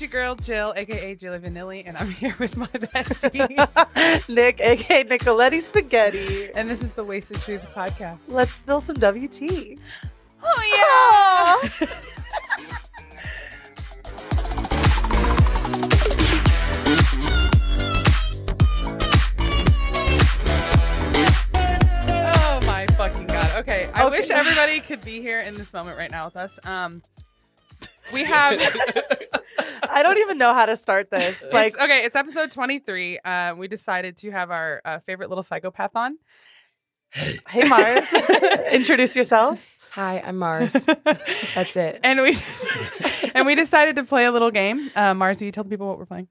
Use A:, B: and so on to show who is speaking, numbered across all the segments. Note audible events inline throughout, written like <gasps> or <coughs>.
A: your girl Jill, aka Jill Vanilli, and I'm <laughs> here with my
B: <laughs>
A: bestie.
B: Nick, aka Nicoletti Spaghetti.
A: and this is the Wasted Truth podcast.
B: Let's spill some WT.
A: Oh yeah! Oh my fucking god. Okay, I
B: Okay.
A: wish everybody could be here in this moment right now with us. Um, we have
B: I don't even know how to start this. Like,
A: it's, okay, it's episode 23. Uh, we decided to have our uh, favorite little psychopath on.
B: <laughs> hey Mars,
A: <laughs>
B: introduce yourself.
C: Hi, I'm Mars. That's it.
A: and we and we decided to play a little game. Uh, Mars, will you tell the people what we're playing?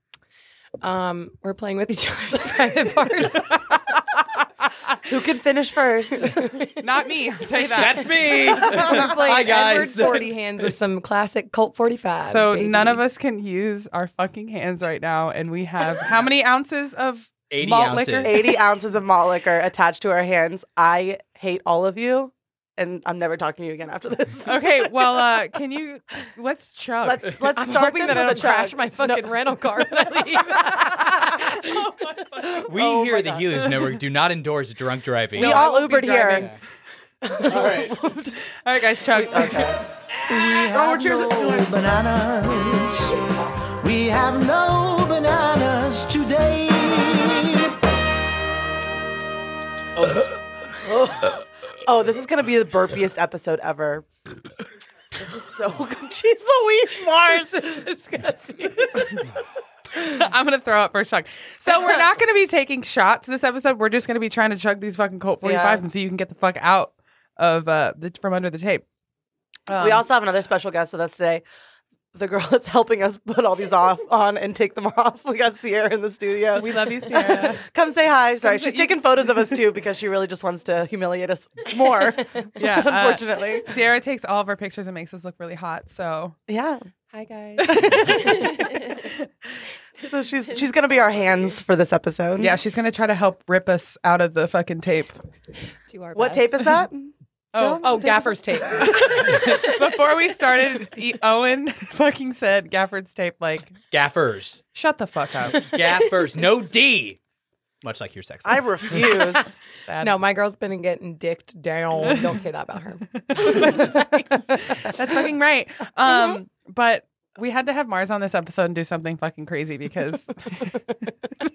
C: Um, we're playing with each other's <laughs> private
B: <laughs>
C: parts.
B: Who can finish first?
A: Not me, I'll tell you that.
D: That's me.
C: <laughs> we're playing
D: Hi
C: Edward
D: guys.
C: Forty Hands with some classic Colt
A: <laughs>
C: 45.
A: so none of us can use our fucking hands right now, and we have how many ounces of
D: 80
A: Malt
D: ounces.
A: liquor.
B: 80 ounces of malt liquor attached to our hands. I hate all of you, and I'm never talking to you again
A: <laughs>
B: after this. <laughs>
A: Okay, well, uh, can you let's chug.
B: Let's
A: <laughs>
B: let's
C: I'm
B: start
C: hoping
B: this
C: that I
B: with
C: don't
B: a
C: crash
B: chug.
C: my fucking rental car when I leave.
A: Oh my
B: <laughs>
A: fucking-
D: We
B: Oh
D: here
B: my
D: at the
B: God.
D: Healers Network do not endorse drunk driving.
B: We
A: No, I
B: all
A: won't be
B: Ubered
A: driving.
B: here.
D: All right.
A: <laughs> All right, guys, chug.
E: have
A: cheers.
E: no bananas. We have no bananas today.
B: Oh, this is gonna be the burpiest episode
A: <laughs>
B: ever. This is so good. She's Louise
A: <laughs>
B: Mars.
C: It's disgusting.
A: I'm gonna throw up for a chug. So we're not gonna be taking shots this episode. We're just gonna be trying to chug these fucking Colt 45s
B: Yeah.
A: and see you can get the fuck out of uh, the, from under the tape.
B: we
A: Um,
B: also have another special guest with us today. The girl <laughs> that's helping us put all
A: <laughs>
B: these off on and take them off. We got Sierra in the studio. <laughs>
A: We love you, Sierra.
B: Come say hi. Sorry,
A: say-
B: she's
A: you- <laughs>
B: taking photos of us too because she really just wants to humiliate us more. <laughs>
A: yeah, uh, <laughs>
B: unfortunately.
A: <laughs> Sierra takes all of our pictures and makes us look really hot. So
B: yeah.
C: Hi guys.
B: <laughs> So she's she's gonna be our hands for this episode.
A: yeah, she's gonna try to help rip us out of the fucking tape.
C: Do our
B: What
C: best.
B: tape
A: <laughs>
B: is that?
A: Oh,
C: Oh, gaffer's tape.
A: before we started, e- Owen <laughs> fucking said Gafford's tape. Like,
D: Gaffers.
A: shut the fuck up.
D: Gaffers. No D. Much like your sex.
B: I
D: life.
B: refuse.
A: Sad.
C: no, my girl's been getting dicked down. Don't say that
B: <laughs>
C: about her.
A: that's fucking right.
B: Uh-huh.
A: Um, but we had to have Mars on this episode and do something fucking crazy because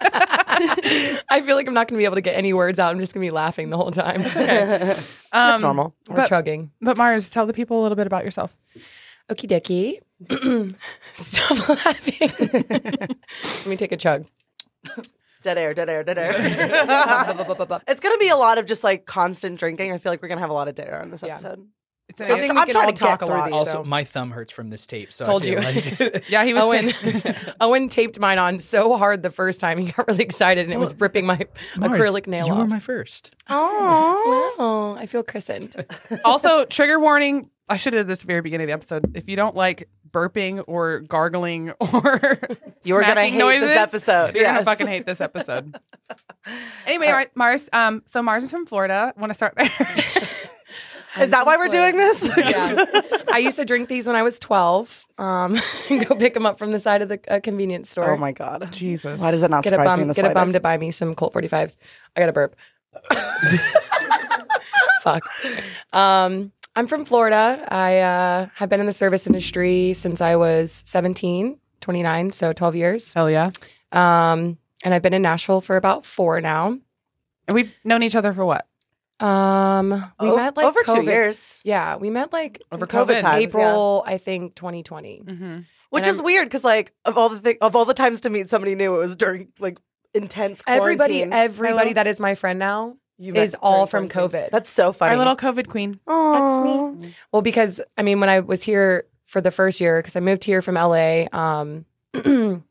C: I feel like I'm not going to be able to get any words out. I'm just going to be laughing the whole time.
A: um,
B: <laughs> That's normal.
C: <laughs> We're
A: But-
C: chugging.
A: But Mars, tell the people a little bit about yourself.
C: Okie dokie. <clears throat> Stop laughing.
B: <laughs>
C: Let me take a chug.
B: Dead air, dead air, dead air. <laughs> it's gonna be a lot of just like constant drinking. I feel like we're gonna have a lot of dead air on this
C: Yeah.
B: episode.
A: It's an
C: Good thing
B: I'm
C: we
B: I'm
C: can
B: trying
C: all
B: to
C: talk
B: get
C: over
B: through
C: these.
B: these.
D: also,
C: so-
D: my thumb hurts from this tape. So
C: Told
D: I feel
C: you.
D: Like, <laughs>
A: Yeah,
B: Oh,
A: he was.
C: Owen,
B: <laughs>
C: <laughs> Owen taped mine on so hard the first time he got really excited and it was ripping my
D: Mars,
C: acrylic nail
D: You were
C: off.
D: my first.
C: oh, I feel christened.
A: also, trigger warning. I should have did this at the very beginning of the episode. If you don't like burping or gargling <laughs> or
B: You're gonna
A: smacking
B: hate
A: noises,
B: this episode.
A: you're
B: Yes.
A: gonna fucking hate this
B: <laughs>
A: episode. anyway, Mar- Mars. Um, so Mars is from Florida. Want to start
B: <laughs>
A: there?
B: Is that why we're doing this?
C: Yeah. I used to drink these when I was 12 um, <laughs> and go pick them up from the side of the uh, convenience store.
B: <laughs> Oh my god.
A: Jesus.
B: Why does it not
C: Get a
B: surprise me in
C: bum,
B: the
C: get a bum to
B: slightest?
C: buy me some Colt 45s. I got a burp. <laughs> Fuck. Um, I'm from Florida. I uh, have been in the service industry since I was 17, 29, so 12 years.
A: Hell yeah.
C: Um, and I've been in Nashville for about four now.
A: And we've known each other for what?
C: Um, we
B: O-
C: met like
B: Oh, over
C: COVID.
B: two years,
C: Yeah, we met like
A: Over
B: COVID
A: COVID.
B: time. times,
C: April, I think, 2020.
A: Mm-hmm.
B: which
C: And
B: is weird because like of all the thi- of all the times to meet somebody new, it was during like intense
C: Everybody,
B: quarantine.
C: everybody
A: Hello?
C: that is my friend now
B: You met
C: is all
B: during
C: from
B: quarantine.
C: COVID.
B: That's so funny.
A: Our little COVID queen.
B: Aww.
C: me. Well, because I mean, when I was here for the first year, because I moved here from LA um, <clears throat>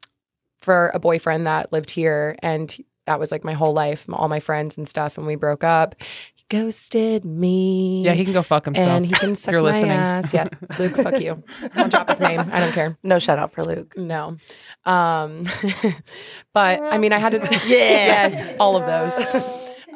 C: for a boyfriend that lived here, and that was like my whole life, all my friends and stuff, and we broke up. He ghosted me.
A: Yeah, he can go fuck himself.
C: and he can
A: <laughs>
C: suck
A: you're
C: my
A: listening.
C: ass. Yeah, Luke, fuck you. I'll drop his name. I don't care.
B: No shout out for Luke.
C: No, um, <laughs> but I mean, I had to. <laughs> yes, all of those.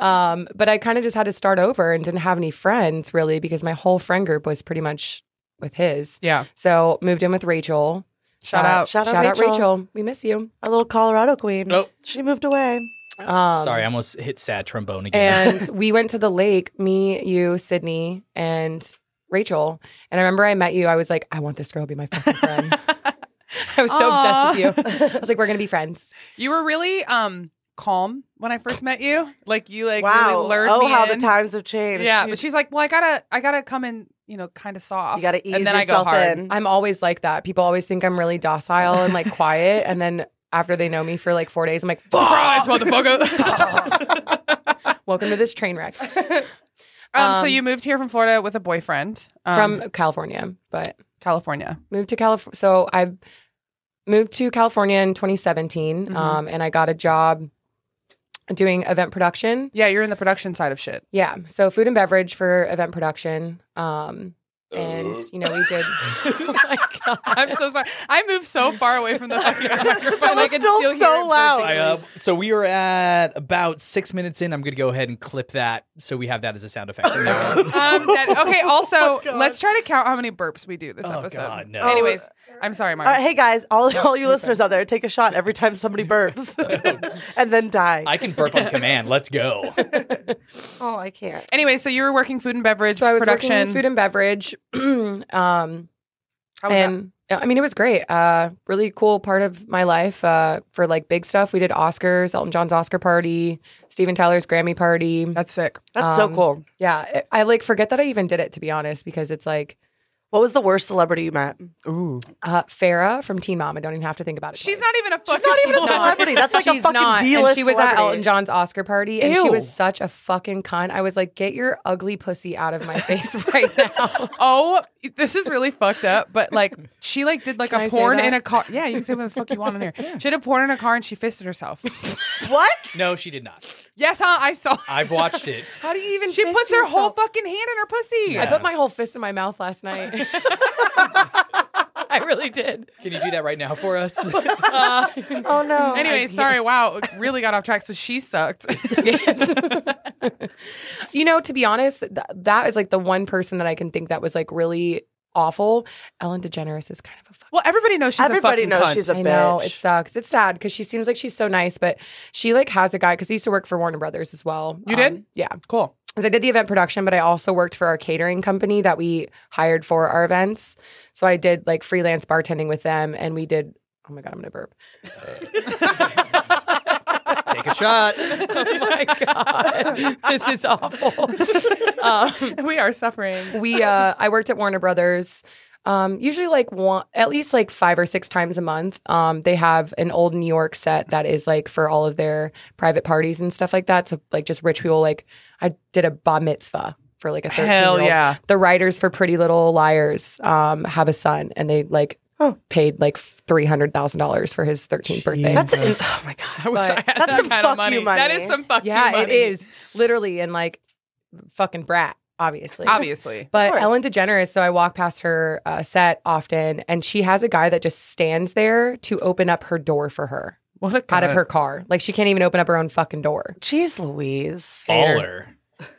C: Um, but I kind of just had to start over and didn't have any friends really because my whole friend group was pretty much with his.
A: yeah.
C: So moved in with Rachel. Uh,
A: Shout out.
B: Shout out
C: Shout out
B: Rachel.
C: Rachel. We miss you.
B: Our little Colorado queen.
A: Oh.
D: Nope.
B: She moved away.
C: Um,
D: Sorry, I almost hit sad trombone again.
C: and we went to the lake, me, you, Sydney, and Rachel. And I remember I met you. I was like, I want this girl to be my
A: <laughs>
C: fucking friend. I was so obsessed with you. I was like, we're gonna be friends.
A: You were really um calm when I first met you. Like you like
B: wow.
A: really lured
B: oh,
A: me
B: how
A: in.
B: the times have changed.
A: Yeah,
B: You-
A: but she's like, well, I gotta, I gotta come in, you know, kind of soft.
B: you got to ease
A: and then I go
B: yourself
A: hard.
B: in.
C: I'm always like that. People always think I'm really docile and like quiet, and then after they know me for like four days, I'm like,
A: Surprise,
C: "Fuck!
A: motherfucker! <laughs>
C: Welcome to this train wreck
A: um, so
C: Um,
A: you moved here from Florida with a boyfriend <laughs> um,
C: from California, but
A: California.
C: moved to California. So I moved to California in 2017,
A: Mhm.
C: um, and I got a job doing event production.
A: Yeah, you're in the production side of shit.
C: Yeah, so food and beverage for event production. Um, and you know we did. oh my God.
A: I'm so sorry. I moved so far away from the fucking
B: That
A: microphone. I
B: was
A: can
B: still
A: still hear
B: so
A: it
B: loud.
A: perfectly.
D: <laughs> I, uh, so we are at about six minutes in. I'm going to go ahead and clip that so we have that as a sound effect.
A: <laughs> Um, that- okay. Also,
B: God.
A: let's try to count how many burps we do this
D: Oh,
A: episode.
D: God, no.
A: Anyways, I'm sorry, Mark.
B: Uh, hey guys, all, <laughs> all you listeners out there, take a shot every time somebody burps, <laughs> and then die.
D: I can burp on command. Let's go.
B: oh, I can't.
A: anyway, so you were working food and beverage
C: So I was
A: production.
C: working food and beverage. <clears throat> um,
A: How was that?
C: and I mean, it was great. Uh, really cool part of my life. Uh, for like big stuff, we did Oscars, Elton John's Oscar party, Steven Tyler's Grammy party.
A: That's sick.
B: That's so
C: Um,
B: cool.
C: Yeah, it- I like forget that I even did it to be honest, because it's like
B: What was the worst celebrity you met?
A: Ooh.
C: uh, Farah from Teen Mom. I don't even have to think about it.
A: She's
C: twice.
A: not even a fucking.
B: not even a
A: star.
B: celebrity.
C: <laughs>
B: That's like a
C: She's
B: fucking
C: not.
B: D-list
C: And she was at
B: celebrity.
C: Elton John's Oscar party, and she was
B: Ew.
C: such a fucking cunt. I was like, "Get your ugly pussy out of my face <laughs> right
B: <laughs>
C: now."
A: <laughs> Oh, this is really fucked up. But like, she like did like
C: Can
A: a
C: I say
A: porn
C: that?
A: in a car. Yeah, you can say what the fuck you want in here. <laughs> She did a porn in a car and she fisted herself. <laughs>
B: What?
D: No, she did not.
A: yes, huh? I saw.
D: I've watched it.
C: How do you even?
A: <laughs> she
C: fist
A: puts her whole
C: yourself?
A: fucking hand in her pussy.
C: I put my whole fist in my mouth
B: <laughs>
C: last night. <laughs> I really did.
D: Can you do that right now for us?
B: Oh no.
A: Anyway, sorry. Wow, really got off track. So she <laughs> sucked.
C: You know, to be honest, th- that is like the one person that I can think that was like really awful. Ellen DeGeneres is kind of a fuck.
A: well, everybody knows she's
B: Everybody
A: a fucking
B: knows
A: cunt.
B: she's a
C: I
B: bitch.
C: know it sucks. It's sad because she seems like she's so nice, but she like has a guy because he used to work for Warner Brothers as well. Um,
A: You did?
C: yeah.
A: cool.
C: Because I did the event production, but I also worked for our catering company that we hired for our events. So I did like freelance bartending with them, and we did. Oh my god, I'm gonna burp. <laughs>
D: Take a shot.
C: Oh my god, this is awful.
A: <laughs>
C: Um,
A: We are suffering.
C: we uh I worked at Warner Brothers. Um, usually like one at least like five or six times a month. Um, they have an old New York set that is like for all of their private parties and stuff like that. So like just rich people like I did a bat mitzvah for like a 13 year
A: Hell
C: old.
A: yeah.
C: The writers for Pretty Little Liars um have a son and they like
B: Oh.
C: paid like three hundred thousand dollars for his thirteenth birthday.
B: That's in- oh my god.
A: I wish I had
B: That's
A: that
B: some
A: kind
B: fuck
A: of money.
B: you
A: That
B: money.
A: is some fuck you
C: yeah, it
A: money.
C: is. Literally and like fucking brat, obviously.
A: Obviously.
C: But
B: course.
C: Ellen DeGeneres, so I walk past her uh, set often, and she has a guy that just stands there to open up her door for her
A: What a
C: out of her car. Like she can't even open up her own fucking door.
B: Jeez Louise.
D: Baller.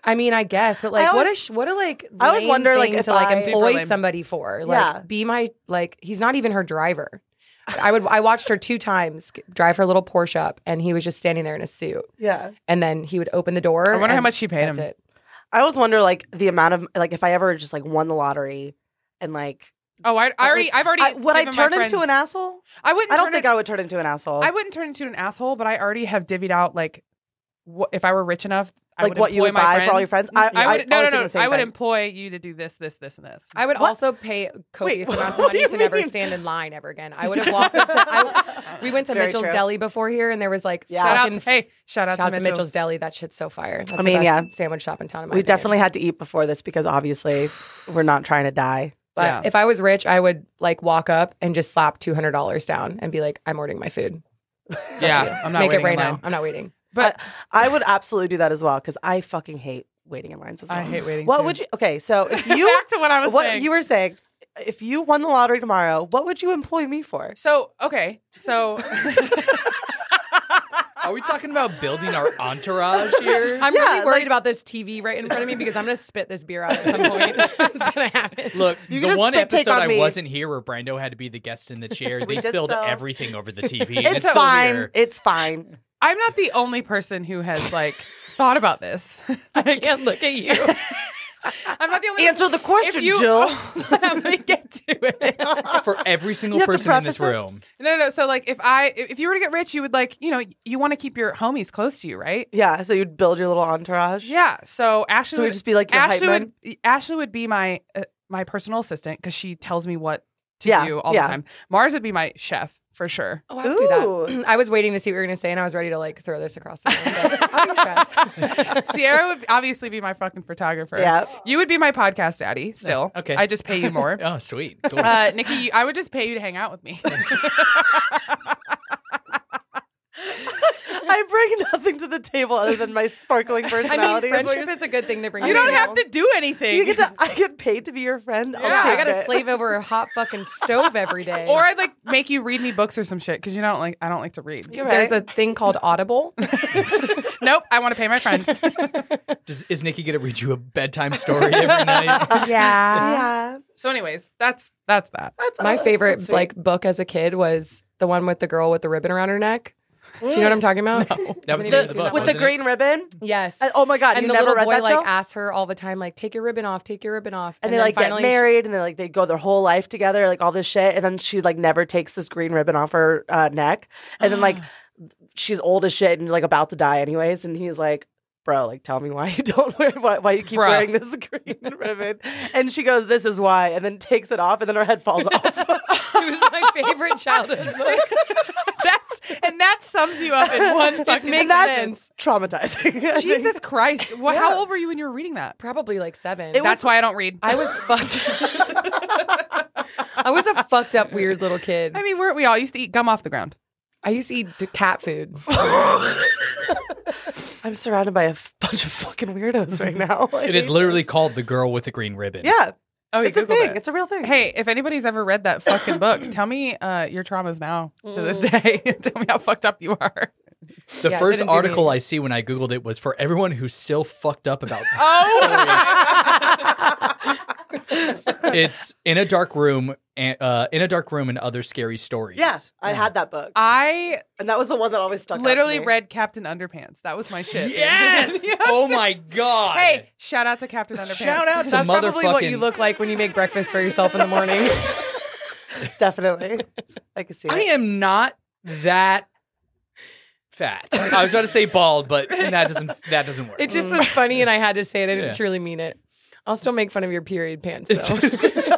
C: I mean, I guess, but like,
B: I
C: what a
B: always-
C: sh- what a like.
B: I always
C: lame
B: wonder, like,
C: thing
B: if
C: to like
B: I-
A: Super
C: employ
A: lame.
C: somebody for. Like,
B: Yeah.
C: be my like. He's not even her driver. I would. I watched her two times g- drive her little Porsche up, and he was just standing there in a suit.
B: Yeah.
C: And then he would open the door.
A: I wonder how
C: and
A: much she paid
C: that's
A: him.
C: it.
B: I always wonder like the amount of like if I ever just like won the lottery and like
A: Oh, I, I already. I've already.
B: I, would
A: given
B: I
A: my
B: turn
A: friends-
B: into an asshole?
A: I wouldn't.
B: I don't
A: turn
B: think
A: in-
B: I would turn into an asshole.
A: I wouldn't turn into an asshole, but I already have divvied out like, wh- if I were rich enough, I
B: Like
A: would
B: what you
A: employ
B: would
A: my
B: buy for all your friends? I-
A: I,
B: I
A: would no no
B: always think
A: no.
B: the same
A: I would
B: thing.
A: employ you to do this, this, this, and this.
C: I would
B: What?
C: also pay copious
B: Wait,
C: amounts of
B: what do
C: money
B: you
C: to never
B: mean?
C: stand in line ever again.
B: <laughs>
C: I would have walked up to. I, we went to
B: Very
C: Mitchell's
B: true.
C: Deli before here, and there was like
B: Yeah.
A: shout out
C: fucking
A: to, hey, shout out
C: shout out to Mitchell's
A: Mitchell's.
C: Deli. That shit's so fire. That's
B: mean,
C: the best
B: yeah.
C: sandwich shop in town. In my
B: we
C: opinion.
B: definitely had to eat before this because obviously we're not trying to die.
C: But
A: Yeah.
C: if I was rich, I would like walk up and just slap two hundred dollars down and be like, "I'm ordering my food.
A: Yeah, I'm not
C: Make it
A: waiting
C: right
A: in
C: now.
A: line.
C: I'm not waiting."
A: But
B: I would absolutely do that as well because I fucking hate waiting in lines as well.
A: I hate waiting.
B: What
A: too.
B: would you? Okay, so
A: <laughs>
B: if you
A: back to what I was
B: what
A: saying?
B: you were saying, if you won the lottery <laughs> tomorrow, what would you employ me for?
A: so okay. So
D: Are we talking about building our
B: <laughs>
D: entourage here?
C: I'm
B: Yeah,
C: really worried
B: like-
C: about this TV right in front of me because I'm gonna spit this beer out at some point. <laughs> it's gonna happen.
D: Look,
B: You can
D: the
B: just
D: one
B: spit take
D: episode
B: on
D: I
B: me.
D: wasn't here where Brando had to be the
B: <laughs>
D: guest in the chair, they
B: did
D: spilled
B: spill.
D: everything over the TV. and
B: It's,
D: still
B: fine.
D: here.
A: <laughs>
B: It's fine.
A: I'm not the only person who has
B: <laughs>
A: like thought about this.
C: I can't look at you.
A: I'm not the only
B: Answer the question,
A: If you,
B: Jill.
A: <laughs> Let me get to
B: <laughs>
A: it.
D: For every single
B: You have to
D: person in this
B: preface it?
D: room.
A: No, no, no. So like, if I if you were to get rich, you would like you know you want to keep your homies close to you, right?
B: Yeah, so you'd build your little entourage.
A: Yeah. So Ashley
B: So we'd
A: would
B: just be like your hype
A: Ashley
B: man.
A: would Ashley would be my uh, my personal assistant because she tells me what to
B: Yeah,
A: do all
B: yeah.
A: the time. Mars would be my chef for sure.
C: Oh, I would do that. <laughs>
B: Ooh.
C: I was waiting to see what you were gonna say, and I was ready to like throw this across the room. but I'm
A: <laughs>
C: sure.
A: Sierra would obviously be my fucking photographer.
B: Yeah.
A: You would be my podcast daddy still.
D: okay.
A: I just pay you
B: <laughs>
A: more.
D: Oh, sweet. Cool.
A: Uh, Nikki, you- I would just pay you to hang out with me.
B: I bring nothing to the table other than my sparkling
C: <laughs> <laughs> I
B: personality.
C: mean,
B: is what you're
C: friendship is a good thing to bring.
A: you
C: to the
A: don't have
C: table.
A: to do anything.
B: You get
C: <laughs>
B: to, I get paid to be your friend. I'll
A: Yeah.
B: take
C: I gotta
B: it.
C: slave over a hot fucking stove every day.
A: or I'd like make you read me books or some shit because you don't like I don't like to read.
B: You're
C: <laughs> there's
B: right.
C: a thing called <laughs> Audible.
A: Nope, I want to pay my
B: <laughs>
A: friends.
D: Does, is Nikki going to read you a bedtime story
B: <laughs>
D: every night?
A: yeah.
B: yeah.
A: So, anyways, that's that's that. <laughs>
B: That's
C: My
B: oh, that's
C: favorite
B: sweet.
C: like book as a kid was the one with the girl with the ribbon around her neck. Do you know what I'm talking about?
D: That was
C: The-
D: the name of the book.
B: with the
D: wasn't it?
B: green ribbon.
C: Yes.
B: I- oh my god!
C: and
B: you
C: the
B: never
C: little
B: read
C: boy
B: that
C: like
B: Jill?
C: asks her all the time, like, take your ribbon off, take your ribbon off.
B: and they like get
C: she-
B: married and they like they go their whole life together like all this shit and then she like never takes this green ribbon off her uh, neck and then like she's old as shit and like about to die anyways and he's like bro like tell me why you <laughs> don't wear why, why you keep
A: Bruh.
B: wearing this <laughs> green ribbon and she goes this is why and then takes it off and then her head falls off <laughs>
C: it was my <laughs> favorite childhood book.
A: That's and that sums you up in one fucking
C: makes
A: sentence.
C: sense.
B: traumatizing <laughs> I
A: <laughs>
B: think.
A: Jesus Christ! Well,
B: Yeah.
A: How old were you when you were reading that?
C: Probably like seven.
B: It was-
A: That's why I don't read.
C: I was <laughs> fucked. I was a fucked up weird little kid.
A: I mean, weren't we all used to eat gum off the ground?
C: I used to eat d- cat <laughs> food.
B: i'm surrounded by a f- bunch of fucking weirdos right now
D: It is literally called The Girl with the Green Ribbon.
B: yeah
A: Oh, you
B: it's a
A: Googled
B: thing
A: it.
B: it's a real thing
A: Hey, if anybody's ever read that fucking
B: <coughs>
A: book, tell me uh, your traumas now to this
B: Mm.
A: day. <laughs> tell me how fucked up you are.
D: The
C: Yeah, it
D: first
C: didn't do me
D: article
C: any-
D: I see when I Googled it was for everyone who's still fucked up about it's in a dark room and uh, in a dark room and other scary stories.
B: yeah i had that book
A: I
B: and that was the one that always stuck out to
A: literally
B: me.
A: read Captain Underpants. That
D: <laughs>
A: was my shit.
D: Yes! Oh my god.
A: Hey, shout out to Captain Underpants.
D: Shout out to
C: That's probably what
D: motherfucking-
C: you look like when you make breakfast for yourself in the morning.
B: Definitely. I can see it.
D: I am not that fat. I was about to say bald, but that doesn't that doesn't
C: <laughs>
D: work.
C: It just was funny, and I had to say it. I didn't
D: Yeah.
C: truly mean it. I'll still make fun of your period pants.
D: <laughs> It's-
C: Though. <laughs>
D: it's-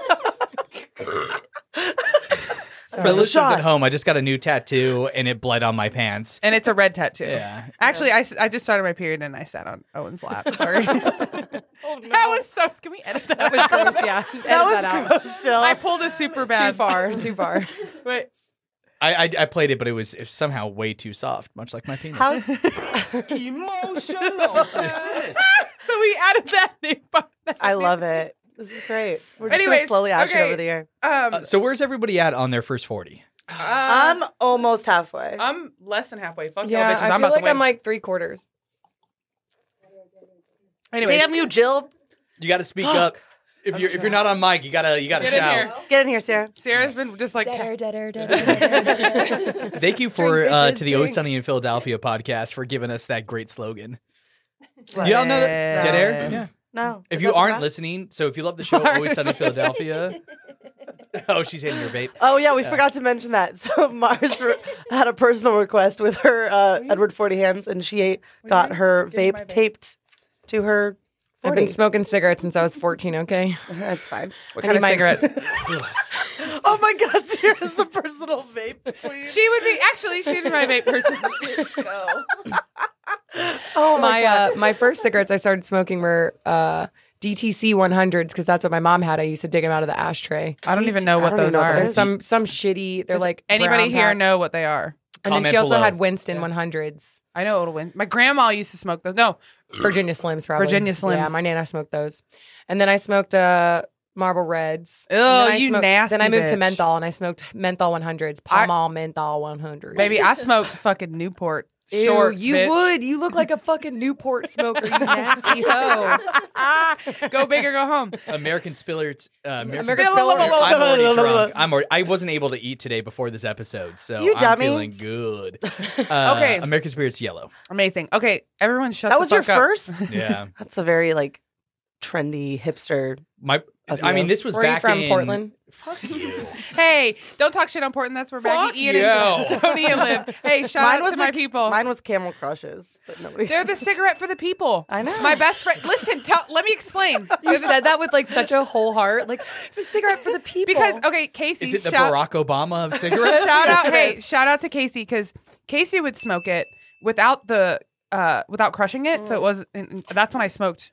D: For
B: Sorry.
D: listeners at
B: Sean.
D: home, I just got a new tattoo and it bled on my pants.
A: <laughs> And it's a red tattoo.
D: Yeah.
A: Actually, I, s- I just started my period and I sat on Owen's
D: <laughs>
A: lap. Sorry. <laughs> That was so. Can we edit that?
C: <laughs>
A: <laughs>
C: that was gross. Yeah, Edit
B: That was
C: out.
B: gross, Jill.
A: I pulled a super bad.
C: Too far. Too far.
A: Wait.
D: I, I I played it, but it was somehow way too soft, much like my penis.
B: How's-
E: Emotional.
A: <laughs> So we added that <laughs> new part.
B: I love it. This is great. We're just
A: Anyways,
B: gonna slowly action
A: okay.
B: over the year.
A: Um,
D: Uh, so where's everybody at on their first forty?
A: um,
B: I'm almost halfway.
A: I'm less than halfway. Fuck
C: Yeah,
A: y'all bitches.
C: I
A: I'm
C: feel
A: about to
C: like
A: win.
C: Oh, I'm like three quarters.
A: anyway,
B: Damn you, Jill.
D: You got to speak up. If you're if you're not on mic, you gotta you gotta
A: get in here.
D: shout.
B: Get in here, Sarah.
A: Sarah's been just like
C: deader, deader.
D: Thank you for
C: Drink,
D: uh,
C: bitches,
D: to the Always
C: drink.
D: Sunny in Philadelphia podcast for giving us that great slogan. You all know that dead air.
A: Right.
D: Yeah.
B: No.
D: If
B: Is
D: you
B: that the
D: aren't
B: rap?
D: listening, so if you love the show Always Sunny in Philadelphia, oh she's hitting her vape.
B: Oh yeah, we forgot to mention that. <laughs> So Mars re- had a personal request with her uh, Edward Forty hands, and she ate, got her vape, taped to her.
C: I've been
B: 40.
C: smoking cigarettes since I was 14. Okay,
B: That's fine.
A: what
C: kind of cigarettes?
B: Oh my God, <laughs> Sarah's the personal vape. queen.
A: <laughs> she would be actually she'd be my vape person.
B: Oh my,
C: my
B: God.
C: uh, my first cigarettes I started smoking were uh, DTC 100s because that's what my mom had. I used to dig them out of the ashtray.
A: I don't even know
B: I
A: what
B: don't even
A: those
B: know what
A: are.
B: that
C: They're
B: is.
C: some some shitty. They're like
A: Anybody
C: brown
A: here
C: pack.
A: know what they are?
C: And then she
D: Comment
C: also
D: below.
C: had Winston 100s,
A: I know it'll win. My grandma used to smoke those. No,
C: Virginia Slims probably.
A: Virginia
C: Yeah,
A: Slims.
C: my nana smoked those, and then I smoked uh, Marble Reds. And
A: Ew,
C: then I
A: you
C: smoked- Then I
A: nasty
C: moved to
A: bitch.
C: menthol and I smoked menthol 100s, Pall Mall menthol
B: <laughs>
C: 100.
A: baby, I smoked fucking Newport
C: Ew,
A: shorts.
C: you
A: bitch. <laughs>
C: would. You look like a fucking Newport smoker, you nasty hoe.
A: Ah, go big or go home.
D: American Spiller's. Uh, American
C: American
D: Spillers.
C: Spillers.
D: I'm already drunk. I'm already, I wasn't able to eat today before this episode, so
B: You
D: I'm
B: dummy.
D: feeling good. Uh,
A: Okay.
D: American Spirit's yellow.
A: Amazing. Okay, everyone, shut.
B: That
A: the
B: was your
A: fuck up.
B: first.
D: Yeah.
B: That's a very like trendy hipster.
D: My,
B: Of
D: I mean,
B: you.
D: this was
C: Were you
D: back
C: from
D: in
C: Portland?
D: Fuck you.
A: Hey, don't talk shit on Portland. That's where
D: Fuck
A: Maggie, Ian,
D: you.
A: and <laughs> Tony live. Hey, shout
B: Mine
A: out
B: was
A: to
B: the-
A: my people.
B: Mine was Camel Crushes, but nobody.
A: They're the cigarette for the people.
B: <laughs> I know.
A: My best friend. Listen, tell, let me
B: <laughs>
A: explain.
C: You said that with like such a whole heart. Like it's a cigarette for the people.
A: Because okay, Casey.
D: Is it the
A: shout,
D: Barack Obama of cigarettes?
A: shout out, hey,
C: Yes.
A: shout out to Casey because Casey would smoke it without the uh without crushing it. So it was. and That's when I smoked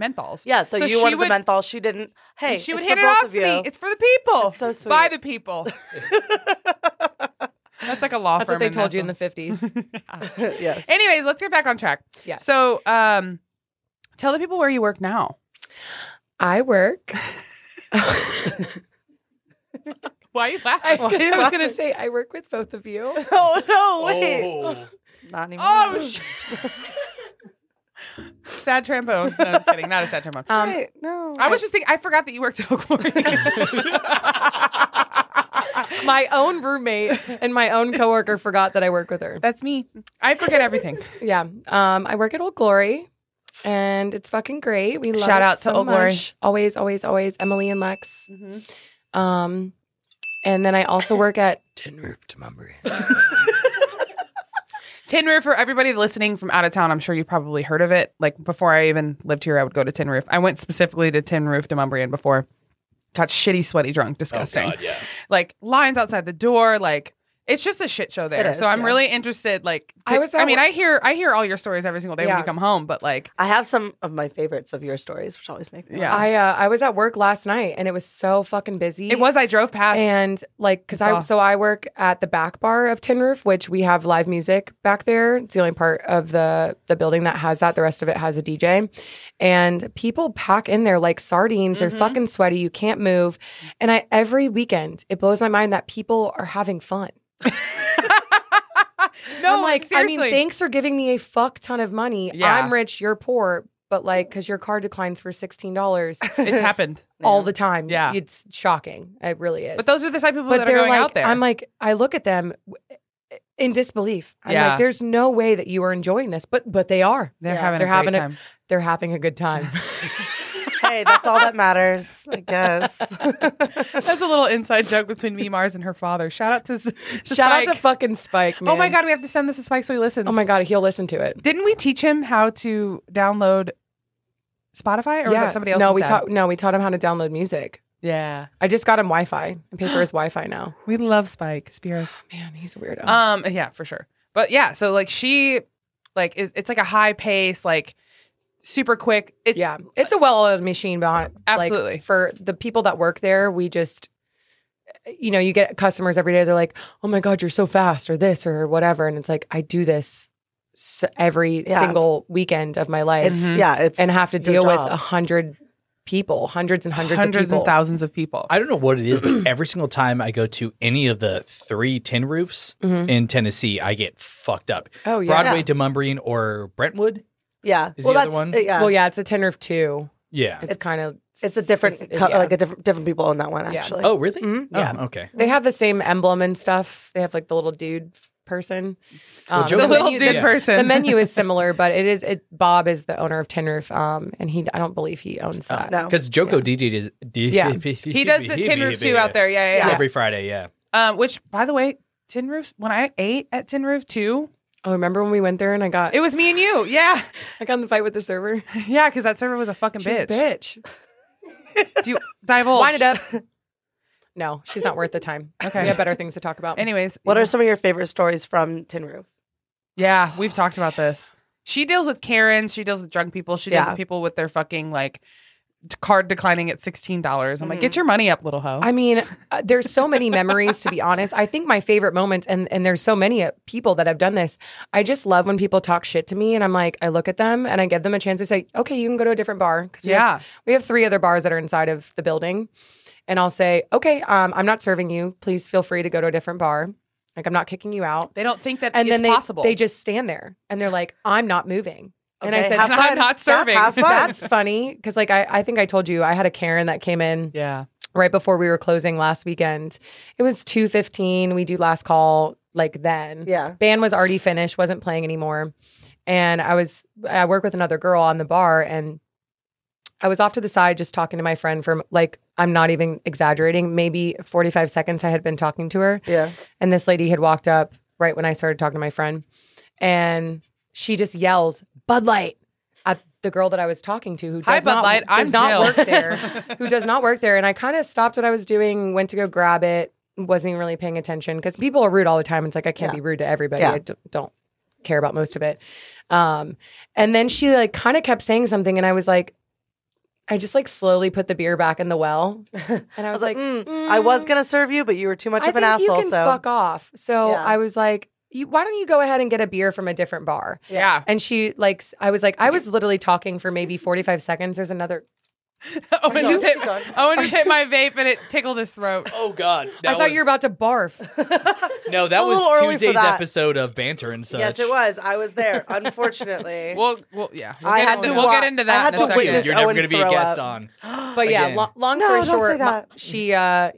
A: menthols.
B: Mm. yeah, so, you
A: she
B: wanted
A: would-
B: the menthol. She didn't. Hey,
A: she would
B: it's
A: hand
B: for
A: it
B: both
A: off
B: of
A: to
B: you.
A: me. It's for the people.
B: That's so sweet.
A: By the
B: <laughs>
A: people. That's like a law
C: that's
A: firm.
C: what they
A: in
C: told you in the
A: Nashville.
C: fifties.
A: <laughs>
B: yes. <laughs>
A: Anyways, let's get back on track.
C: Yes.
A: So, um, tell the people where you work now. <laughs>
C: I work. <laughs>
A: Why are you
C: I,
A: laughing?
B: Why are you
C: I was
B: laughing?
C: gonna say I work with both of you.
B: Oh no! Wait.
D: Oh.
B: Not anymore.
A: Oh,
B: <laughs>
A: sh- sad trombone. No, just kidding. Not a sad
B: <laughs>
A: trombone.
C: Um,
B: Wait, no.
A: I was just thinking. I forgot that you worked at Oak
B: <laughs>
A: Glory.
C: my own roommate and my own coworker forgot that I work with her.
A: That's me. I forget everything.
C: Yeah. Um, I work at Old Glory and it's fucking great. We love
A: Shout
C: it
A: out to
C: so
A: Old Glory.
C: much. Always, always, always. Emily and Lex.
A: Mm-hmm.
C: Um, and then I also work at Tin Roof Tamari.
A: Tin Roof for everybody listening from out of town. I'm sure you probably heard of it. Like before I even lived here, I would go to Tin Roof. I went specifically to Tin Roof to Mumbrian before. Got shitty, sweaty, drunk, disgusting.
D: God, yeah.
A: Like lines outside the door. Like it's just a shit show there.
B: It is,
A: so I'm
B: yeah.
A: really interested. Like
C: I was
A: I
C: at
A: mean,
C: one-
A: I hear I hear all your stories every single day when
C: Yeah.
A: you come home. But like,
B: I have some of my favorites of your stories, which always make me
A: Yeah.
B: laugh.
C: I uh, I was at work last night and it was so fucking busy.
A: it was I drove past.
C: and like because
A: I
C: I
A: saw.
C: so I work at the back bar of Tin Roof, which we have live music back there. It's the only part of the the building that has that. The rest of it has a DJ, and people pack in there like sardines. They're
A: Mm-hmm.
C: fucking sweaty. You can't move, and I every weekend it blows my mind that people are having fun.
A: no,
C: I'm like, I
A: seriously.
C: mean, thanks for giving me a fuck ton of money.
A: Yeah.
C: I'm rich, you're poor, but like because your car declines for
A: <laughs>
C: sixteen dollars <laughs>
A: it's happened.
C: all the time.
A: Yeah.
C: it's shocking. It really is
A: But those are the type of people
C: but
A: that are
C: they're
A: going
C: like,
A: out there.
C: I'm like, I look at them w- eh, in disbelief. I'm
A: Yeah.
C: like, there's no way that you are enjoying this, but but they are.
A: they're
B: yeah,
A: having
C: they're
A: a great
C: having a-
A: time.
C: They're having a good time.
A: <laughs>
B: hey, that's all that matters, I guess.
A: That's a little inside joke between me, Mars, and her father. Shout out to, S- to
C: Shout
A: Spike.
C: out to fucking Spike, man.
A: oh my god, we have to send this to Spike so he listens.
C: Oh my god, he'll listen to it.
A: Didn't we teach him how to download Spotify, or was that somebody else?
C: No, we taught no, we taught him how to download music.
A: Yeah,
C: I just got him Wi-Fi. I
A: <gasps>
C: pay for his Wi-Fi now.
A: we love Spike Spears.
C: Man, he's a weirdo.
A: Um, yeah, for sure. But yeah, so like she, like is, it's like a high pace, like super quick. It,
C: yeah, it's a well-oiled machine, but
A: Absolutely.
C: like, for the people that work there, we just, you know, you get customers every day. They're like, "Oh my god, you're so fast," or this or whatever, and it's like I do this s every
B: Yeah.
C: single weekend of my life,
B: It's yeah, it's
C: and have to
B: your
C: deal with
B: job.
C: a hundred people, hundreds and hundreds,
A: hundreds
C: of people.
A: and thousands of people.
D: I don't know what it is, but <clears throat> every single time I go to any of the three tin roofs
C: Mhm.
D: in Tennessee, I get fucked up.
C: Oh yeah.
D: Broadway, Demumbrian, or Brentwood.
B: yeah.
D: Is
B: well,
D: the
B: that's
D: other one?
B: uh, yeah.
C: Well, yeah, it's a ten of two.
D: Yeah.
C: It's,
B: It's-
C: kind of
B: It's a different, co- like a different, different people in that one
C: Yeah.
B: actually.
D: Oh, really?
B: Mhm.
D: Oh,
C: Yeah.
D: Okay.
C: they have the same emblem and stuff. They have like the little dude person. Um,
D: Well, Joe-
A: the
D: The
A: little
C: menu-
A: dude
D: yeah.
A: person.
C: the menu is similar, but it is it. Bob is the owner of Tin Roof, um, and he I don't believe he owns that.
B: No.
D: Because Joko DJ is. <laughs>
C: Yeah.
A: <laughs> he does the tin roof too out there. Yeah, yeah, yeah.
D: Every Friday, yeah.
A: Um, which, by the way, Tin Roofs. When I ate at Tin Roof too,
C: Oh, remember when we went there and I got
A: it was me and you. Yeah, <laughs>
C: I got in the fight with the server?
A: yeah, because that server was a fucking
C: She was a
A: bitch.
C: bitch.
A: Do you, divulge.
C: <laughs> Wind it <laughs> up. No, she's not worth the time.
A: Okay.
C: we have better things to talk about.
A: Anyways,
B: What are some of your favorite stories from Tin Roof?
A: Yeah, we've talked about this. She deals with Karens. She deals with drunk people. She deals
B: Yeah.
A: with people with their fucking like d- card declining at sixteen dollars. I'm
B: Mm-hmm.
A: like, get your money up, little hoe.
C: I mean, uh, there's so many memories to be honest. I think my favorite moments, and and there's so many uh, people that have done this. I just love when people talk shit to me, and I'm like, I look at them and I give them a chance. I say, okay, you can go to a different bar because we,
A: Yeah.
C: have- we have three other bars that are inside of the building, and I'll say, okay, um, I'm not serving you. Please feel free to go to a different bar. Like I'm not kicking you out.
A: They don't think that
C: And
A: it's
C: then they
A: possible.
C: they just stand there and they're like, I'm not moving. And I
B: Okay,
C: said,
A: <laughs>
B: have
A: I'm
B: fun.
A: not serving.
B: Have fun.
C: That's funny because, like, I, I think I told you I had a Karen that came in
A: <laughs> yeah.
C: right before we were closing last weekend. It was two fifteen. We do last call like then.
B: Yeah.
C: Band was already finished, wasn't playing anymore, and I was I work with another girl on the bar, and I was off to the side just talking to my friend from like I'm not even exaggerating, maybe forty five seconds. I had been talking to her,
B: Yeah.
C: and this lady had walked up right when I started talking to my friend, and she just yells Bud Light at the girl that I was talking to, who does
A: Hi, Bud
C: not,
A: Light.
C: does
A: I'm
C: not
A: Jill.
B: <laughs>
C: work there, who does not work there, and I kind of stopped what I was doing, went to go grab it, wasn't even really paying attention because people are rude all the time. It's like I can't
B: Yeah.
C: be rude to everybody.
B: Yeah.
C: I d- don't care about most of it. Um, and then she like kind of kept saying something, and I was like. I just like slowly put the beer back in
B: <laughs>
C: the well, and I
B: I
C: was
B: was
C: like,
B: like, mm, I was gonna serve you, but you were too much
C: I
B: of an
C: think
B: asshole.
C: You can
B: so
C: fuck off. So
B: Yeah.
C: I was like, you, why don't you go ahead and get a beer from a different bar?
A: Yeah.
C: And she like, s- I was like, I was literally talking for maybe forty five seconds. There's another.
A: <laughs> Owen
B: Keep
A: just hit.
B: going.
A: Owen just hit
B: <laughs>
A: my vape and it tickled his throat.
D: Oh God!
C: I
D: That
C: thought you were about
D: was-
C: to barf.
D: No, that
B: A little
D: was
B: early for
D: Tuesday's
B: that.
D: episode of banter and such.
B: yes, it was. I was there. Unfortunately,
A: Well, well, yeah. We'll
B: I
A: get,
B: had
A: into-
B: to
A: We'll
B: wa-
A: get into
B: I
A: that. in
B: had
A: a
B: to
A: second.
B: witness
D: You're never
B: Owen
D: going to be a
B: throw
D: guest
B: up.
D: on.
C: But yeah,
D: Again.
C: lo- long
B: No,
C: story
B: don't say
C: short, my-
B: that.
C: she uh,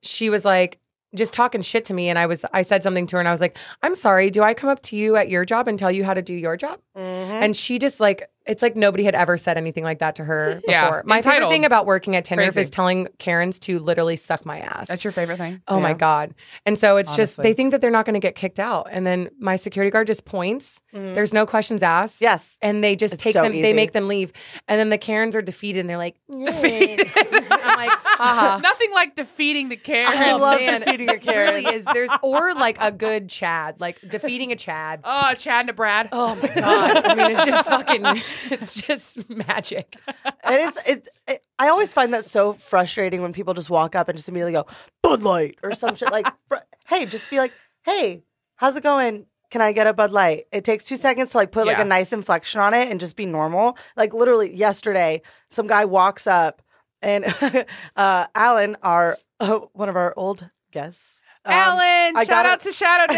C: she was like just talking shit to me, and I was I said something to her, and I was like, I'm sorry. Do I come up to you at your job and tell you how to do your job?
B: Mhm.
C: And she just like it's like nobody had ever said anything like that to her before.
A: <laughs> Yeah,
C: My favorite
A: entitled.
C: thing about working at Tenerife
A: Crazy.
C: is telling Karens to literally suck my ass.
A: That's your favorite thing.
C: Oh my God. And so it's just,
A: Honestly.
C: they think that they're not going to get kicked out. And then my security guard just points. There's no questions asked.
B: Mm-hmm. yes,
C: And they just
B: It's
C: take
B: so
C: them, they
B: easy.
C: make them leave. And then the Karens are defeated and
B: <laughs>
C: they're like, defeated. <laughs> I'm like, haha.
A: Nothing like defeating the Karen.
B: I
C: Oh,
B: love
C: man.
B: defeating a
C: It
B: <laughs>
C: really
B: Karen.
C: is. There's, or like a good Chad, like defeating a Chad.
A: Oh, Chad and Brad.
C: Oh
B: um,
C: my <laughs> God. I mean, it's
B: <laughs>
C: just fucking, it's just magic.
B: it is. It, it, I always find that so frustrating when people just walk up and just immediately go Bud Light or some shit. Like, <laughs> br- hey, just be like, hey, how's it going? Can I get a Bud Light? It takes two seconds to like put like
A: Yeah.
B: a nice inflection on it and just be normal. Like literally yesterday, some guy walks up and <laughs> uh, Alan, our <laughs> uh, one of our old guests, um,
A: Alan,
B: I
A: shout
B: gotta-
A: out to Shadow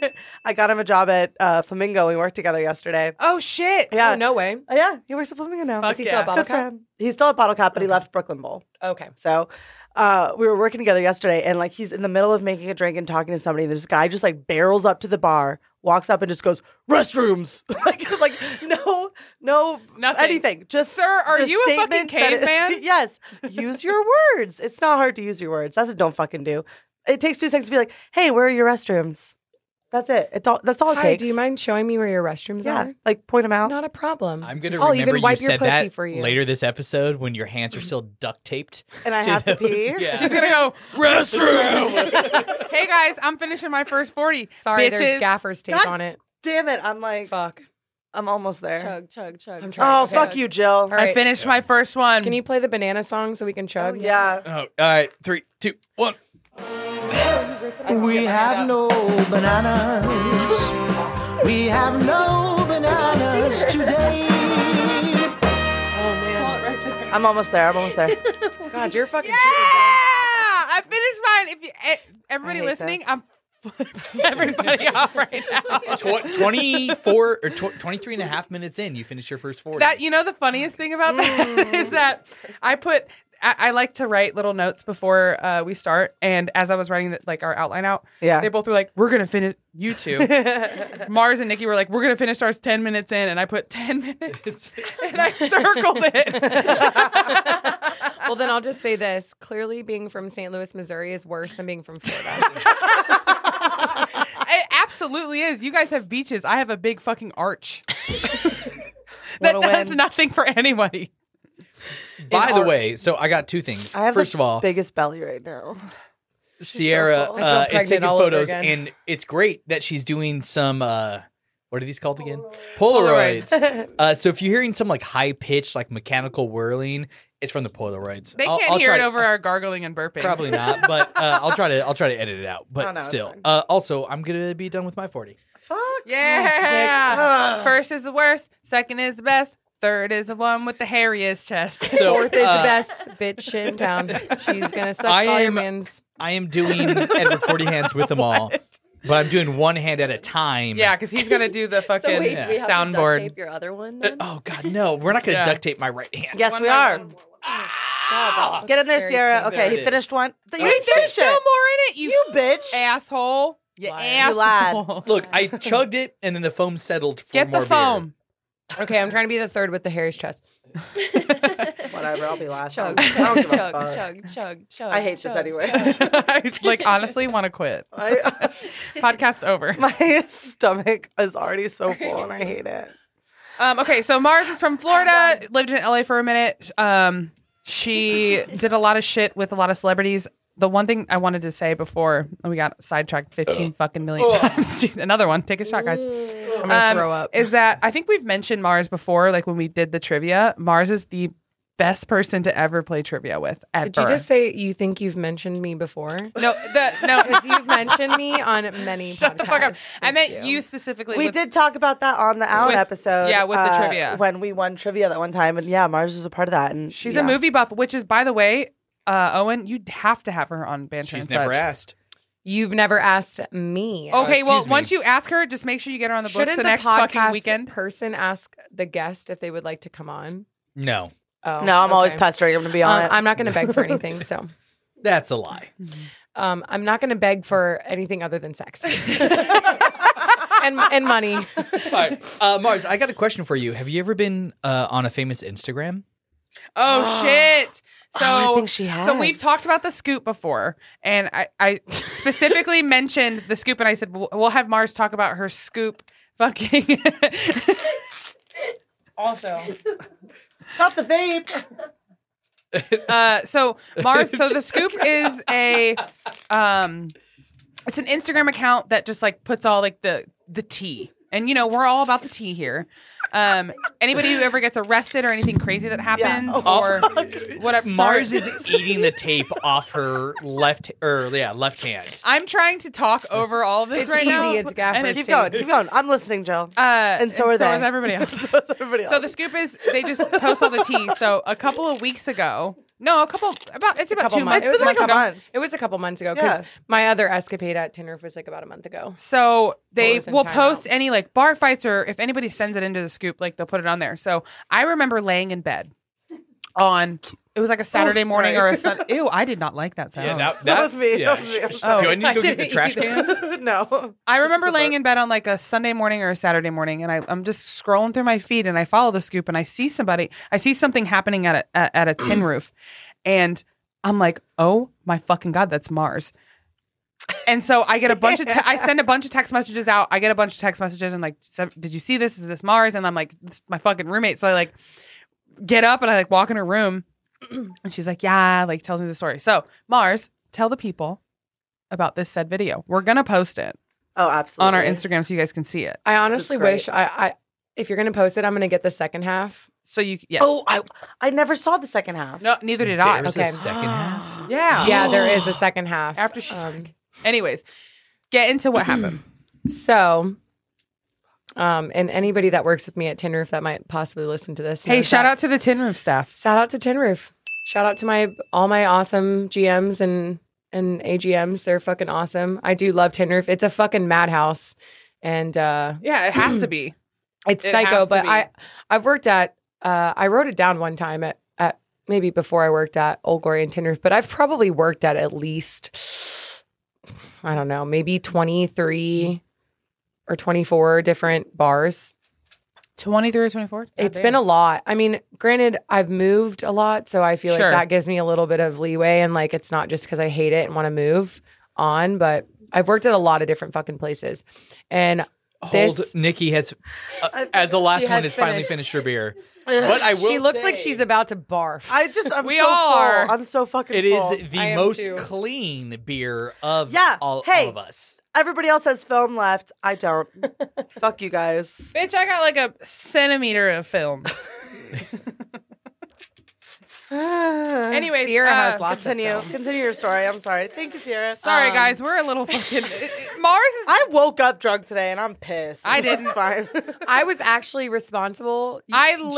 B: <laughs>
A: Dick.
B: I got him a job at uh, Flamingo. We worked together yesterday.
A: oh shit.
B: Yeah.
C: Oh, no way.
B: Oh, yeah, he works at Flamingo now.
A: Fuck
C: Is he still a
A: yeah.
C: bottle
B: Good for
C: cap?
B: him. He's still at Bottle Cap, but he left Brooklyn Bowl.
C: Okay.
B: So uh, we were working together yesterday, and like he's in the middle of making a drink and talking to somebody. And this guy just like barrels up to the bar, walks up, and just goes restrooms. <laughs> like, like no, no,
A: Nothing.
B: anything. Just
A: Sir, are
B: the
A: you a fucking
B: statement that it-
A: caveman?
B: <laughs> yes. Use your words. It's not hard to use your words. That's a don't fucking do. It takes two seconds to be like, hey, where are your restrooms? That's it. It's all. That's all it
C: Hi,
B: takes.
C: do you mind showing me where your restrooms
B: Yeah,
C: are?
B: like point them out.
C: Not a problem.
D: I'm gonna
C: I'll
D: remember
C: even wipe
D: you
C: your
D: said
C: pussy
D: that
C: for you.
D: later this episode when your hands are still duct taped.
B: and I
D: to
B: have to
D: those-
B: pee.
D: <laughs> yeah.
A: She's gonna go restroom. <laughs> hey guys, I'm finishing my first forty.
C: Sorry,
A: bitches.
C: there's gaffer's tape
B: God
C: on it.
B: Damn it! I'm like,
C: Fuck.
B: I'm almost there.
F: chug, chug.
C: I'm trying.
B: Oh
C: Okay.
B: fuck you, Jill.
C: All right.
A: I finished my first one.
C: Can you play the banana song so we can chug?
B: Yeah.
D: Oh, all right, three, two, one.
E: <laughs> We have no bananas. We have no bananas today.
B: I'm almost there. I'm almost there.
C: God, you're fucking.
A: Yeah, I finished mine. If you, eh, everybody
B: I hate
A: listening,
B: this.
A: I'm <laughs> flipping everybody <laughs> off right now.
D: Tw- 24 or tw- 23 and a half minutes in, you finish your first 40.
A: That you know the funniest thing about that is that I put I, I like to write little notes before uh, we start, and as I was writing the, like our outline out,
B: Yeah.
A: they both were like, "We're gonna finish." You two, Mars and Nikki were like, "We're gonna finish ours ten minutes in," and I put ten <laughs> minutes, <laughs> and I circled it.
C: well, then I'll just say this. Clearly, being from St. Louis, Missouri is worse than being from Florida.
A: <laughs> it absolutely is. You guys have beaches. I have a big fucking arch. <laughs>
B: What
A: that
B: a
A: does
B: win.
A: nothing for anybody.
D: By the
A: art.
D: way, so I got two things.
B: I have
D: First
B: the
D: of all,
B: biggest belly right now.
D: Sierra
C: full. I feel
D: uh, is
C: pregnant
D: taking
C: all over
D: photos,
C: again.
D: and it's great that she's doing some. Uh, what are these called again? Polaroids.
C: <laughs>
D: uh, so if you're hearing some like high pitched, like mechanical whirling, it's from the Polaroids.
A: They
D: I'll-
A: can't
D: I'll
A: hear
D: try
A: it
D: to-
A: over our gargling and burping.
D: <laughs> Probably not, but uh, I'll try to I'll try to edit it out. But
C: Oh,
B: no, it's
D: still,
B: fine.
D: uh, also I'm gonna be done with my 40.
C: <laughs>
B: Fuck.
A: <laughs> Yeah. First is the worst. Second is the best. Third is the one with the hairiest chest.
D: <laughs> <laughs> So
C: Fourth is
D: uh,
C: the best bitch in town. She's gonna suck
D: I
C: all your
D: am-
C: mans. <laughs>
D: I am doing Edward Forty Hands with them all. but I'm doing one hand at a time.
A: <laughs> Yeah, because he's gonna do the fucking
F: so wait, do we have to duct
A: soundboard.
F: tape your other one?
D: Uh,
F: Then?
D: oh God, no! We're not gonna
A: Yeah.
D: duct tape my right hand.
B: Yes,
A: One
B: we
A: by
B: are.
A: one.
D: Ah!
B: Get in there,
C: Very
B: Sierra.
D: cool.
B: Okay,
D: There
B: he
D: it
B: finished
D: is.
B: one. Th- you
D: Oh,
B: didn't
D: shit.
B: finish
A: There's still more
B: it.
A: in it, you,
B: You bitch.
A: asshole. You
C: Liar.
B: You lied.
A: asshole.
D: Look, I chugged it, and then the foam settled. For
A: Get
D: more
A: the foam.
D: Beer.
C: Okay, I'm trying to be the third with the Harry's chest.
B: Whatever, I'll be last.
F: chug,
B: I
F: chug,
B: don't give a
F: chug,
B: fuck.
F: chug, chug, chug.
B: I hate this
F: chug,
B: anyway.
F: chug.
A: I <laughs> like honestly want to quit.
B: <laughs> I- <laughs>
A: Podcast <laughs> over.
B: my stomach is already so full and I hate it.
A: Um, okay, so Mars is from Florida, lived in LA for a minute. Um, she did a lot of shit with a lot of celebrities. The one thing I wanted to say before we got sidetracked 15 fucking million times, <laughs> Jeez, another one, take a shot, guys,
C: I'm gonna
A: Um,
C: throw up.
A: is that I think we've mentioned Mars before, like when we did the trivia. Mars is the best person to ever play trivia with, ever.
C: Did you just say you think you've mentioned me before?
A: no, the, no,
C: Because you've mentioned me on many.
A: shut the fuck up.
C: podcasts.
A: I
C: Thank
A: meant you, specifically.
B: we
A: with-
B: did talk about that on the Allen
A: With-
B: episode. uh,
A: yeah, with the trivia.
B: when we won trivia that one time, and yeah, Mars was a part of that. And
A: She's
B: yeah.
A: a movie buff, which is, by the way, uh, Owen, you'd have to have her on Banter
D: She's
A: and
D: never
A: Such.
D: asked.
C: You've never asked me.
D: Uh,
A: Okay, well,
D: excuse me.
A: once you ask her, just make sure you get her on the books
C: Shouldn't
A: the next fucking
C: podcast
A: weekend.
C: person ask the guest if they would like to come on?
D: No,
C: Oh,
B: No, I'm always
C: okay.
B: pestering him to be on
C: Um,
B: it.
C: I'm not going to beg for anything. So
D: that's a lie.
C: um, I'm not going to beg for anything other than sex and and money.
D: All right, uh, Mars, I got a question for you. Have you ever been uh, on a famous Instagram?
A: Oh, shit! So
B: Oh, I think she has.
A: So we've talked about the scoop before, and I, I specifically mentioned the scoop, and I said "We'll- we'll have Mars talk about her scoop. Fucking <laughs>
E: <laughs>
B: Stop the babe.
A: uh, so Mars. So the scoop is a um, it's an Instagram account that just like puts all like the the tea, and you know we're all about the tea here. Um, anybody who ever gets arrested or anything crazy that happens or whatever.
D: Mars
A: Sorry.
D: is eating the tape off her left or yeah left hand.
A: I'm trying to talk over all of this
C: It's
A: right
C: easy,
A: now.
C: it's gaffer's
A: and
B: Keep
C: tape.
B: going. Keep going. I'm listening, Jill.
A: Uh,
B: <laughs> And so are
A: so
B: they.
A: is everybody else.
C: <laughs>
B: So is everybody
A: So
B: else.
A: the scoop is they just post all the tea. So a couple of weeks ago, no, a couple about it's about
C: couple
A: two
C: months.
A: months.
C: It was
A: two
C: like
A: months
C: a
A: ago.
B: month.
C: It was a couple months ago because
B: Yeah.
C: my other escapade at Tinderf was like about a month ago.
A: So they
C: was in
A: will
C: timeout.
A: post any like bar fights or if anybody sends it into the scoop, like they'll put it on there. So I remember laying in bed on it
C: Oh,
A: was like a Saturday morning or a Sunday. Ew, I did not like that sound.
D: Yeah, that,
B: that was me.
D: yeah.
B: That was me. <laughs> I'm sorry.
D: Do I need to go get the
B: didn't
D: trash
B: either. <laughs>
D: can?
B: no.
A: I remember
B: Just
A: laying
B: about-
A: in bed on like a Sunday morning or a Saturday morning, and I, I'm just scrolling through my feed, and I follow the scoop, and I see somebody, I see something happening at a at, at a tin roof, and I'm like, oh my fucking god, that's Mars. And so I get a bunch of te- I send a bunch of text messages out. I get a bunch of text messages. I'm like, "Se- did you see this? Is this Mars? And I'm like, "This is my fucking roommate. So I like get up and I like walk in her room, <clears throat> and she's like, yeah, like tells me the story. So Mars, tell the people about this said video. We're gonna post it
B: Oh,
A: on
B: absolutely.
A: our Instagram so you guys can see it.
C: I honestly
B: great.
C: wish I, I if you're going to post it, I'm going to get the second half.
A: So you yes.
B: Oh, I I never saw the second half.
A: no, neither did I.
D: There's
C: Okay.
D: a second half.
A: Yeah.
C: Yeah, there is a second half
A: Oh. After she-
C: Um,
A: Anyways, get into what happened.
C: So, um, and anybody that works with me at Tin Roof that might possibly listen to
A: <clears throat>
C: this.
A: hey,
C: knows
A: shout
C: that-
A: out to the Tin Roof staff.
C: shout out to Tin Roof. Shout out to my all my awesome GMs and and AGMs. They're fucking awesome. I do love Tin Roof. It's a fucking madhouse, and uh,
A: Yeah, it has to <clears throat> be.
C: it's
A: It has
C: psycho.
A: to
C: But
A: be.
C: I I've worked at uh, I wrote it down one time at at maybe before I worked at Old Glory and Tin Roof, but I've probably worked at at least I don't know maybe twenty three or twenty four different bars.
A: Twenty three or twenty four?
C: It's been a lot. I mean, granted, I've moved a lot, so I feel
A: Sure.
C: like that gives me a little bit of leeway, and like it's not just because I hate it and want to move on. But I've worked at a lot of different fucking places, and
D: Hold, <laughs>
C: This-
D: Nikki has, uh, as the last
C: She
D: one,
C: has
D: has finally
C: finished.
D: finished her beer. But I will
C: she looks
D: say,
C: like she's about to barf.
B: I just I'm
A: We
B: so
A: all are.
B: full. I'm so fucking
D: It is
B: full.
C: I
D: the
C: am
D: most
C: too.
D: clean beer of
B: Yeah,
D: all,
B: hey.
D: all of us.
B: Everybody else has film left. I
C: <laughs>
B: don't. Fuck you guys.
A: <laughs> bitch. I got like a centimeter of film.
B: anyway,
A: Anyways,
C: Sierra has
A: uh,
C: lots- of
B: continue.
C: film.
B: Continue your story. I'm sorry. Thank you, Sierra.
A: Sorry,
B: Um,
A: guys, we're a little <laughs> fucking. uh, Mars is.
B: I woke up drunk today and I'm pissed.
A: I
B: It's
A: didn't.
B: fine.
C: <laughs> I was actually responsible. You-
A: I
C: Jill asked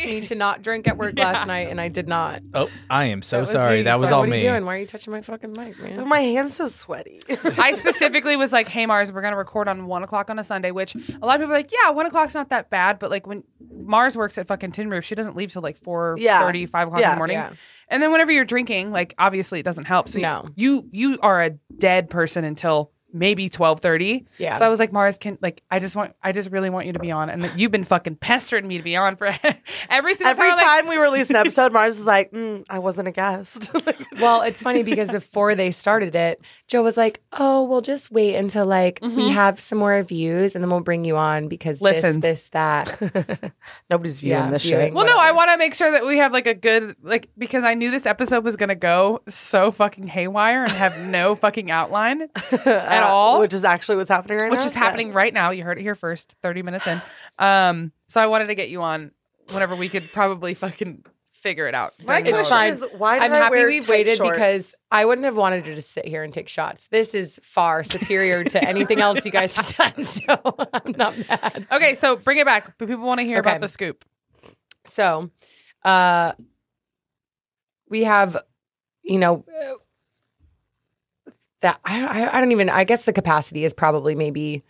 A: <laughs> literally-
C: me to not drink at work
A: Yeah.
C: last night, and I did not.
D: Oh, I am so
C: That was
D: sorry.
C: you.
D: That was
C: Fuck,
D: all
C: what
D: me.
C: What are you doing? Why are you touching my fucking mic, man?
B: <laughs> My hand's so sweaty.
A: I specifically was like, "Hey Mars, we're gonna record on one o'clock on a Sunday," which a lot of people are like, "Yeah, one o'clock's not that bad," but like when Mars works at fucking Tin Roof, she doesn't leave till like four
B: Yeah.
A: thirty, five o'clock in
B: Yeah.
A: the morning,
C: Yeah.
A: and then whenever you're drinking, like obviously it doesn't help. So you-
C: No.
A: you you are a dead person until maybe twelve thirty.
C: Yeah.
A: So I was like, Mars, can like I just want I just really want you to be on, and that you've been fucking pestering me to be on for <laughs> every single
B: Every
A: time. like,
B: time we release
C: <laughs>
B: an episode, Mars is like, mm, I wasn't a guest. <laughs> Like,
C: Well, it's funny because before they started it, Joe was like, "Oh, we'll just wait until like we have some more views, and then we'll bring you on because
A: Listens.
C: this, this, that." <laughs>
B: Nobody's viewing
C: Yeah,
B: this shit.
C: viewing.
A: Well, no,
C: whatever.
A: I want to make sure that we have like a good like because I knew this episode was gonna go so fucking haywire and have no fucking outline at
B: Uh,
A: all,
B: Which is actually what's happening right now.
A: which is
B: Yes.
A: happening right now. You heard it here first, thirty minutes in. Um, so I wanted to get you on whenever we could probably fucking figure it out.
B: My
A: during the
C: It's
B: question
A: holiday.
C: fine.
B: is, why did
C: I'm
B: I
C: happy
B: wear
C: we
B: tight
C: waited
B: shorts?
C: because I wouldn't have wanted to just sit here and take shots. This is far <laughs> superior to anything else you guys have done, <laughs> so I'm not mad.
A: Okay, so bring it back, but people want to hear
C: Okay.
A: about the scoop.
C: So, uh, we have, you know, that I, I I don't even. I guess the capacity is probably maybe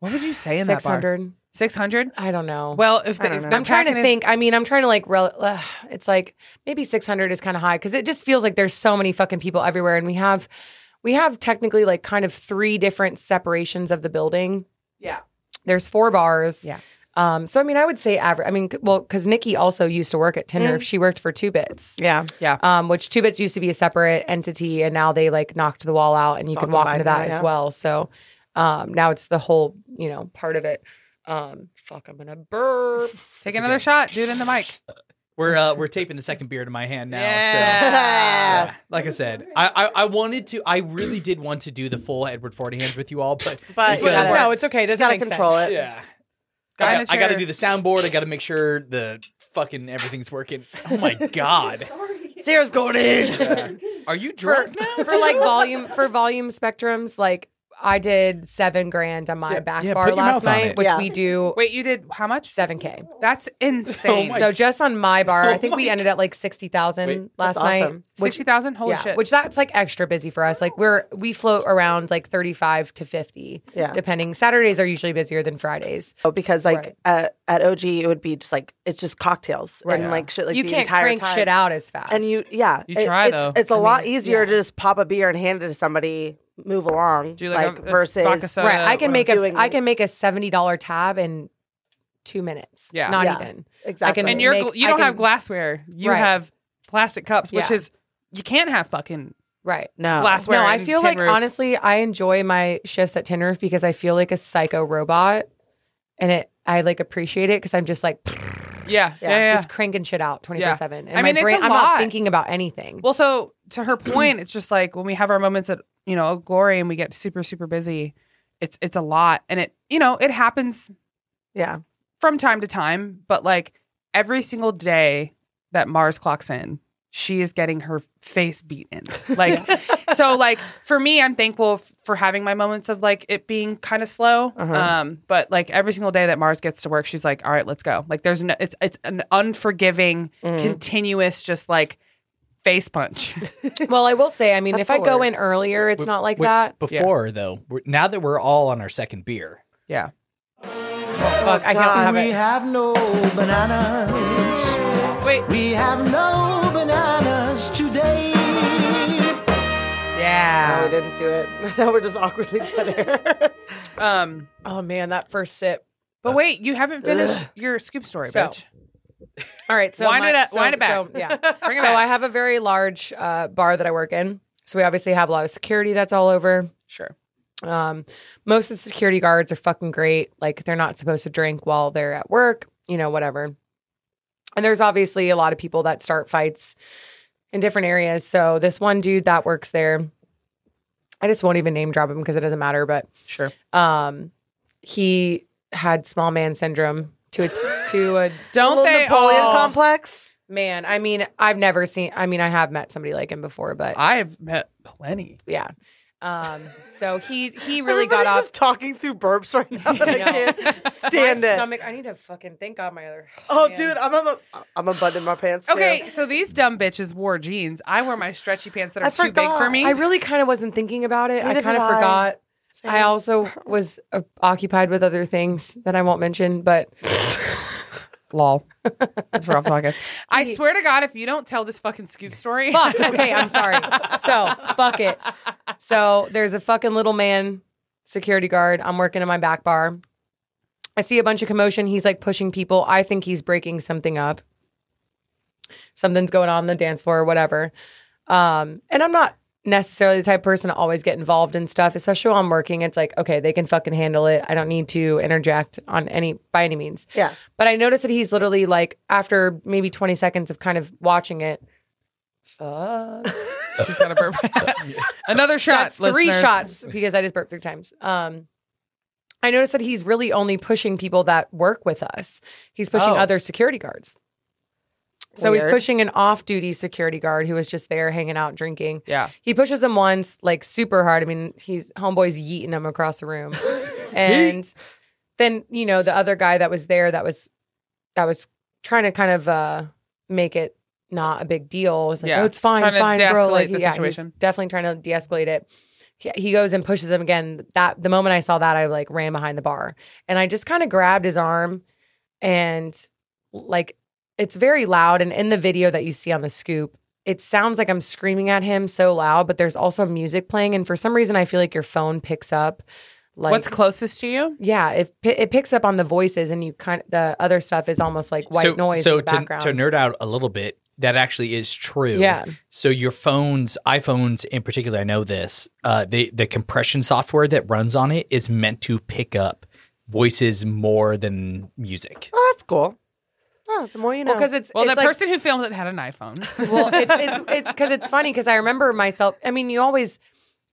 A: What would you say in
C: six
A: that bar?
C: hundred.
A: Six hundred.
C: I don't know.
A: Well, if
B: I
A: the,
B: don't know.
A: if
C: I'm trying to
A: packing in-
C: think. I mean, I'm trying to like, rel- ugh, it's like maybe 600 is kind of high because it just feels like there's so many fucking people everywhere, and we have, we have technically like kind of three different separations of the building.
A: Yeah.
C: There's four bars.
A: Yeah.
C: Um. So I mean, I would say average. I mean, c- well, because Nikki also used to work at Tinder. She worked for Two Bits.
B: Yeah.
C: Um, which Two Bits used to be a separate entity, and now they like knocked the wall out, and you
B: All
C: can walk
B: combined
C: into that
B: now, yeah.
C: as well. So, um, now it's the whole you know part of it. Um, fuck, I'm gonna burp.
A: Take another shot, dude, in the mic.
D: We're uh, we're taping the second beer to my hand now. So.
A: Yeah.
D: Yeah, like I said, I, I I wanted to. I really did want to do the full Edward Forty hands with you all,
C: <laughs>
D: but
B: But you
D: because-
B: gotta-
C: No, it's okay. It
B: You
C: doesn't
B: gotta
C: make
B: control
C: sense.
B: it.
D: yeah,
A: Guy
D: I
A: in
D: got,
A: the
D: I got to
A: chair.
D: do the soundboard. I got to make sure the fucking everything's working.
C: <laughs>
D: Oh my god,
B: Sarah's going in.
D: are you
C: For,
D: drunk now?
C: for like volume for volume spectrums, like I did seven grand on my
D: Yeah,
C: back
D: yeah, put
C: bar
D: your
C: last
D: mouth on
C: night,
D: it.
C: which
B: Yeah.
C: we do
A: Wait, you did how much?
C: seven k.
A: That's insane.
D: my
C: So just on my bar,
D: Oh
C: I think we
D: my
C: ended at like sixty
D: Wait.
C: thousand last
B: That's awesome.
C: night. Which
A: sixty thousand. Holy
C: yeah,
A: shit!
C: which that's like extra busy for us. Like we're we float around like thirty five to fifty,
B: Yeah.
C: depending. Saturdays are usually busier than Fridays.
B: because like
C: Right.
B: at, at OG it would be just like it's just cocktails
C: Right.
B: and like shit like
C: you
B: the
C: can't
B: entire
C: crank
B: time.
C: shit out as fast.
B: And you yeah,
A: You try,
B: it's,
A: though.
B: It's a
C: I
B: lot
C: mean,
B: easier to
C: yeah.
B: just pop a beer and hand it to somebody, move along,
A: Do
B: like,
A: like a- a
B: versus
A: vodka soda.
C: right? I can
A: or-
C: make a
B: doing-
C: I can make a seventy dollar tab in two minutes.
A: Yeah.
C: not
B: Yeah.
C: even.
B: exactly.
A: and you're
C: make-
A: gl- you
C: I
A: don't have
C: can-
A: glassware. You
C: Right.
A: have plastic cups, which
C: Yeah.
A: is you can't have fucking
C: Right.
B: no
A: glassware.
C: No, I
A: and
C: feel
A: tin
C: like
A: roof.
C: honestly, I enjoy my shifts at Tin Roof because I feel like a psycho robot, and it I like appreciate it because I'm just like
A: yeah, yeah,
B: Yeah,
A: yeah. yeah.
C: just cranking shit out twenty four seven. And
A: I mean,
C: my
A: it's
C: brain,
A: a
C: I'm
A: lot.
C: not thinking about anything.
A: well, so to her point, it's just like when we have our moments at you know glory and we get super super busy, it's it's a lot, and it you know it happens
B: yeah.
A: from time to time, but like every single day that Mars clocks in, she is getting her face beat in. Like so like for me, I'm thankful f- for having my moments of like it being kind of slow.
B: Uh-huh.
A: Um, but like every single day that Mars gets to work, she's like, "All right, let's go." Like there's no, it's it's an unforgiving, continuous, just like face punch. <laughs>
C: well, I will say, I mean,
B: That's
C: if I
B: the
C: go in
B: worst.
C: earlier, it's
D: Wait,
C: not like
D: wait,
C: that.
D: Before though, we're, now that we're all on our second beer,
A: yeah.
C: Oh, Fuck, I don't have
E: We
C: it.
E: have no bananas.
A: Wait.
E: We have no bananas today.
B: No, we
A: Yeah.
B: didn't do it. <laughs> Now we're just awkwardly dead
C: <laughs>
B: air.
A: Um.
C: Oh man, that first sip.
A: But wait, you haven't finished your scoop story,
C: So-
A: bitch.
C: All right, so
A: Wind
C: my-
A: it up-
C: so-
A: wind it back.
C: so, yeah.
A: Bring it
C: so I
A: back.
C: have a very large uh, bar that I work in. So we obviously have a lot of security that's all over.
A: sure.
C: Um, most of the security guards are fucking great. Like they're not supposed to drink while they're at work, you know, whatever. And there's obviously a lot of people that start fights in different areas. So this one dude that works there, I just won't even name drop him because it doesn't matter, but
A: Sure.
C: um he had small man syndrome to a to a
A: Don't
B: Little
A: they
B: Napoleon
C: Oh.
A: all?
B: complex.
C: Man, I mean, I've never seen. I mean, I have met somebody like him before, but
A: I've met plenty.
C: yeah. Um, so he he really got
B: Everybody's
C: off.
B: just talking through burps right now. and I
C: I know.
B: can't
C: <laughs> my
B: stand it.
C: stomach. I need to fucking thank God my other.
B: Oh,
C: hand.
B: dude, I'm a, I'm a button in my pants. too.
A: Okay, so these dumb bitches wore jeans. I wear my stretchy pants that
B: I
A: are too big for
B: forgot.
A: me.
C: I really kind of wasn't thinking about it.
B: Neither
C: I kind of
B: did I.
C: forgot.
B: Same.
C: I also was uh, occupied with other things that I won't mention, but
A: lol. That's rough talking. I swear to God, if you don't tell this fucking scoop story, <laughs>
C: <laughs> fuck. Okay, I'm sorry. So fuck it. So there's a fucking little man security guard. I'm working in my back bar. I see a bunch of commotion. He's like pushing people. I think he's breaking something up. Something's going on in the dance floor or whatever. Um, and I'm not necessarily the type of person to always get involved in stuff, especially while I'm working. It's like, okay, they can fucking handle it. I don't need to interject on any by any means.
B: Yeah.
C: But I noticed that he's literally like after maybe 20 seconds of kind of watching it. Fuck.
A: she's got a
C: <laughs>
A: burp. Another shot.
C: That's three
A: listeners. <laughs>
C: shots because I just burped three times. Um, I noticed that he's really only pushing people that work with us. He's pushing
A: Oh.
C: other security guards. So he's
B: Weird.
C: pushing an off-duty security guard who was just there hanging out drinking.
A: Yeah.
C: He pushes him once, like super hard. I mean, he's homeboy's yeeting him across
A: <laughs>
C: the room, and then you know the other guy that was there that was that was trying to kind of uh make it not a big deal. It's like,
A: Yeah.
C: oh, it's fine,
A: Trying to
C: fine, bro.
A: de-escalate
C: Like,
A: the
C: yeah,
A: situation.
C: he's definitely trying to de-escalate it. He, he goes and pushes him again. That the moment I saw that, I like ran behind the bar and I just kind of grabbed his arm and like it's very loud and in the video that you see on the scoop it sounds like i'm screaming at him so loud but there's also music playing and for some reason i feel like your phone picks up like
A: What's closest to you?
C: yeah it, pi- it picks up on the voices and you kind of the other stuff is almost like white
D: so,
C: noise
D: So
C: in the
D: to,
C: background
D: to nerd out a little bit, that actually is true.
C: Yeah.
D: So your phones, iPhones in particular, I know this. Uh, the the compression software that runs on it is meant to pick up voices more than music.
B: Oh, that's cool. Oh, the more you know.
C: because it's
A: Well,
C: it's
A: the
B: <laughs>
C: like-
A: person who filmed it had an iPhone.
C: <laughs> well it's it's it's because it's funny because i remember myself i mean you always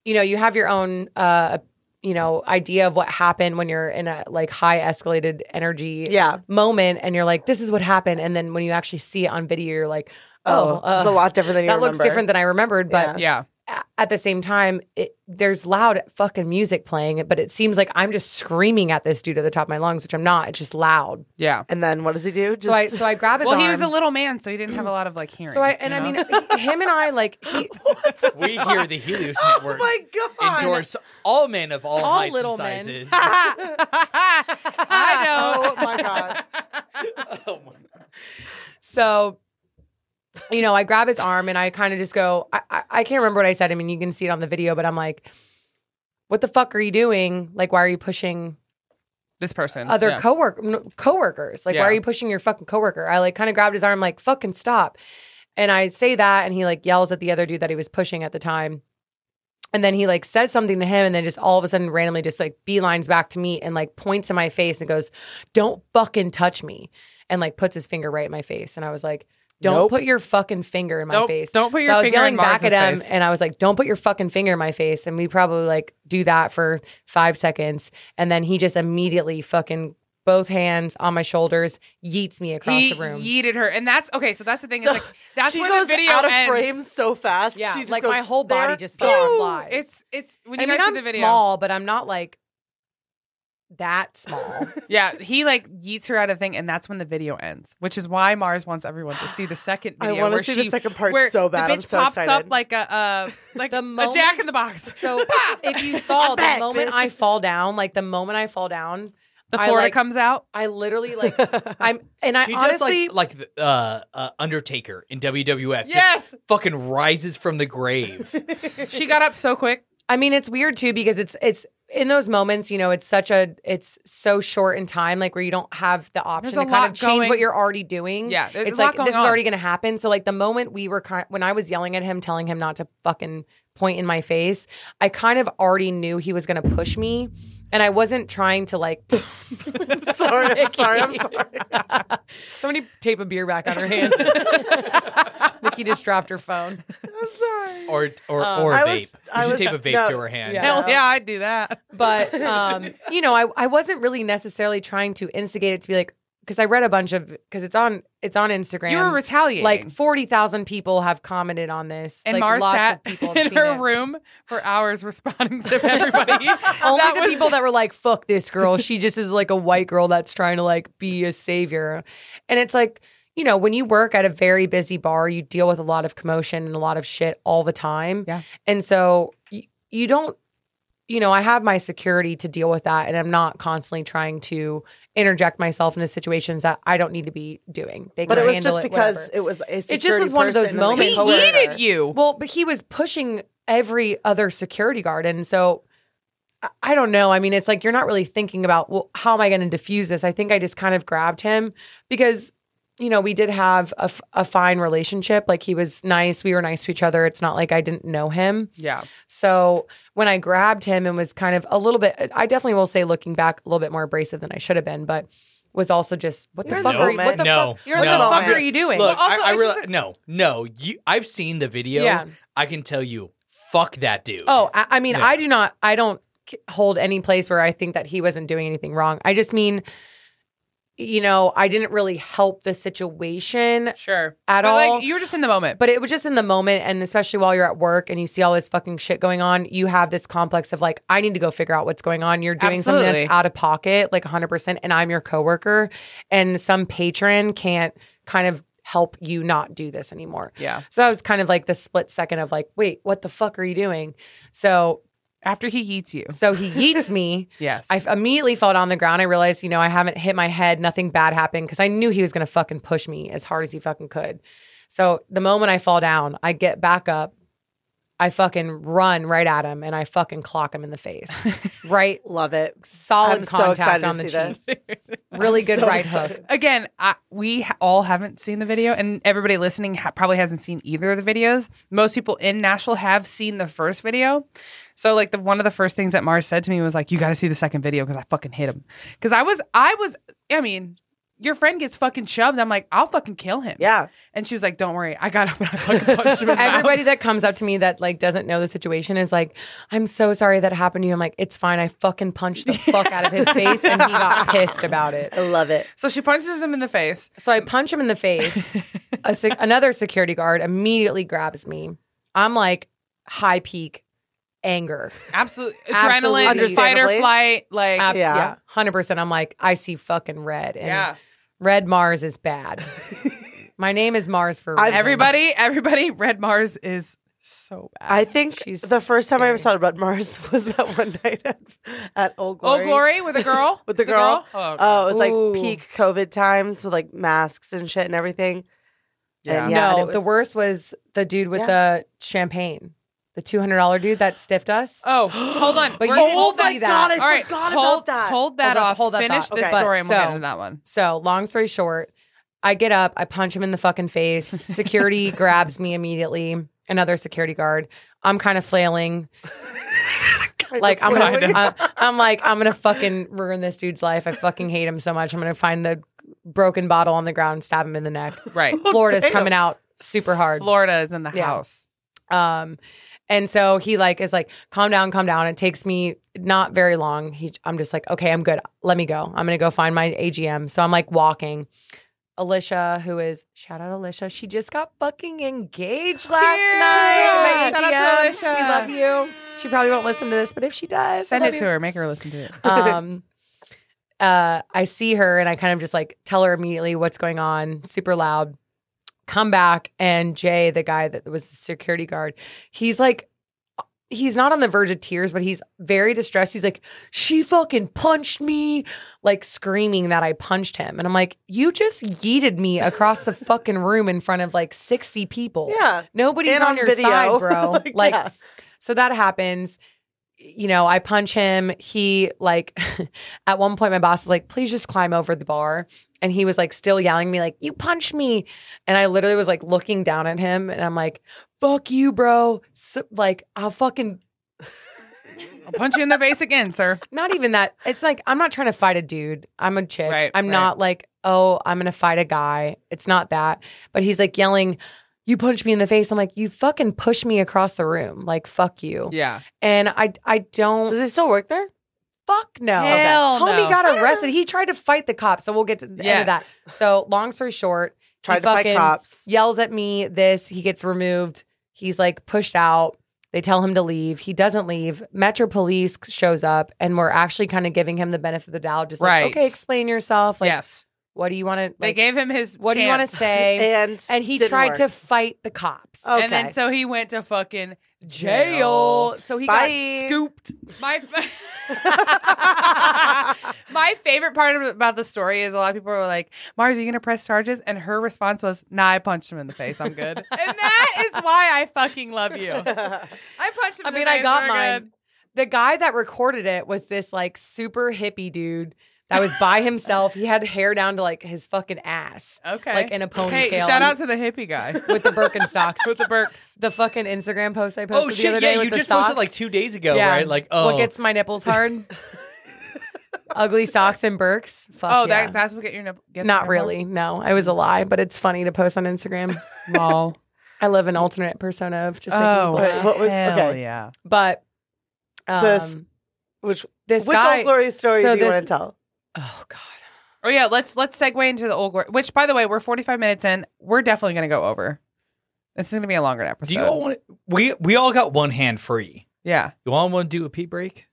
C: you know you have your own uh you know idea of what happened when you're in a like high escalated energy
B: Yeah.
C: moment and you're like this is what happened and then when you actually see it on video you're like
B: oh,
C: oh,
B: it's a
C: uh,
B: lot different than you
C: that looks
B: remember.
C: different than i remembered but
B: Yeah.
A: yeah.
C: a- at the same time, it, there's loud fucking music playing, but it seems like I'm just screaming at this dude at the top of my lungs, which I'm not. It's just loud.
A: Yeah.
B: And then what does he do? Just,
C: so I so I grab his
A: Well,
C: arm.
A: he was a little man, so he didn't have a lot of like hearing.
C: so I and
A: you know?
C: I mean, him and I
A: <laughs>
C: like he,
D: <laughs> We here, the <laughs> Helios
B: <laughs> oh
D: Network,
B: my god!
D: endorse all men of all,
C: All
D: heights
C: little
D: and
C: men. <laughs>
D: sizes.
A: I know.
B: Oh my god!
D: Oh my-
C: so you know i grab his arm and i kind of just go I, I i can't remember what i said i mean you can see it on the video but i'm like what the fuck are you doing like why are you pushing
A: This person.
C: other
A: yeah.
C: cowork n- coworkers like why
A: Yeah.
C: are you pushing your fucking coworker i like kind of grabbed his arm like fucking stop and i say that and he like yells at the other dude that he was pushing at the time and then he like says something to him and then just all of a sudden randomly just like beelines back to me and like points in my face and goes don't fucking touch me and like puts his finger right in my face and i was like don't
B: Nope.
C: put your fucking finger in my
A: Don't-
C: face
A: don't put your
C: so i was
A: finger in
C: yelling back
A: Mars's
C: at him
A: face.
C: and i was like don't put your fucking finger in my face and we probably like do that for five seconds and then he just immediately fucking both hands on my shoulders yeets me across
A: He
C: the room
A: yeeted her, and that's okay. So that's the thing. is
B: So
A: like that's
B: she
A: where
B: goes
A: the video
B: out of
A: ends.
B: frame so fast.
C: Yeah,
B: she just
C: like
B: goes,
C: my whole body
B: "There
C: just
B: go."
C: fucking
A: Ooh,
C: flies.
A: It's it's when
C: I
A: you
C: mean,
A: guys
C: I'm
A: see the video.
C: small, but I'm not like that small.
A: Yeah, he like yeets her out of the thing, and that's when the video ends. Which is why Mars wants everyone to see the
C: <sighs>
A: second
B: I
A: video
B: wanna
A: where
B: see the
A: she
B: second part
A: where
B: so bad.
A: The bitch
B: I'm so
A: pops up
B: excited.
A: like a uh, <laughs>
C: <laughs>
A: like
C: The
A: a Jack
C: moment-
A: in the Box. <laughs>
C: So if you saw the
B: back,
C: moment
B: bitch.
C: I fall down, like the moment I fall down,
A: the
C: I,
A: Florida
C: like-
A: comes
C: <laughs>
A: out.
C: I
A: <laughs>
C: literally like I'm and I
D: She just
C: honestly
D: like like the, uh, uh, Undertaker in WWF. just
A: Yes,
D: fucking rises from the
C: <laughs>
D: grave.
A: she got up so quick.
C: I mean, it's weird too because it's it's in those moments, you know, it's such a it's so short in time, like where you don't have the option
A: There's a
C: to kind
A: lot
C: of change
A: going-
C: what you're already doing.
A: Yeah, there's
C: it's
A: a lot
C: like
A: going
C: this
A: on.
C: is already going to happen. So like the moment we were kind, when I was yelling at him, telling him not to fucking point in my face, I kind of already knew he was going to push me, and I wasn't trying to like. <laughs>
B: <laughs> sorry, I'm sorry, I'm sorry.
C: <laughs> Somebody tape a beer
A: <laughs>
C: back on her <laughs> hand. Nikki just dropped her phone.
B: I'm sorry.
D: or or
C: Uh,
D: or
B: I
D: a
B: was-
D: vape.
B: I
D: you should
B: was-
D: tape a vape
B: no,
D: to her hand.
C: yeah.
A: Hell yeah, I'd do that. <laughs>
C: but um, you know, I, I wasn't really necessarily trying to instigate it to be like, because I read a bunch of because it's on it's on Instagram.
A: You were retaliating.
C: like forty thousand people have commented on this.
A: and
C: like,
A: Mars
C: lots
A: sat <laughs>
C: of people have
A: in
C: seen
A: her
C: it.
A: room for hours <laughs> responding to everybody. <laughs>
C: <laughs> Only
A: that
C: the
A: was
C: people that were like, "Fuck this girl," she just is like a white girl that's trying to like be a savior, and it's like you know when you work at a very busy bar, you deal with a lot of commotion and a lot of shit all the time,
A: Yeah.
C: and so you, you don't, you know, I have my security to deal with that, and I'm not constantly trying to interject myself into situations that I don't need to be doing. They
B: But
C: can
B: it was
C: handle
B: just
C: it,
B: because
C: whatever.
B: it was. A
C: just
B: security
C: was one of those
B: person and, like, a
C: moments
A: he
C: where-
B: coworker.
A: yeeted you.
C: Well, but he was pushing every other security guard, and so I- I don't know. I mean, it's like you're not really thinking about well, how am I going to diffuse this. I think I just kind of grabbed him because you know we did have a, f- a fine relationship. Like he was nice, we were nice to each other. It's not like I didn't know him.
A: yeah.
C: So when I grabbed him and was kind of a little bit, I definitely will say, looking back, a little bit more abrasive than I should have been, but was also just what the
B: You're in
C: fuck
B: the
C: are you? What the
D: no,
C: fuck?
B: You're in
C: What
D: no.
C: the
B: the
C: fuck
B: moment.
C: are you doing?
D: Look,
A: also,
D: I, I
A: it's
D: reali-
A: just a-
D: no, no. You, I've seen the video.
C: Yeah.
D: I can tell you, fuck that dude. <laughs>
C: Oh, I, I mean,
D: Yeah.
C: I do not. I don't k- hold any place where I think that he wasn't doing anything wrong. I just mean, you know, I didn't really help the situation
A: Sure.
C: at
A: But
C: all.
A: like you were just in the moment.
C: but it was just in the moment, and especially while you're at work and you see all this fucking shit going on, you have this complex of like, I need to go figure out what's going on. You're doing something
A: Absolutely.
C: that's out of pocket, like 100, percent and I'm your coworker, and some patron can't kind of help you not do this anymore.
A: yeah.
C: So that was kind of like the split second of like, wait, what the fuck are you doing? So
A: After he yeets you.
C: so he yeets me.
A: Yes.
C: I f- immediately fell down on the ground. I realized, you know, I haven't hit my head. Nothing bad happened because I knew he was going to fucking push me as hard as he fucking could. So the moment I fall down, I get back up. I fucking run right at him and I fucking clock him in
B: <laughs>
C: the face. right,
B: Love it.
C: solid
B: I'm so
C: contact
B: excited to
C: on
B: see
C: the
B: this.
C: cheek. <laughs> Really good
B: so
C: right
B: excited.
C: hook.
A: again, I, we ha- all haven't seen the video, and everybody listening ha- probably hasn't seen either of the videos. Most people in Nashville have seen the first video. So, like, the one of the first things that Mars said to me was like, "You got to see the second video because I fucking hit him." Because I was, I was, I mean, your friend gets fucking shoved. I'm like, I'll fucking kill him.
B: Yeah.
A: And she was like, "Don't worry, I got up and I
C: <laughs>
A: fucking punched him." in the mouth."
C: Everybody that comes up to me that like doesn't know the situation is like, I'm so sorry that happened to you. I'm like, it's fine. I fucking punched the fuck out of his
B: <laughs>
C: face and he got pissed about it.
B: I love it.
A: So she punches him in the face.
C: So I punch him in
B: <laughs>
C: the face. A sec- another security guard immediately grabs me. I'm like high peak anger.
A: Absolutely,
C: Absolutely.
A: adrenaline, fight or
B: Understandably.
A: flight. Like,
C: Ab-
B: Yeah.
C: 100%. I'm like, I see fucking red. And
A: yeah.
C: Red Mars
B: <laughs>
C: is bad. My name is Mars for
B: I've-
C: a reason.
A: Everybody, everybody, Red Mars is so bad.
B: I think
C: She's
B: the first time I ever
C: scary.
B: saw Red Mars <laughs> was that one night at, at Old
A: Oh,
B: Glory.
A: Glory with a girl?
B: With the girl?
A: Oh,
B: Oh, it was like
C: Ooh.
B: peak COVID times with like masks and shit and everything.
A: yeah.
B: and yeah.
C: no,
B: it
C: the
B: was-
C: worst was the dude with
B: Yeah.
C: the champagne, the $200 dude that stiffed us.
A: Oh, hold on.
C: But
A: We're-
C: you
A: hold
C: didn't
A: that.
C: see that.
B: God, I
A: All right,
B: forgot
A: hold,
B: about
A: hold
B: that.
A: that
C: Hold that-
A: off.
C: hold that
A: Finish
C: thought.
A: this
B: Okay.
A: story and we'll get
C: So-
A: into that one.
C: So, long story short, I get up, I punch him in the fucking face.
A: <laughs>
C: Security grabs me immediately, another security guard. I'm kind of flailing. Like I'm
A: Kind
C: gonna,
A: of.
C: I'm, I'm like I'm gonna fucking ruin this dude's life. I fucking hate him so much. I'm gonna find the broken bottle on the ground, stab him in the neck.
A: Right.
C: Florida's
B: Damn.
C: coming out <laughs> super hard.
A: Florida is in the
C: Yeah.
A: house.
C: Um, and so he like is like, calm down, calm down. It takes me not very long. He, I'm just like, okay, I'm good. Let me go. I'm gonna go find my AGM. So I'm like walking. Alicia, who is shout out Alicia, she just got fucking engaged last
A: Cute.
C: night. My
A: Shout out to
C: AGM.
A: Alicia.
C: We love you. She probably won't listen to this, but if she does, I
A: Send
C: love
A: it
C: you
A: to her. Make her listen to it.
B: <laughs>
C: um uh i see her and i kind of just like tell her immediately what's going on super loud come back and jay the guy that was the security guard he's like he's not on the verge of tears but he's very distressed he's like she fucking punched me like screaming that i punched him and i'm like you just yeeted me across the fucking room in front of like 60 people
B: Yeah.
C: nobody's
B: And
C: on, your
B: video. <laughs>
C: side bro like,
B: yeah.
C: so that happens. You know, I punch him. He like <laughs> at one point my boss was like, please just climb over the bar. And he was like still yelling at me, like, you punched me. And I literally was like looking down at him and I'm like, fuck you, bro. So, like, I'll fucking
A: I'll punch you in the face again,
C: <laughs>
A: sir.
C: not even that. It's like I'm not trying to fight a dude. I'm a chick.
A: Right,
C: I'm
A: right.
C: not like, oh, I'm gonna fight a guy. It's not that. But he's like yelling, You punched me in the face. I'm like, you fucking pushed me across the room. Like, fuck you.
A: Yeah.
C: And I I don't
B: Does he still work there?
C: Fuck no.
A: Hell
C: Homie
A: no.
C: got arrested. He tried to fight the cops. So we'll get to the end of
A: Yes.
C: that. So long story short,
B: Tried
C: he
B: to fight
C: fucking
B: cops.
C: yells at me this. He gets removed. He's like pushed out. They tell him to leave. He doesn't leave. Metro Police shows up and we're actually kind of giving him the benefit of the doubt. Just
A: Right.
C: like, okay, explain yourself. Like,
A: yes.
C: what do you want to,
G: They
C: like,
G: gave him his.
C: what do you want to
G: chance.
B: <laughs>
C: say?
B: And
C: And he
B: didn't
C: tried
B: work. Oh,
C: to fight the cops.
B: Okay.
G: And
B: <laughs>
G: then so he went to fucking
C: Jail. So he
B: Bye.
C: got scooped.
G: <laughs> my. my favorite part of- about the story is a lot of people were like, "Mars, are you gonna press charges?" And her response was, "Nah, I punched him in the face. I'm <laughs> good." and that is why I fucking love you. <laughs> I punched him.
C: I
G: in the
C: mean, I
G: face.
C: got
G: We're
C: mine.
G: good.
C: The guy that recorded it was this like super hippie dude that was by himself. he had hair down to like his fucking ass,
G: Okay.
C: like in a ponytail.
G: hey, shout out to the hippie <laughs> guy.
C: with the Birkenstocks,
G: <laughs> With the burps.
C: the fucking Instagram post I posted
D: Oh
C: the other
D: shit!
C: day
D: Yeah,
C: with
D: you
C: the
D: just
C: socks.
D: posted like two days ago,
C: Yeah.
D: right? Like, oh,
C: What gets my nipples hard? Ugly socks and Birks. Fuck
G: Oh,
C: yeah.
G: that, that's what get your nip- gets
C: not
G: your nipple?
C: really. No, I was a lie, but it's funny to post on Instagram.
A: Lol.
C: I live an alternate persona of just making
G: Oh,
C: people
B: Wait, <laughs>
C: laugh.
B: what <laughs> was-
G: hell
B: okay.
G: yeah.
C: But um,
B: This- which
C: this
B: which
C: guy.
B: old glory story
C: so
B: do you
C: this-
B: want to tell?
C: oh god.
G: Oh yeah, let's let's segue into the old glory. Which, by the way, we're forty five minutes in. We're definitely gonna go over. This is gonna be a longer episode.
D: do you all want? We we all got one hand free.
G: yeah.
D: You all want to do a pee break?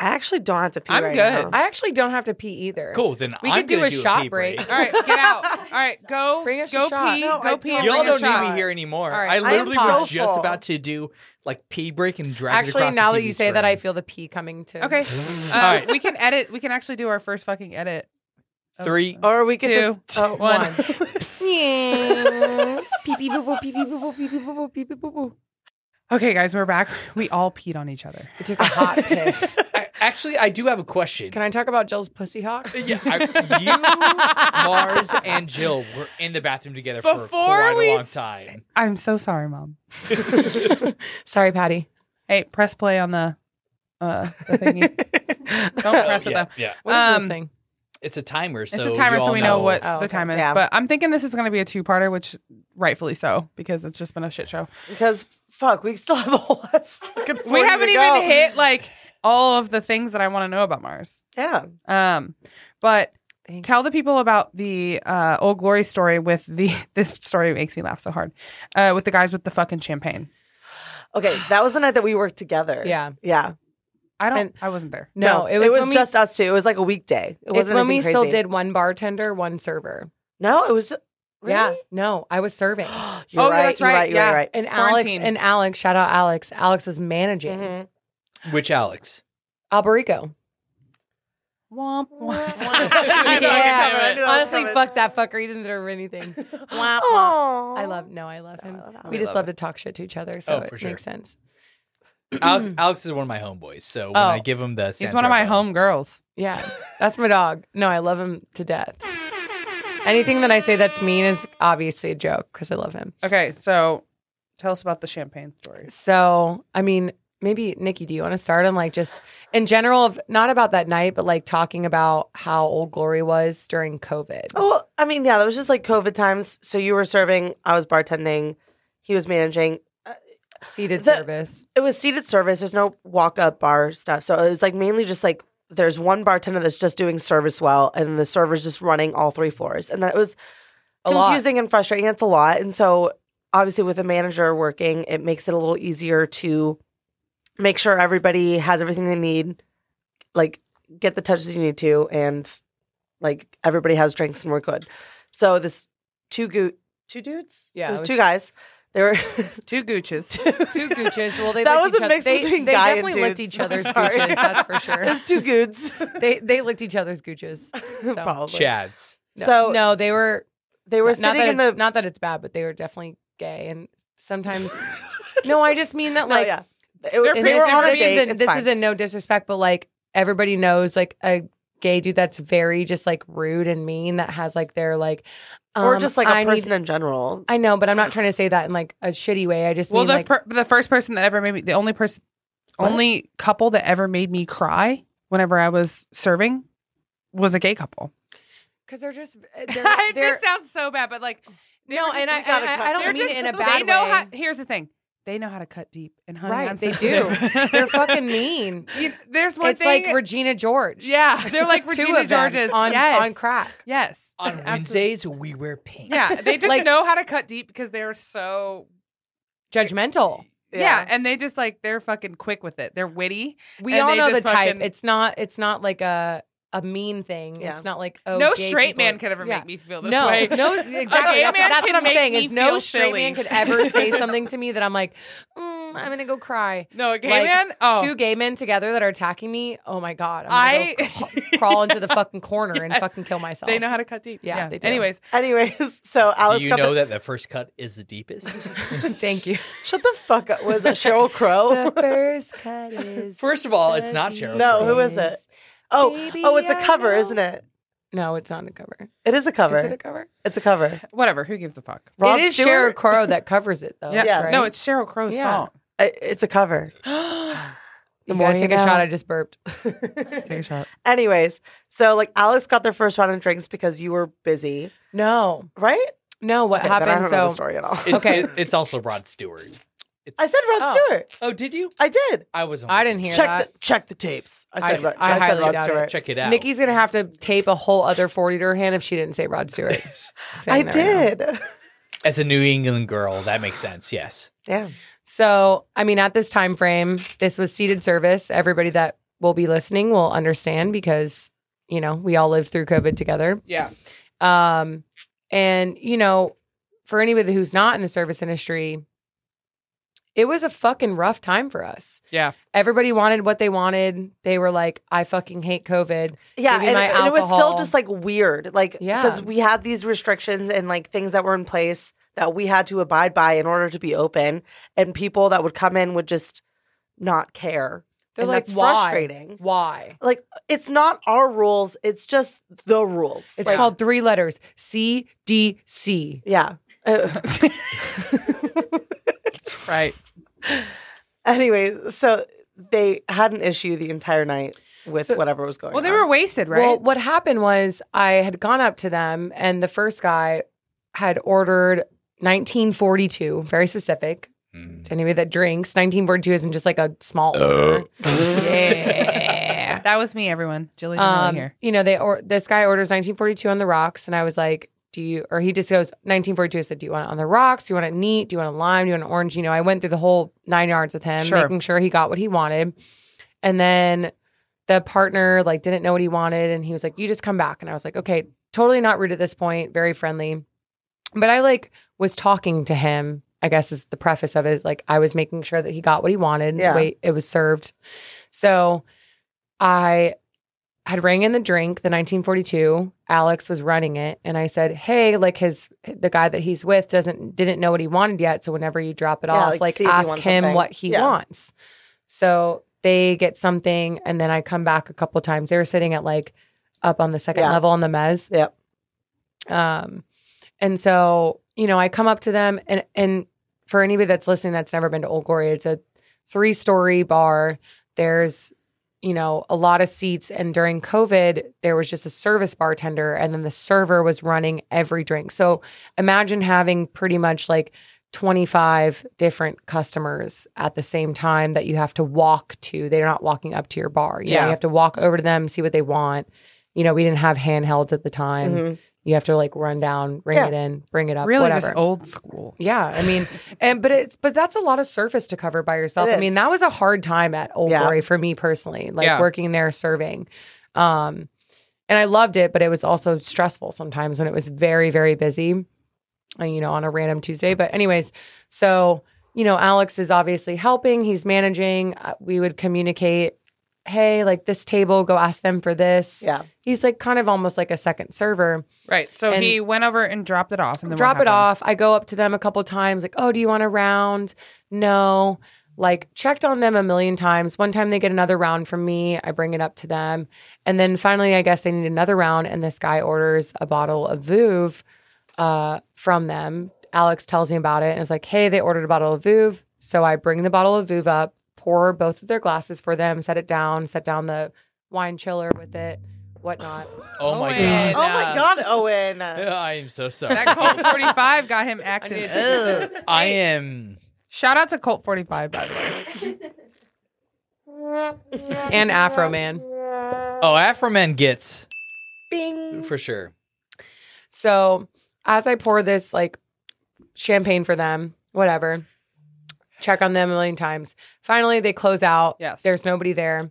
B: I actually don't have to pee
G: I'm
B: right
G: good.
B: now.
C: I actually don't have to pee either.
D: Cool. Then
C: We
D: I'm
C: could do
D: gonna
C: a
D: do
C: shot
D: pee
C: break. <laughs>
G: All right, get out. All right, go.
C: Bring us a
G: go
C: shot.
G: pee.
B: No,
G: go
B: I
G: pee. and
B: don't.
D: Y'all
G: bring us
D: don't need
G: shots.
D: me here anymore.
C: All right. I
D: I
C: am
D: literally
B: so
D: was just
B: full.
D: about to do like pee break and drag. it
C: Actually,
D: across the
C: now that
D: TV
C: you say that, I
D: screen.
C: feel the pee coming too.
G: Okay. Uh,
D: <laughs> All right.
G: We can edit. We can actually do our first fucking edit.
C: <laughs>
D: three.
B: Or we could
G: Two,
B: just oh,
G: <laughs> one. Okay, guys, we're back. We all peed on each other.
C: We took a hot
B: <laughs>
C: piss.
D: I- actually, I do have a question.
C: Can I talk about Jill's pussy hawk?
D: Yeah, I, you, Mars, and Jill were in the bathroom together for
G: Before
D: quite
G: we
D: a long
G: s-
D: time.
A: I'm so sorry, mom.
C: Sorry, Patty.
A: Hey, press play on the uh the thingy.
D: <laughs>
A: Don't Oh, press it
D: yeah,
A: though.
D: yeah,
C: What is
A: Um,
C: this thing?
D: it's a timer. So
A: It's a timer,
D: you
A: so
D: all
A: we know, what
C: Oh,
A: the
C: okay.
A: time is.
B: Yeah.
A: But I'm thinking this is going to be a two parter, which rightfully so, because it's just been a shit show.
B: because fuck, we still have a whole ass fucking. 40
A: We
B: to
A: haven't
B: go.
A: even hit like all of the things that I want to know about Mars.
B: Yeah,
A: Um, but
C: Thanks.
A: tell the people about the uh, old glory story with the <laughs> this story makes me laugh so hard uh, with the guys with the fucking champagne.
B: okay, that was the night that we worked together.
C: Yeah.
B: yeah.
A: I don't.
C: And-
A: I wasn't there.
C: No, it was, when
B: just
C: we,
B: us two. It was like a weekday. It
C: it's
B: wasn't
C: when we
B: anything
C: still
B: crazy.
C: did one bartender, one server.
B: No, it was. Really?
C: Yeah. No, I was
B: <gasps>
C: serving.
B: You're
A: Oh, yeah,
B: right.
A: that's
B: You're
A: right,
B: right. You're
A: yeah.
B: right.
C: And Alex
A: Quarantine.
C: and Alex, shout out Alex. Alex was managing <laughs>
B: <laughs> Mhm.
D: Which Alex?
C: Albarico.
A: Womp, womp. <laughs>
G: I know what you're talking about.
B: <laughs> I knew that was
C: Honestly,
B: coming.
C: fuck that fucker. He doesn't deserve
B: <laughs>
C: anything. Womp, womp.
B: Aw.
C: I love no, I love him.
B: I love him.
C: we,
B: We
C: just
B: love
C: love to talk shit to each other, so
D: Oh, for
C: it
D: sure.
C: makes sense.
D: Alex, Alex is one of my homeboys. So when
C: Oh.
D: I give him the,
A: He's one of my home girls.
C: Yeah, that's my dog. No, I love him to death. Anything that I say that's mean is obviously a joke because I love him.
A: Okay, so tell us about the champagne story.
C: So, I mean, maybe Nikki, do you want to start on like just in general of not about that night, but like talking about how Old Glory was during COVID?
B: Oh, well, I mean, yeah, that was just like COVID times. So you were serving, I was bartending, he was managing.
C: Seated
B: the-
C: service.
B: It was seated service. There's no walk up bar stuff. So it was like mainly just like there's one bartender that's just doing service well, and the server's just running all three floors. And that was
C: A lot.
B: confusing and frustrating. It's a lot. And so obviously with a manager working, it makes it a little easier to make sure everybody has everything they need, like get the touches you need to, and like everybody has drinks and we're good. So this two go- two dudes?
C: Yeah,
B: It was,
C: it was-
B: two guys. They
C: <laughs>
B: were <laughs>
A: Two Gucci's.
C: Two gooches. Well, they
B: That
C: licked
B: was
C: each
B: a
C: other-
B: mix
C: they,
B: between
C: they
B: guy and
C: definitely licked
B: dudes.
C: each other's
B: <laughs> Sorry.
C: gooches. That's for
B: <laughs>
C: sure.
B: it's two goods.
C: They they licked each other's gooches.
B: <laughs> Probably.
D: Chad's.
C: No,
B: So-
C: no, they were
B: They were
C: not
B: sitting
C: that
B: in
C: it's-
B: the
C: not that it's bad, but they were definitely gay and
B: <laughs>
C: sometimes. no, I just mean that
B: no,
C: like
B: yeah. They were,
C: and
B: they
C: this,
B: were on a
C: this
B: date.
C: isn't
B: It's
C: this
B: fine.
C: isn't no disrespect, but like everybody knows like a gay dude that's very just like rude and mean that has like their like
B: or
C: um,
B: just like a
C: I need-
B: person in general.
C: I know, but I'm not trying to say that in like a shitty way. I just
A: Well,
C: mean
A: the
C: like
A: per- the first person that ever made me the only person, only couple that ever made me cry whenever I was serving was a gay couple. <laughs>
C: because they're just eh, they're, they're
G: this sounds so bad, but like, they
C: no,
G: were just
C: and I,
G: like-
B: gotta
C: I, I-
B: cut
C: I don't
G: they're
C: mean
G: just-
C: it in a
G: they
C: bad
G: know
C: way.
G: how-
A: Here's the thing. they know how to cut deep. And honey,
C: <laughs> Right,
A: I'm
C: they
A: sensitive.
C: do. They're fucking mean.
A: <laughs> You- there's one
C: It's
A: thing.
C: like Regina George. <laughs>
A: yeah, they're like
C: Two
A: Regina
C: of them
A: George's
C: on
A: yes.
C: on crack.
A: Yes.
D: On
A: Absolutely.
D: Wednesdays, we wear pink.
A: Yeah,
C: <laughs>
A: they just
C: Like-
A: know how to cut deep because they're so
C: Judgmental.
A: yeah. and they just like they're fucking quick with it. They're witty.
C: We
A: And
C: all
A: they
C: know the
A: just
C: type.
A: fucking-
C: It's not. It's not like a a mean thing.
B: Yeah.
C: It's not like oh,
A: no
C: gay
A: straight
C: people-
A: man could ever
C: Yeah.
A: make me feel this
C: No,
A: way. <laughs>
C: no, exactly. That's,
A: man
C: that's
A: can
C: what I'm
A: make
C: saying.
A: me
C: Is no
A: feel
C: straight
A: silly.
C: man
A: <laughs>
C: could ever say something to me that I'm like, mm, I'm gonna go cry.
A: No, a gay
C: Like,
A: man. Oh,
C: Two gay men together that are attacking me. Oh my god! I'm gonna go
A: I-
C: ca- crawl into the fucking corner
A: <laughs>
C: and
A: Yes.
C: fucking kill myself.
A: they know how to cut deep.
C: Yeah, they do.
A: Anyways,
B: Anyways, <laughs> so Alex
D: Do you
B: got
D: know
B: the,
D: that the first cut is the deepest?
C: <laughs>
A: <laughs>
C: Thank you.
B: shut the fuck up.
C: <laughs>
B: Was it Cheryl Crow?
C: first cut is
D: First of all, it's not Cheryl.
B: No,
D: Crow.
B: who is it? <laughs> Oh,
C: Baby,
B: oh, it's a
C: I
B: cover,
C: know.
B: isn't it?
C: No, it's not a cover.
B: It is a cover.
C: Is it a cover?
B: it's a cover.
A: whatever. Who gives a fuck?
B: Rod
C: it is
B: Stewart?
C: Cheryl Crow that covers it though.
A: Yeah.
B: Yeah.
C: right?
A: No, it's Cheryl Crow's
C: Yeah. <laughs>
A: song.
B: I- It's a cover.
C: You
B: The
C: gotta
B: more
C: take
B: you
C: a
B: know.
C: shot. I just burped.
B: <laughs>
A: Take a shot.
B: Anyways, so like Alex got their first round of drinks because you were busy,
C: No,
B: right?
C: no. What
B: Okay, then I
C: happened?
B: don't
C: so
B: know the story at all.
D: It's,
C: Okay.
D: it- it's also Rod Stewart.
B: <laughs> I said Rod
C: Oh.
B: Stewart.
D: Oh, did you?
B: I did.
D: I wasn't.
C: I didn't
D: listening.
C: hear
B: check
C: that.
B: the check the tapes. I said,
C: I-
B: Rod,
C: I
B: I said
C: highly
B: Rod
C: doubt it.
B: Stewart.
D: Check it out.
C: Nikki's gonna have to tape a whole other forty to her hand if she didn't say
B: <laughs>
C: Rod Stewart. Saying
B: I
C: that right now.
B: did.
D: <laughs> as a New England girl, that makes sense. Yes.
B: Damn.
C: So, I mean, at this time frame, this was seated service. Everybody that will be listening will understand because, you know, we all lived through COVID together.
A: Yeah.
C: Um, and you know, for anybody who's not in the service industry, it was a fucking rough time for us.
A: Yeah.
C: Everybody wanted what they wanted. They were like, I fucking hate COVID.
B: Yeah,
C: Maybe
B: and,
C: my
B: and it was still
C: alcohol.
B: just like weird, like
C: Yeah.
B: because we had these restrictions and like things that were in place that we had to abide by in order to be open, and people that would come in would just not care.
C: They're
B: and
C: like,
B: that's
C: why?
B: frustrating.
C: Why?
B: Like it's not our rules; it's just the rules.
C: It's
B: Like,
C: called three letters C D C.
B: yeah. <laughs> Uh,
A: Right.
B: anyway, so they had an issue the entire night with
C: So-
B: whatever was going.
A: Well, they
B: on.
A: were wasted, right?
C: Well, what happened was I had gone up to them, and the first guy had ordered 1942, very specific.
D: Mm.
C: To anybody that drinks, 1942 isn't just like a small order. yeah.
A: that was me, everyone. Jillian
C: Um,
A: here.
C: you know, they or this guy orders 1942 on the rocks, and I was like, "Do you?" Or he just goes 1942. I said, "Do you want it on the rocks? Do you want it neat? Do you want it lime? Do you want it orange?" You know, I went through the whole nine yards with him,
A: Sure.
C: making sure he got what he wanted, and then the partner like didn't know what he wanted, and he was like, "You just come back," and I was like, "Okay." Totally not rude at this point, very friendly. But I like was talking to him, I guess is the preface of it. is, Like I was making sure that he got what he wanted,
B: Yeah.
C: the way it was served. So I had rang in the drink, the 1942. Alex was running it, and I said, "Hey, like his the guy that he's with doesn't didn't know what he wanted yet. So whenever you drop it
B: Yeah,
C: off,
B: like,
C: like
B: see if he
C: ask
B: wants
C: him
B: something."
C: what he
B: Yeah.
C: wants." So they get something, and then I come back a couple times. They were sitting at like up on the second
B: Yeah.
C: level on the mez.
B: Yep.
C: Um, and so you know, I come up to them, and and for anybody that's listening that's never been to Old Glory, it's a three story bar. There's you know a lot of seats, and during COVID, there was just a service bartender, and then the server was running every drink. So imagine having pretty much like. 25 different customers at the same time that you have to walk to. They're not walking up to your bar. You yeah.
A: Yeah.
C: you have to walk over to them, see what they want, you know, we didn't have handhelds at the time.
B: Mhm.
C: You have to like run down, ring
B: Yeah.
C: it in, bring it up,
A: Mm-hmm. Really,
C: whatever.
A: just old school.
C: yeah, I mean,
B: <laughs>
C: and but it's but that's a lot of surface to cover by yourself.
B: It
C: I mean,
B: is.
C: that was a hard time at Old
B: Yeah.
C: Glory for me personally, like
A: Yeah.
C: working there serving. Um, and I loved it, but it was also stressful sometimes when it was very very busy, uh, you know, on a random Tuesday. But anyways, so you know, Alex is obviously helping. He's managing. Uh, We would communicate, hey, like this table, go ask them for this
B: yeah.
C: he's like kind of almost like a second server.
A: Right. So
C: And-
A: he went over and dropped it off, and then what
C: Drop it
A: happened?
C: off. I go up to them a couple times, like, oh, do you want a round? No. Like, checked on them a million times. One time they get another round from me. I bring it up to them. And then finally, I guess they need another round. And this guy orders a bottle of Vouv uh, from them. Alex tells me about it and is like, hey, they ordered a bottle of Vouv. So I bring the bottle of Vouv up, pour both of their glasses for them, set it down, set down the wine chiller with it, whatnot.
D: Oh my
A: Owen.
D: god.
B: Oh my
A: uh,
B: God, Oh. Owen.
D: I am so sorry. <laughs>
C: <laughs>
A: That Colt 45 got him
C: need
A: acting.
C: to-
A: Ugh.
D: I am
A: Shout out to Colt Forty Five by the way.
C: and Afro Man.
D: Oh, Afro Man gets Bing for sure.
C: So as I pour this like champagne for them, whatever, check on them a million times. Finally, they close out.
A: Yes.
C: There's nobody there.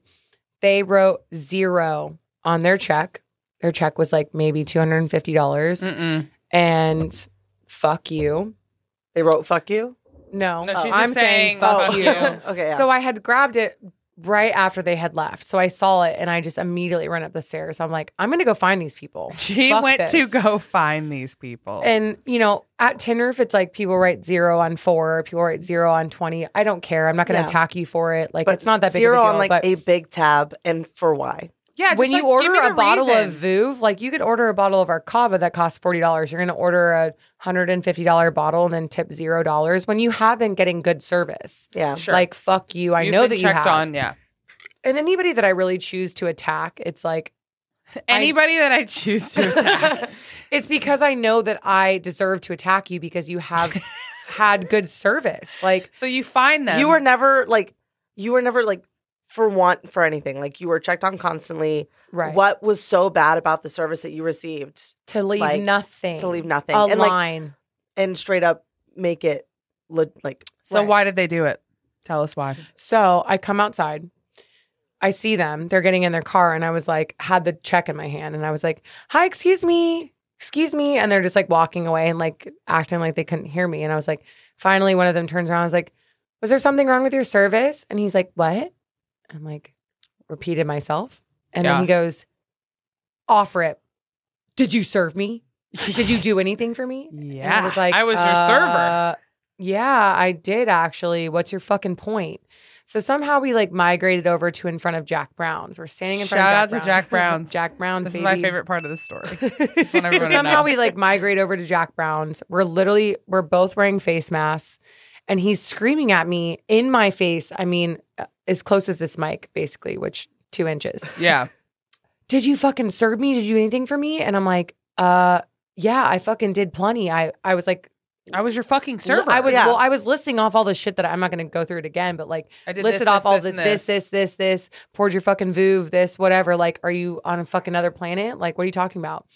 C: They wrote zero on their check. Their check was like maybe two hundred and fifty dollars,
A: Mm-mm.
C: and fuck you.
B: They wrote "fuck you."
C: No,
A: No, she's just
C: I'm
A: saying,
C: saying,
B: <laughs>
C: fuck
A: fuck
C: you.
A: you.
B: Oh, okay. Yeah.
C: So I had grabbed it right after they had left. So I saw it and I just immediately ran up the stairs. I'm like, I'm gonna go find these
A: <laughs>
C: people.
A: She
C: Fuck
A: went to
C: this.
A: go find these people.
C: And you know, at Tinder, if it's like people write zero on four, people write zero on twenty, I don't care. I'm not gonna
B: Yeah.
C: attack you for it. Like
B: but
C: it's not that big of a
B: zero
C: deal.
B: on like
C: but
B: a big tab, and for why?
A: yeah, just,
C: when you
A: like, give
C: order
A: me
C: a
A: the
C: bottle of
A: reason.
C: Vouv, like you could order a bottle of Arcava that costs forty dollars. You're gonna order a hundred and fifty dollar bottle and then tip zero dollars when you have been getting good service.
B: Yeah.
A: Sure.
C: Like fuck you. I
A: You've
C: know
A: been
C: that you
A: checked
C: have.
A: on, yeah.
C: And anybody that I really choose to attack, it's like
A: Anybody that I choose
C: <laughs>
A: to attack.
C: it's because I know that I deserve to attack you because you have
A: <laughs>
C: had good service. Like
A: so you find them.
B: You were never like, you were never like for want for anything. Like you were checked on constantly.
C: right.
B: What was so bad about the service that you received
C: to leave
B: like,
C: nothing.
B: to leave nothing
C: a
B: and like
C: line.
B: and straight up make it le- like
A: so
C: Right.
A: why did they do it? Tell us why.
C: So I come outside. I see them. They're getting in their car, and I was like, had the check in my hand, and I was like, "Hi, excuse me, excuse me," and they're just like walking away and like acting like they couldn't hear me, and I was like, finally, one of them turns around. I was like, "Was there something wrong with your service?" And he's like, "What?" I'm like, repeated myself, and
A: Yeah.
C: then he goes, "Off rip, did you serve me? Did you do anything for me?" And
A: Yeah.
C: I was like,
A: I was your server.
C: "Uh, Yeah, I did actually. What's your fucking point? So somehow we like migrated over to in front of Jack Brown's. We're standing in front
A: Shout out
C: of Jack
A: to Jack
C: Brown's.
A: Brown's.
C: Jack Brown's. <laughs>
A: This
C: baby.
A: is my favorite part of the story.
C: <laughs>
A: Just want
C: So
A: everyone to
C: somehow
A: know.
C: we like migrate over to Jack Brown's. We're literally we're both wearing face masks, and he's screaming at me in my face. I mean, uh, as close as this mic, basically, which two inches
A: Yeah.
C: did you fucking serve me? Did you do anything for me? And I'm like, uh, yeah, I fucking did plenty. I, I was like,
A: I was your fucking
C: li-
A: server.
C: I was,
B: Yeah.
C: well, I was listing off all the shit that I, am not going to go through it again, but like
A: I did
C: listed
A: this,
C: off
A: this,
C: all
A: this,
C: the
A: and
C: this. this, this, this, poured your fucking voov, this, whatever. Like, are you on a fucking other planet? Like, what are you talking about?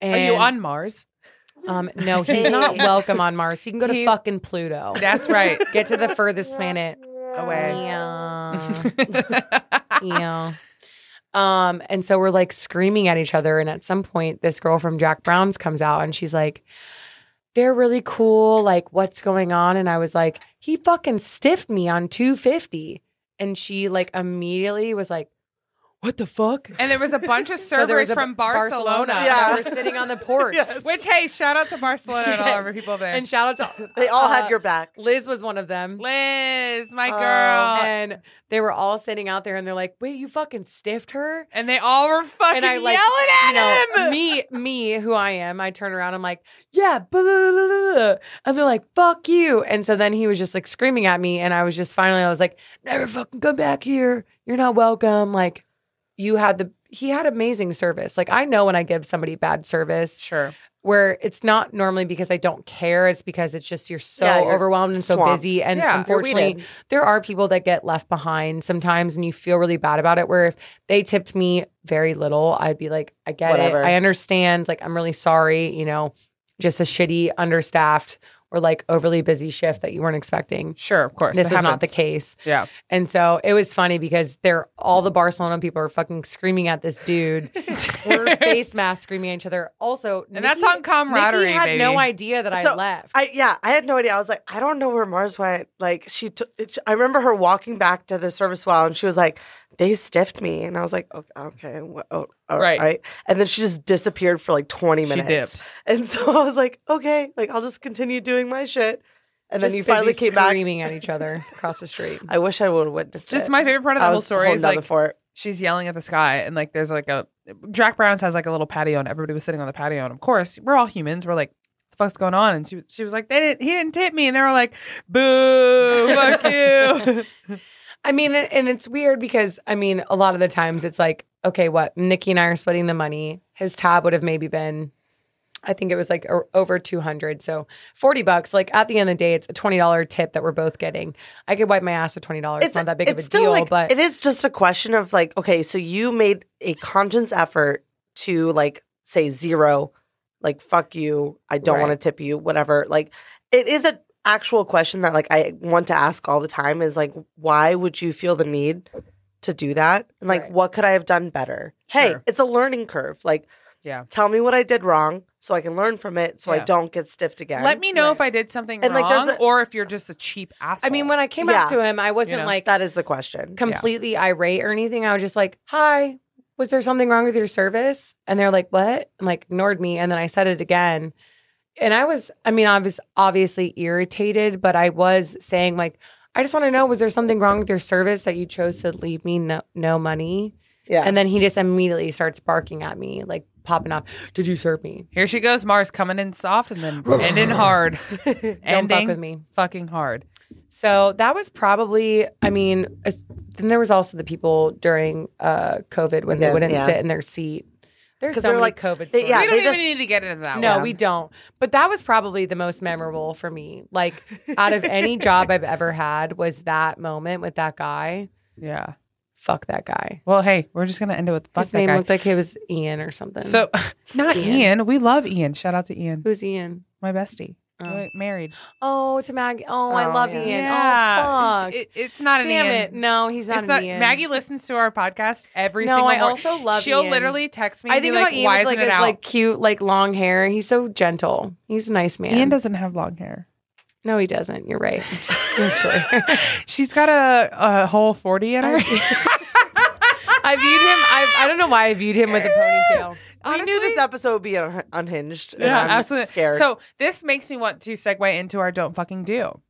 C: And,
A: Are you on Mars?
C: <laughs> Um, no, he's not welcome on Mars. He can go to
A: He-
C: fucking
A: <laughs>
C: Pluto.
A: That's
C: <laughs>
A: right.
C: Get to the furthest planet
A: Away.
C: Yeah. yeah. Um, and so we're like screaming at each other. And at some point, this girl from Jack Brown's comes out and she's like, they're really cool. Like, what's going on? And I was like, he fucking stiffed me on 250. And she like immediately was like, what the fuck?
A: <laughs> and there was a bunch of
C: <laughs> So there
A: servers
C: was a
A: from Barcelona.
C: Yeah.
B: Yeah.
C: We're sitting on
B: <laughs>
C: the porch.
A: Which, hey, shout out to Barcelona and all
C: <laughs> Yes.
A: of our people there.
C: And shout out to
B: <laughs> they all
C: uh,
B: had your back.
C: Liz was one of them.
A: Liz, my
B: Oh.
A: girl. And,
C: Um, And they were all sitting out there and they're like, wait, you fucking stiffed her?
A: they all were fucking
C: and I like
A: yelling at
C: you know,
A: him.
C: Me, me, who I am, I turn around. I'm like, yeah, blah, blah, blah, blah, blah." and they're like, fuck you. And so then he was just like screaming at me, and I was just finally, I was like, never fucking come back here. You're not welcome. Like, you had the he had amazing service. Like I know when I give somebody bad service,
A: Sure.
C: where it's not normally because I don't care. It's because it's just you're so
B: Yeah, you're
C: overwhelmed and so
B: swamped.
C: busy. And
A: Yeah, you're
C: unfortunately,
B: weeded.
C: there are people that get left behind sometimes and you feel really bad about it. Where if they tipped me very little, I'd be like, I get
B: Whatever.
C: it. I understand. Like, I'm really sorry. You know, just a shitty, understaffed, or like overly busy shift that you weren't expecting.
A: Sure, of course.
C: This
A: It
C: is not the
A: happens.
C: case.
A: Yeah.
C: And so it was funny because they're all the Barcelona people are fucking screaming at this dude. We're face mask screaming at each other. Also,
A: And that's on camaraderie,
C: Nikki had
A: baby.
C: no idea that I
B: So,
C: left.
B: I yeah, I had no idea. I was like, I don't know where Mars went. Like she, took. it, I remember her walking back to the service well, and she was like, "They stiffed me," and I was like, "Okay, okay wha- oh, all
A: Right.
B: right. And then she just disappeared for like twenty
A: She
B: minutes.
A: dipped.
B: And so I was like, "Okay, like I'll just continue doing my shit." And
C: Just
B: then you finally
C: busy
B: came back.
C: screaming at each other across
A: <laughs>
C: the street.
B: I wish I would have witnessed
A: <laughs> Just
B: it.
A: my favorite part of the
B: I
A: whole
B: was
A: story
B: holding
A: is
B: down
A: like
B: the fort.
A: she's yelling at the sky and like there's like a Jack Brown's has like a little patio and everybody was sitting on the patio and of course we're all humans we're like the fuck's going on and she she was like they didn't he didn't tip me and they were like boo fuck
C: <laughs>
A: you
C: I mean, and- and it's weird because I mean, a lot of the times it's like, okay, what? Nikki and I are splitting the money. His tab would have maybe been I think it was like o- over 200. So 40 bucks. Like at the end of the day, it's a $20 tip that we're both getting. I could wipe my ass with $20. It's, not that big of a
B: it's still,
C: deal,
B: like-
C: but
B: it is just a question of like, okay, so you made a conscious effort to like say zero, like fuck you, I don't want to
C: Right.
B: tip you, whatever. Like, it is an actual question that like I want to ask all the time is like, why would you feel the need to do that? And like,
C: Right.
B: what could I have done better? Hey,
A: Sure.
B: it's a learning curve. Like,
A: Yeah.
B: tell me what I did wrong so I can learn from it, so I
A: Yeah.
B: don't get stiffed again.
A: Let me know if I did something
B: And, like,
A: wrong
B: there's a-
A: or if you're just a cheap asshole.
C: I mean, when I came up
B: Yeah.
C: to him, I wasn't
A: know,
C: like
B: That is the question.
C: completely irate or anything. I was just like, hi, was there something wrong with your service? And they're like, what? And like ignored me. And then I said it again. And I was, I mean, I was obviously irritated, but I was saying like, I just want to know, was there something wrong with your service that you chose to leave me no, no money?
B: Yeah.
C: And then he just immediately starts barking at me, like popping off. Did you serve me?
A: Here she goes, Mars coming in soft and
C: <laughs>
A: then ending hard.
C: Don't fuck
A: Ending
C: with me.
A: fucking hard.
C: So that was probably, I mean, as- then there was also the people during uh, COVID when
B: Yeah,
C: they wouldn't
B: yeah.
C: sit in their seat. There's
B: 'Cause
C: so
B: they're
C: many
B: like-
C: COVID
B: they-
C: stories.
B: yeah,
A: we don't
B: they
A: even
B: just-
A: need to get into that
C: no,
A: one.
C: we don't. But that was probably the most memorable for me. Like out of <laughs> any job I've ever had was that moment with that guy.
A: Yeah.
C: Fuck that guy.
A: Well, hey, we're just gonna end it with fuck
C: His
A: that
C: name
A: guy.
C: looked like it was Ian or something.
A: so <laughs> not Ian.
C: Ian.
A: We love Ian. Shout out to Ian,
C: who's Ian?
A: my bestie.
C: Oh.
A: Wait, married.
C: Oh, to Maggie. Oh, I
B: Oh,
C: love
B: yeah.
C: Ian. Oh, fuck.
A: It- it's not an
C: Damn
A: Ian.
C: it. No, he's not
A: it's
C: an
A: not,
C: Ian.
A: Maggie listens to our podcast every
C: no,
A: single
C: I
A: morning.
C: also love
A: She'll
C: Ian.
A: literally text me.
C: I
A: and be
C: think
A: like,
C: about Ian
A: why
C: with like
A: isn't
C: his
A: it out?
C: like cute like long hair. He's so gentle. He's a nice man.
A: Ian doesn't have long hair.
C: no, he doesn't. You're right. He has
A: <laughs>
C: short hair.
A: She's got a, a whole forty in her.
C: I viewed him. I, I don't know why I viewed him with a
A: <laughs>
C: ponytail.
B: I knew this episode would be un- unhinged. and
A: Yeah,
B: I'm
A: absolutely.
B: Scared.
A: So this makes me want to segue into our don't fucking do.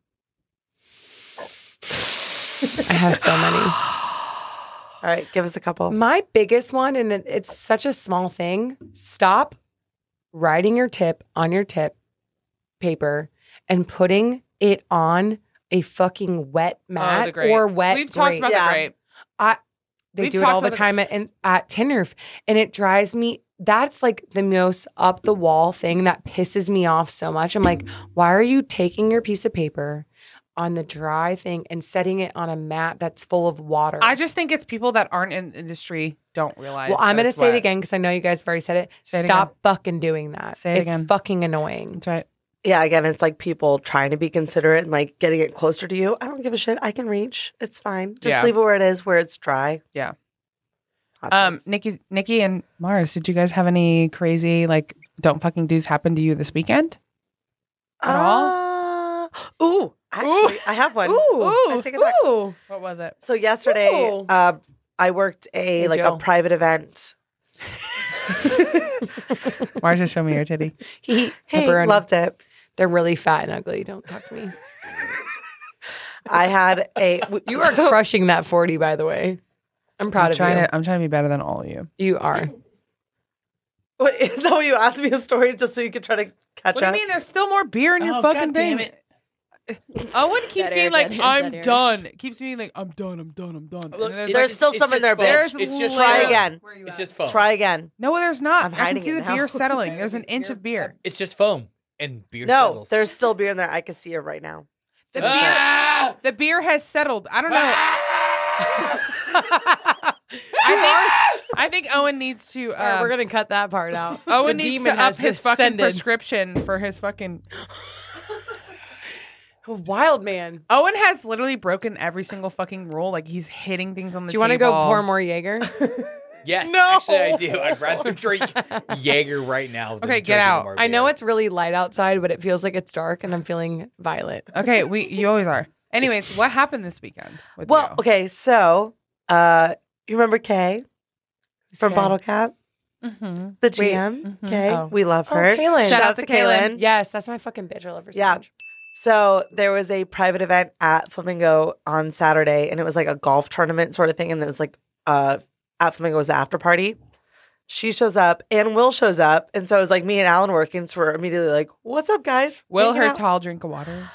C: I have so many.
B: all right, give us a couple.
C: <gasps> My biggest one, and it, it's such a small thing. Stop writing your tip on your tip paper and putting it on a fucking wet
A: Oh,
C: mat
A: the grape.
C: or wet.
A: We've talked
C: grape.
A: about
B: Yeah.
A: the grape.
C: They
A: We've
C: do it
A: talked
C: all the
A: about it.
C: time at, in- at Tinderf, and it drives me. That's like the most up the wall thing that pisses me off so much. I'm like, why are you taking your piece of paper on the dry thing and setting it on a mat that's full of water?
A: I just think it's people that aren't in the industry don't realize.
C: well, I'm
A: that
C: gonna
A: it's
C: say
A: wet.
C: it again because I know you guys have already said it.
A: Say it
C: Stop fucking doing that.
A: Say it
C: it's
A: again.
C: fucking annoying.
A: That's right.
B: Yeah, again, it's like people trying to be considerate and like getting it closer to you. I don't give a shit. I can reach. It's fine. Just
A: Yeah.
B: leave it where it is, where it's dry.
A: Yeah.
B: Hot
A: Um,
B: takes.
A: Nikki, Nikki, and Mars, did you guys have any crazy like don't fucking do's happen to you this weekend? at
B: Uh, ooh, actually, I have one. I take it back.
C: ooh.
A: What was it?
B: So yesterday,
C: Ooh.
B: um, I worked a
C: Hey,
B: like
C: Joe.
B: a private event.
A: Mars just show me your <laughs> titty.
C: He
B: Hey,
C: pepperoni.
B: loved it.
C: They're really fat and ugly. Don't talk
A: <laughs>
C: to me.
B: I had a. <laughs>
C: You are <laughs> crushing that forty, by the way. I'm proud
A: I'm
C: of
A: trying
C: you.
A: to. I'm trying to be better than all of you.
C: you are.
B: Wait, <laughs> is that what you asked me a story just so you could try to
A: What
B: catch
A: do you
B: up?
A: mean? There's still more beer in your
D: Oh,
A: fucking
D: God
A: thing.
D: damn it.
A: <laughs> Owen keeps
F: Dead
A: being
F: air,
A: like,
F: dead air,
A: "I'm
F: dead air.
A: done." Keeps being like, "I'm done. I'm done. I'm done." And there's
D: it's
A: like-
B: There's still
D: it's
B: some in
D: just
B: there,
D: foam.
A: There's
D: It's just
B: Try
A: literally-
D: foam.
B: again.
D: It's just foam.
B: Try again.
A: no, there's not.
B: I'm
A: I can
B: hiding
A: see
B: it
A: the
B: now.
A: beer settling. There's an inch of beer.
D: It's just foam and beer
B: no,
D: settles.
B: there's still beer in there. I can see it right now.
A: The beer.
D: Ah!
A: The beer has settled. I don't know. <laughs>
D: Ah!
A: I think I think Owen needs to.
C: All right,
A: Um,
C: we're gonna cut that part out.
A: Owen
C: <laughs> The
A: needs to
C: demon
A: up
C: has
A: his fucking
C: descended.
A: prescription for his fucking.
C: Wild man.
A: Owen has literally broken every single fucking rule. Like he's hitting things on the.
C: Do you want to go
A: table.
C: pour
A: <laughs>
C: more Jaeger?
D: yes,
A: No!
D: actually I do. I'd rather drink Jaeger right now. Than
A: Okay, get
D: drinking
A: out.
D: more
C: I know
D: beer.
C: it's really light outside, but it feels like it's dark, and I'm feeling violent.
A: Okay, we. You always are. Anyways, what happened this weekend? With
B: Well,
A: you?
B: okay, so uh you remember Kay from
C: Kay?
B: Bottle Cap,
A: Mhm.
B: the
C: Wait,
B: GM?
A: mhm.
B: Kay,
C: Oh.
B: we love
C: Oh,
B: her.
C: Kaylin.
B: Shout, out to Kaylin.
C: Yes, that's my fucking bitch. I love her so
B: Yeah.
C: much.
B: So there was a private event at Flamingo on Saturday, and it was like a golf tournament sort of thing. And it was like uh, at Flamingo was the after party. She shows up, and Will shows up, and so it was like me and Alan working. So we're immediately like, "What's up, guys?"
A: Will
B: Hanging
A: her
B: out.
A: tall drink of water?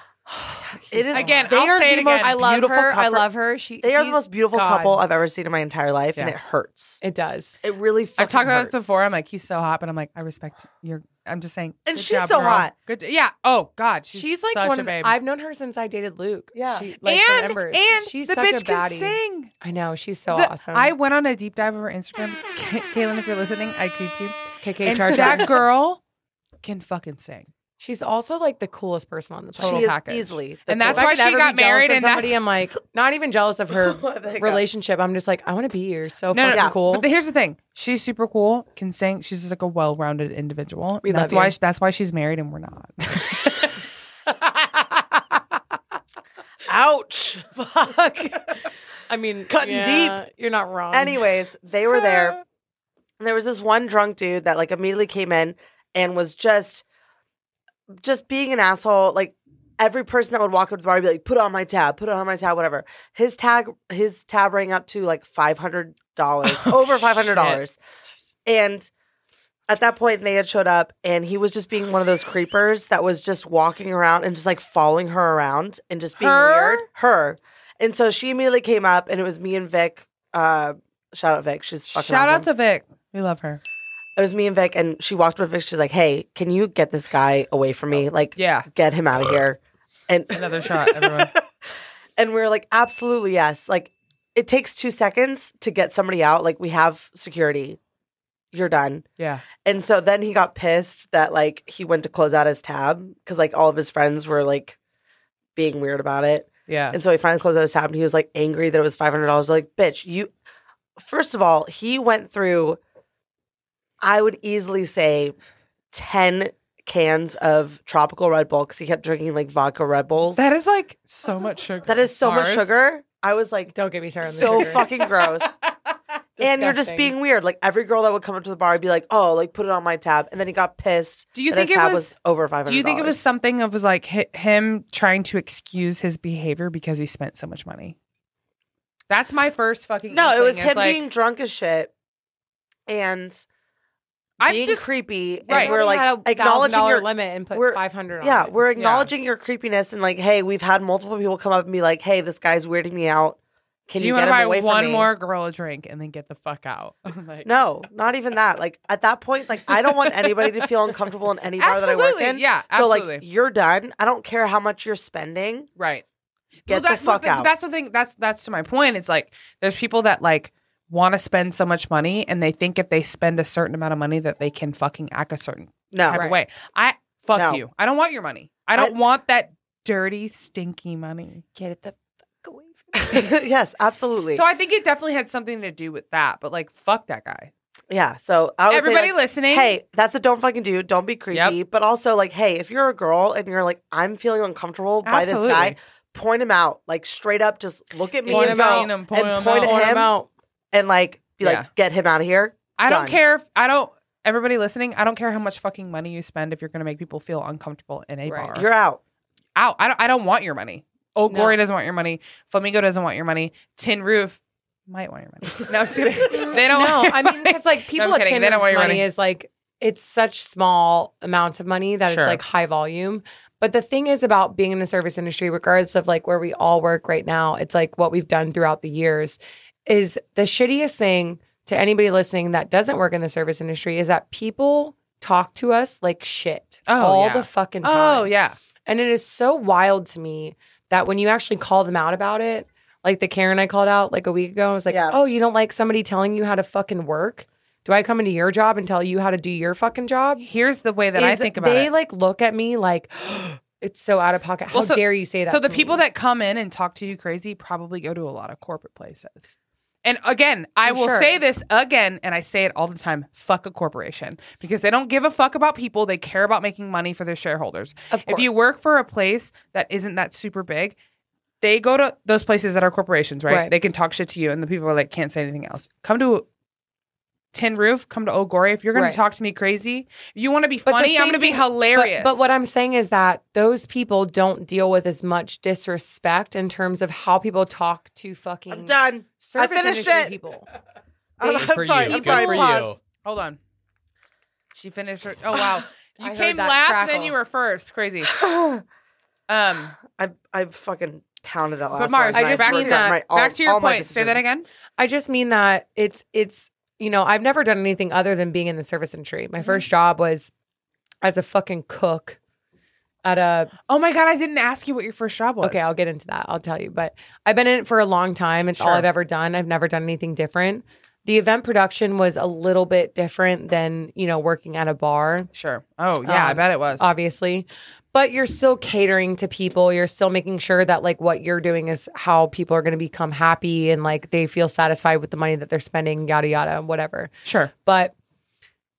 B: it is
A: Again,
B: They
A: I'll
B: are
A: say it
B: the
A: again.
B: most
C: I love
B: beautiful
C: her. I
B: couple-
C: love her. She.
B: They are the
C: he's-
B: most beautiful
C: God.
B: couple I've ever seen in my entire life, and
A: Yeah.
B: it hurts.
C: It does.
B: It really.
A: I've
B: fucking
A: talked about
B: hurts.
A: this before. I'm like, he's so hot, but I'm like, I respect your I'm just saying.
B: And
A: good
B: she's
A: job,
B: so
A: girl.
B: hot.
A: Good. Yeah. Oh God, she's,
C: She's, like
A: such
C: one.
A: a babe.
C: I've known her since I dated Luke.
B: Yeah.
C: she, like, from
A: and
C: Embers.
A: and
C: she's
A: the
C: such
A: bitch
C: a baddie.
A: can sing.
C: I know she's so
A: The-
C: awesome.
A: I went on a deep dive of her Instagram. Ka- Kaylin, if you're listening, I creeped you.
C: KK
A: And
C: Charger.
A: that girl can fucking sing.
C: she's also like the coolest person on the planet.
A: Total
B: she is
A: package.
B: easily,
A: And that's
C: If I
A: why
C: could
A: she
C: ever
A: got
C: be jealous
A: married
C: of
A: and that's-
C: somebody. I'm like not even jealous of her
B: <laughs> why
C: relationship. I'm just like I want to be here. So
A: No, no,
C: fucking
A: no.
C: cool.
A: But the- here's the thing: she's super cool, can sing. She's just like a well-rounded individual.
C: We
A: that's
C: love
A: why
C: you.
A: sh- that's why she's married and we're not.
B: Ouch.
C: Fuck. I mean,
B: Cutting
C: yeah, You're not wrong.
B: Anyways, they were there. And there was this one drunk dude that like immediately came in and was just just being an asshole. Like every person that would walk up to the bar would be like, put it on my tab, put it on my tab, whatever. His tag his tab rang up to like five hundred dollars. over five hundred dollars. And at that point they had showed up and he was just being one of those creepers that was just walking around and just like following her around and just being
A: Her?
B: weird. Her. And so she immediately came up and it was me and Vic. Uh, shout out Vic. She's fucking
A: Shout
B: awesome.
A: out to Vic. We love her.
B: It was me and Vic, and she walked with Vic. She's like, "Hey, can you get this guy away from me? Like,
A: Oh, Yeah.
B: get him out of here." And
A: Another shot, everyone.
B: <laughs> and we were like, "Absolutely yes." Like, it takes two seconds to get somebody out. Like, we have security. You're done.
A: Yeah.
B: And so then he got pissed that like he went to close out his tab because like all of his friends were like being weird about it.
A: Yeah.
B: And so he finally closed out his tab and he was like angry that it was five hundred dollars. Like, bitch, you first of all, he went through I would easily say ten cans of tropical Red Bull because he kept drinking like vodka Red Bulls.
A: That is like so much sugar.
B: that is so much
A: Bars.
B: sugar. I was like
C: Don't get me started. On the
B: so
C: sugar.
A: <laughs>
B: fucking gross. and you're just
C: Disgusting.
B: being weird. Like every girl that would come up to the bar would be like, Oh, like put it on my tab. And then he got pissed.
A: Do you
B: that
A: think
B: his
A: it
B: tab
A: was
B: over five hundred?
A: Do you think it was something of was like hi- him trying to excuse his behavior because he spent so much money? That's my first fucking.
B: No, it
A: inkling.
B: was
A: It's
B: him
A: like,
B: being drunk as shit. And
A: I'm
B: being
A: just-
B: creepy,
A: right.
B: and we're
C: Somebody had
B: like
C: a
B: acknowledging
C: $1,000
B: your
C: limit and put
B: we're-
C: five hundred.
B: yeah, we're
A: Yeah.
C: <laughs>
B: acknowledging your creepiness and like, hey, we've had multiple people come up and be like, hey, this guy's weirding me out. Can
A: do
B: you,
A: you
B: get
A: want to
B: him
A: buy
B: away from
A: one
B: me?"
A: more girl a drink and then get the fuck out? I'm like,
B: No, not even that. Like at that point, like I don't want anybody to feel uncomfortable in any bar that I work
A: absolutely.
B: in.
A: yeah,
B: So
A: absolutely.
B: like you're done. I don't care how much you're spending.
A: Right.
B: Get
A: Well,
B: the
A: well,
B: fuck
A: th-
B: out.
A: That's the thing. That's that's to my point. It's like there's people that like want to spend so much money and they think if they spend a certain amount of money that they can fucking act a certain
B: no.
A: type of way. I fuck
B: No.
A: you. I don't want your money. I don't want that dirty stinky money.
C: Get it the fuck away
B: <laughs> yes, absolutely.
A: So I think it definitely had something to do with that. But like, fuck that guy.
B: yeah. So I would
A: Everybody
B: say, like,
A: listening.
B: Hey, that's a don't fucking do. Don't be creepy. But also, like, hey, if you're a girl and you're like, I'm feeling uncomfortable by
A: Absolutely.
B: this guy, point him out. Like, straight up, just look at me
A: Point
B: and
A: him
B: go,
A: out. Point him
B: and point
A: out.
B: at
C: Point
B: him,
C: him out.
B: and like, be
A: Yeah.
B: like, get him out of here.
A: I don't
B: done.
A: care if I don't. Everybody listening, I don't care how much fucking money you spend if you're going to make people feel uncomfortable in a
C: Right.
A: bar.
B: You're out.
A: out. I don't, I don't want your money. Oh,
C: No.
A: Glory doesn't want your money. Flamingo doesn't want your money. Tin Roof might want your money. No, I'm just
C: <laughs>
A: kidding. They don't
C: No,
A: want your <laughs>
C: I mean
A: money.
C: because like people
A: I'm
C: at
A: kidding. They
C: Tinder
A: don't want
C: money,
A: your money.
C: is like it's such small amounts of money that
A: Sure.
C: it's like high volume. But the thing is about being in the service industry, regardless of like where we all work right now, it's like what we've done throughout the years is the shittiest thing to anybody listening that doesn't work in the service industry is that people talk to us like shit
A: Oh,
C: all
A: yeah.
C: the fucking time.
A: Oh, yeah.
C: And it is so wild to me that when you actually call them out about it, like the Karen I called out like a week ago, I was like,
B: Yeah.
C: oh, you don't like somebody telling you how to fucking work? Do I come into your job and tell you how to do your fucking job?
A: Here's the way that I
C: Is
A: think about
C: they
A: it.
C: like look at me like <gasps> it's so out of pocket. How
A: Well, so-
C: dare you say that?
A: so the
C: to
A: people
C: me?
A: that come in and talk to you crazy probably go to a lot of corporate places. And again, I
C: For
A: will
C: sure.
A: say this again, and I say it all the time: fuck a corporation because they don't give a fuck about people. They care about making money for their shareholders.
C: Of
A: If you
C: course.
A: work for a place that isn't that super big, they go to those places that are corporations, right?
C: Right.
A: They can talk shit to you, and the people are like, can't say anything else. Come to Tin Roof, come to Old Glory. If you're going
C: Right.
A: to talk to me crazy, if you want to be
C: But the
A: funny, I'm
C: same
A: going to be
C: thing- but-
A: hilarious.
C: But, what I'm saying is that those people don't deal with as much disrespect in terms of how people talk to fucking
A: Mm.
B: I'm done. <laughs>
C: service
B: finished
C: industry
B: it.
C: people.
B: I'm,
D: Good
B: I'm
D: for
B: sorry.
D: you.
B: I'm
D: Good
B: sorry.
D: for
B: Pause.
A: Hold on. She finished her. Oh
C: <laughs>
A: wow,
C: I
A: you
C: heard
A: came
C: that
A: last, then
C: crackle.
A: you were first.
C: <sighs>
A: Crazy. Um,
B: I I fucking pounded that last.
A: but Mars,
B: one.
C: I just
A: back,
C: mean
A: to,
C: that-
B: My, all,
A: back to your
B: all my
A: point. Say that
B: decisions.
A: again.
C: I just mean that it's it's you know I've never done anything other than being in the service industry. My first job was as a fucking cook at a
A: Oh my god, I didn't ask you what your first job was.
C: Okay, I'll get into that. I'll tell you. But I've been in it for a long time. It's all I've ever done. I've never done anything different. The event production was a little bit different than, you know, working at a bar,
A: sure. Oh yeah, I
C: Um,
A: bet it was.
C: obviously. But you're still catering to people. You're still making sure that like what you're doing is how people are going to become happy and like they feel satisfied with the money that they're spending, yada yada, whatever.
A: sure.
C: But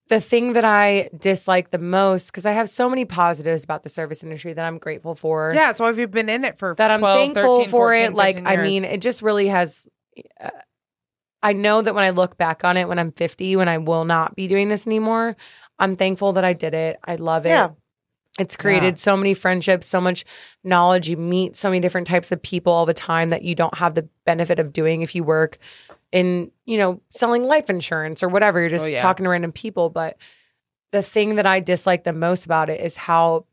C: the thing that I dislike the most, because I have so many positives about the service industry that I'm grateful for
A: Yeah, so if you've been in it for
C: that I'm
A: 12,
C: thankful
A: 13,
C: for
A: 14,
C: it. Like,
A: 15
C: I
A: years.
C: mean, it just really has. Uh, I know that when I look back on it, when I'm 50, when I will not be doing this anymore, I'm thankful that I did it. I love it.
B: Yeah.
C: It's created so many friendships, so much knowledge. You meet so many different types of people all the time that you don't have the benefit of doing if you work in, you know, selling life insurance or whatever. You're just
A: Oh, yeah.
C: talking to random people. But the thing that I dislike the most about it is how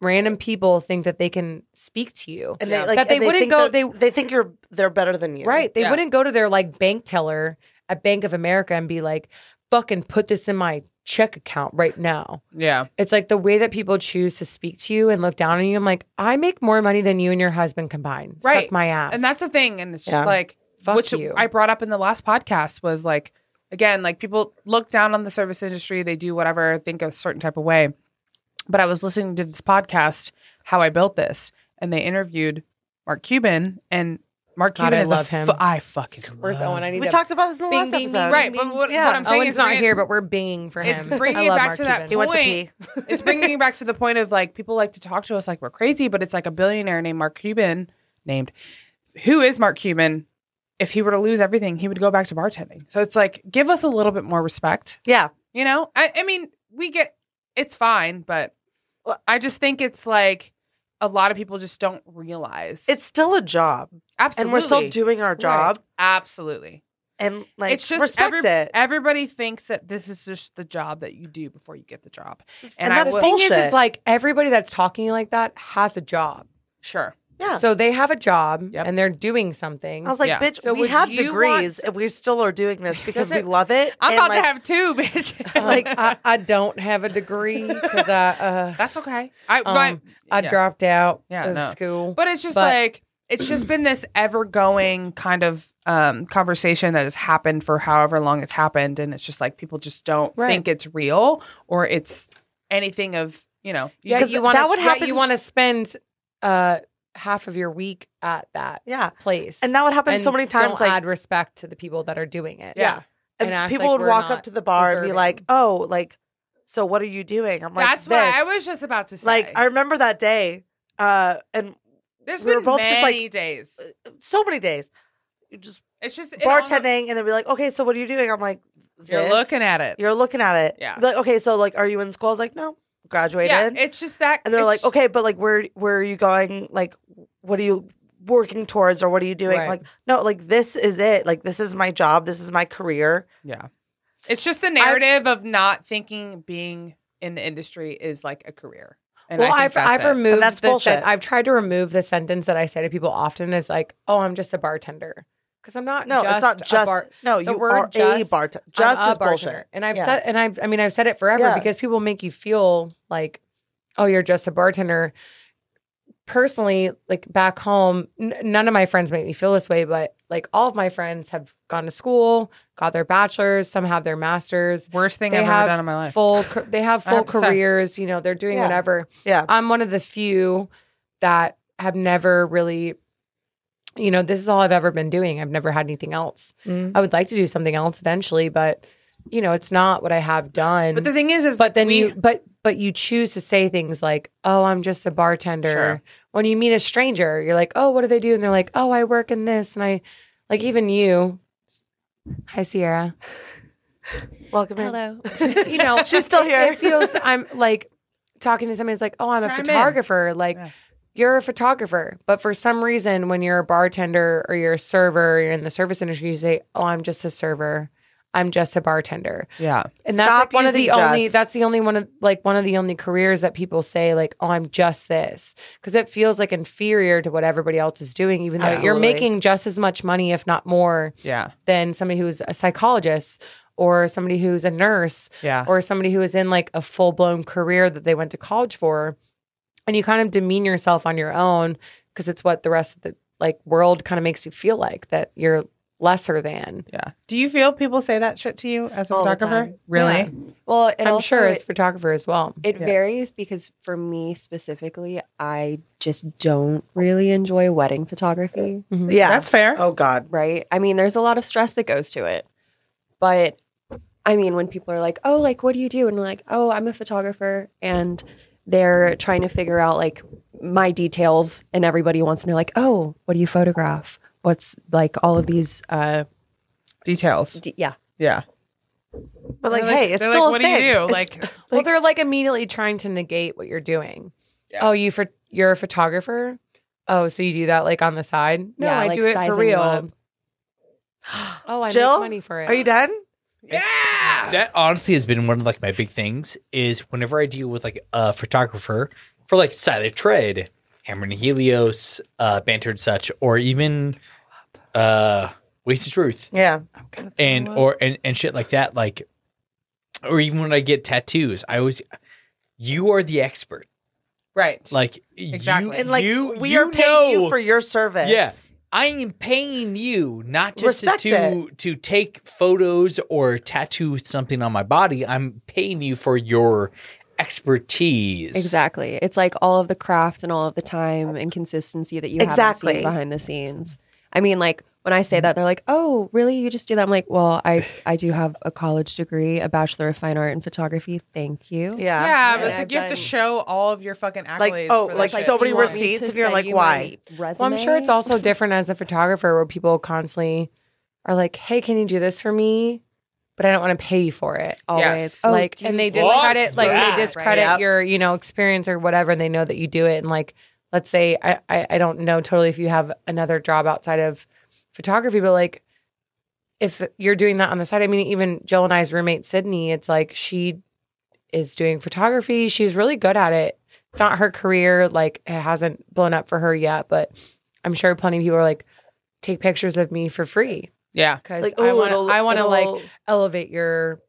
C: random people think that they can speak to you.
B: and
A: Yeah.
B: they like
C: That they
B: and
C: wouldn't
B: think
C: go-
B: they're-
C: they-
B: they think you're they're better than you.
C: Right. They
A: Yeah.
C: wouldn't go to their like bank teller at Bank of America and be like, fucking put this in my check account right now.
A: yeah,
C: It's like the way that people choose to speak to you and look down on you. I'm like, I make more money than you and your husband combined.
A: Right.
C: Suck my ass.
A: and that's the thing, and it's just
B: Yeah.
A: like
C: fuck
A: which
C: you.
A: I brought up in the last podcast was like again, like people look down on the service industry, they do whatever, think a certain type of way. But I was listening to this podcast, How I Built This, and they interviewed Mark Cuban, and Mark
C: God,
A: Cuban
C: I
A: is
C: love
A: a
C: him.
A: fu- I fucking
C: Where's
A: love
C: Owen? I need
B: We
C: to
B: talked about this in the
C: bing,
B: last
C: bing, bing,
B: episode.
A: Right, but what,
B: Yeah.
A: what I'm saying
C: Owen's
A: is
C: not
A: bringing-
C: here, but we're binging for him.
A: It's bringing
C: I
A: it
C: love
A: back
C: Mark
A: to that
C: Cuban.
B: He went to
A: Point.
B: pee.
A: it's bringing me back to the point of like people like to talk to us like we're crazy, but it's like a billionaire named Mark Cuban named who is Mark Cuban. If he were to lose everything, he would go back to bartending. So it's like give us a little bit more respect,
B: Yeah.
A: you know. I, I mean, we get it's fine, but
B: Well-
A: I just think it's like a lot of people just don't realize
B: It's still a job.
A: absolutely
B: And we're still doing our job.
A: absolutely.
B: And like
A: it's just
B: respect
A: every-
B: it.
A: Everybody thinks that this is just the job that you do before you get the job, and,
B: And
A: I
B: that's
A: will,
C: The thing is,
B: Bullshit.
C: is like everybody that's talking to you like that has a job.
A: sure.
B: Yeah.
C: So they have a job
A: Yep.
C: and they're doing something.
B: I was like,
A: Yeah.
B: bitch,
C: So
B: we
C: would
B: have
C: you
B: degrees
C: want-
B: and we still are doing
C: <laughs>
B: this because we
C: Doesn't-
B: love it.
A: I'm
B: and,
A: about
B: like, "Uh,
A: to have two, <laughs> bitch.
C: like <laughs> I, I don't have a degree because I uh,
A: That's okay. I
C: um,
A: my,
C: I
A: yeah.
C: dropped out
A: Yeah,
C: of
A: no.
C: school.
A: but it's just
C: but-
A: like it's just been this ever going kind of um, conversation that has happened for however long it's happened, and it's just like people just don't
C: Right.
A: think it's real or it's anything of you know. you
C: yeah,
A: just-
C: you want
B: that would happen
C: You
B: s-
C: want to spend uh, half of your week at that
B: Yeah.
C: place,
B: And that would happen so
C: And
B: many times.
C: Don't
B: Like
C: add respect to the people that are doing it.
A: Yeah.
B: and
C: and act
B: people
C: like
B: would
C: we're
B: walk up
C: not
B: to the bar and be
C: deserving.
B: like, oh, like, so what are you doing? I'm like,
A: that's
B: this.
A: what I was just about to say.
B: Like, I remember that day. Uh, and
A: there's
B: we were
A: been
B: both
A: many
B: just, like-
A: days.
B: so many days. You Just
A: It's just it almost-
B: bartending and they'll be like, okay, so what are you doing? I'm like,
A: You're
B: this.
A: looking at it.
B: You're looking at it.
A: Yeah.
B: Be like, okay, so like, are you in school? I was like, no, graduated.
A: yeah, it's just that.
B: and they're
A: it's-
B: like, okay, but like, where where are you going? Like, what are you working towards, or what are you doing?
C: Right.
B: Like, no, like this is it. Like, this is my job. This is my career.
A: Yeah. It's just the narrative of not thinking being in the industry is like a career. And
C: well,
A: I
C: I've
A: think that's
C: I've
A: it.
C: removed
B: And that's
C: the sen-
B: bullshit.
C: I've tried to remove the sentence that I say to people often is like, "Oh, I'm just a bartender," because I'm not.
B: No,
C: just
B: it's not
C: a
B: just
C: bar-
B: no.
C: the
B: You
C: word
B: are a
C: just-
B: bartender.
C: I'm
B: Just
C: a
B: is bullshit.
C: bartender. And I've
B: Yeah.
C: said, and I've, I mean, I've said it forever
B: Yeah.
C: because people make you feel like, oh, you're just a bartender. Personally, like back home, n- none of my friends make me feel this way, but like all of my friends have gone to school, got their bachelors, some have their masters.
A: worst thing
C: They
A: I've
C: have
A: ever done in my life.
C: full, ca- they
A: <laughs>
C: have
A: I have
C: full
A: to say.
C: careers. You know, they're doing
B: Yeah.
C: whatever.
B: Yeah.
C: I'm one of the few that have never really, you know, this is all I've ever been doing. I've never had anything else.
B: Mm.
C: I would like to do something else eventually, but you know, it's not what I have done.
A: But the thing is, is
C: But then
A: we-
C: you but but you choose to say things like, "Oh, I'm just a bartender."
A: Sure.
C: When you meet a stranger, you're like, "Oh, what do they do?" And they're like, "Oh, I work in this." And I like even you. Hi, Sierra. <laughs>
B: Welcome in.
F: Hello.
A: <laughs>
C: You know,
B: She's still here.
C: It feels I'm like talking to somebody who's like, "Oh, I'm
A: Chime
C: a
A: in.
C: photographer." Like
A: Yeah.
C: you're a photographer, but for some reason, when you're a bartender or you're a server, you're in the service industry, you say, "Oh, I'm just a server. I'm just a bartender."
A: yeah,
C: And that's
B: Stop
C: like one of the
B: using
C: only
B: just.
C: that's the only one of like one of the only careers that people say like, "Oh, I'm just this." Cuz it feels like inferior to what everybody else is doing even though
B: Absolutely.
C: you're making just as much money if not more
A: yeah,
C: than somebody who's a psychologist or somebody who's a nurse
A: Yeah.
C: <laughs> or somebody who is in like a full blown career that they went to college for, and you kind of demean yourself on your own because it's what the rest of the like world kind of makes you feel like that you're lesser than.
A: Do you feel people say that shit to you as a
H: All the
A: photographer?
H: time.
A: Really?
C: Yeah.
H: Well, and
C: I'm
H: also
C: sure
H: it-
C: as photographer as well.
H: It varies because for me specifically, I just don't really enjoy wedding photography,
B: Yeah.
A: That's fair.
B: oh God.
H: right? I mean, there's a lot of stress that goes to it. But I mean, when people are like, "Oh, like what do you do?" and I'm like, "Oh, I'm a photographer." And they're trying to figure out like my details and everybody wants to know like, "Oh, what do you photograph?" What's like all of these uh
A: Details.
H: d- yeah.
A: Yeah.
B: But like, hey, it's
G: They're
B: still
G: like, what
B: a thing.
G: do you do?
B: It's-
G: Like,
C: well, they're like immediately trying to negate what you're doing.
D: Yeah.
C: Oh, you for you're a photographer. Oh, so you do that like on the side? No,
H: Yeah,
C: I
H: like
C: do it for
H: sizing you up.
C: real. <gasps> Oh, I
B: Jill,
C: make money for it.
B: are you done?
D: That honestly has been one of like my big things is whenever I deal with like a photographer for like Silent Tread, Hammer and Helios, uh, Banter and such, or even uh, Wasted Truth.
B: Yeah.
D: and or and, and shit like that like or even when i get tattoos i always you are the expert
A: Right.
D: like
A: Exactly.
D: you
B: And like,
D: you,
B: we
D: you
B: are paying
D: know,
B: you for your service.
D: yeah i am paying you not just to,
B: Respect
D: to to take photos or tattoo something on my body i'm paying you for your expertise
H: Exactly. It's like all of the craft and all of the time and consistency that you haven't
B: Exactly.
H: seen behind the scenes. I mean, like when I say that, they're like, "Oh, really? You just do that?" I'm like, "Well, I I do have a college degree, a bachelor of fine art in photography. Thank you."
B: Yeah.
A: yeah, but
H: Yeah,
A: it's like
H: I've
A: you have to
H: done-
A: show all of your fucking accolades.
B: Like, oh,
A: for that
B: like,
A: shit.
B: so
H: do
B: many
H: you want me
B: receipts?
H: to
B: And you're
H: send
B: like,
H: you
B: why?
H: my Resume?
C: Well, I'm sure it's
H: all.
C: also different as a photographer where people constantly are like, "Hey, can you do this for me?" But I don't want to pay you for it.
H: Always.
A: Yes.
H: Oh,
C: like,
H: dude.
C: and they
D: Fuck
C: discredit, like,
D: that.
C: they discredit
H: Right.
C: your, you know, experience or whatever, and they know that you do it. And like, let's say, I, I, I don't know totally if you have another job outside of photography, but like, if you're doing that on the side, I mean, even Jill and I's roommate Sydney, it's like she is doing photography. She's really good at it. It's not her career, like it hasn't blown up for her yet, but I'm sure plenty of people are like, take pictures of me for free
A: yeah.
C: because
B: Like,
C: I
B: oh,
C: want to.
B: it'll-
C: I want to
B: it'll-
C: like elevate your,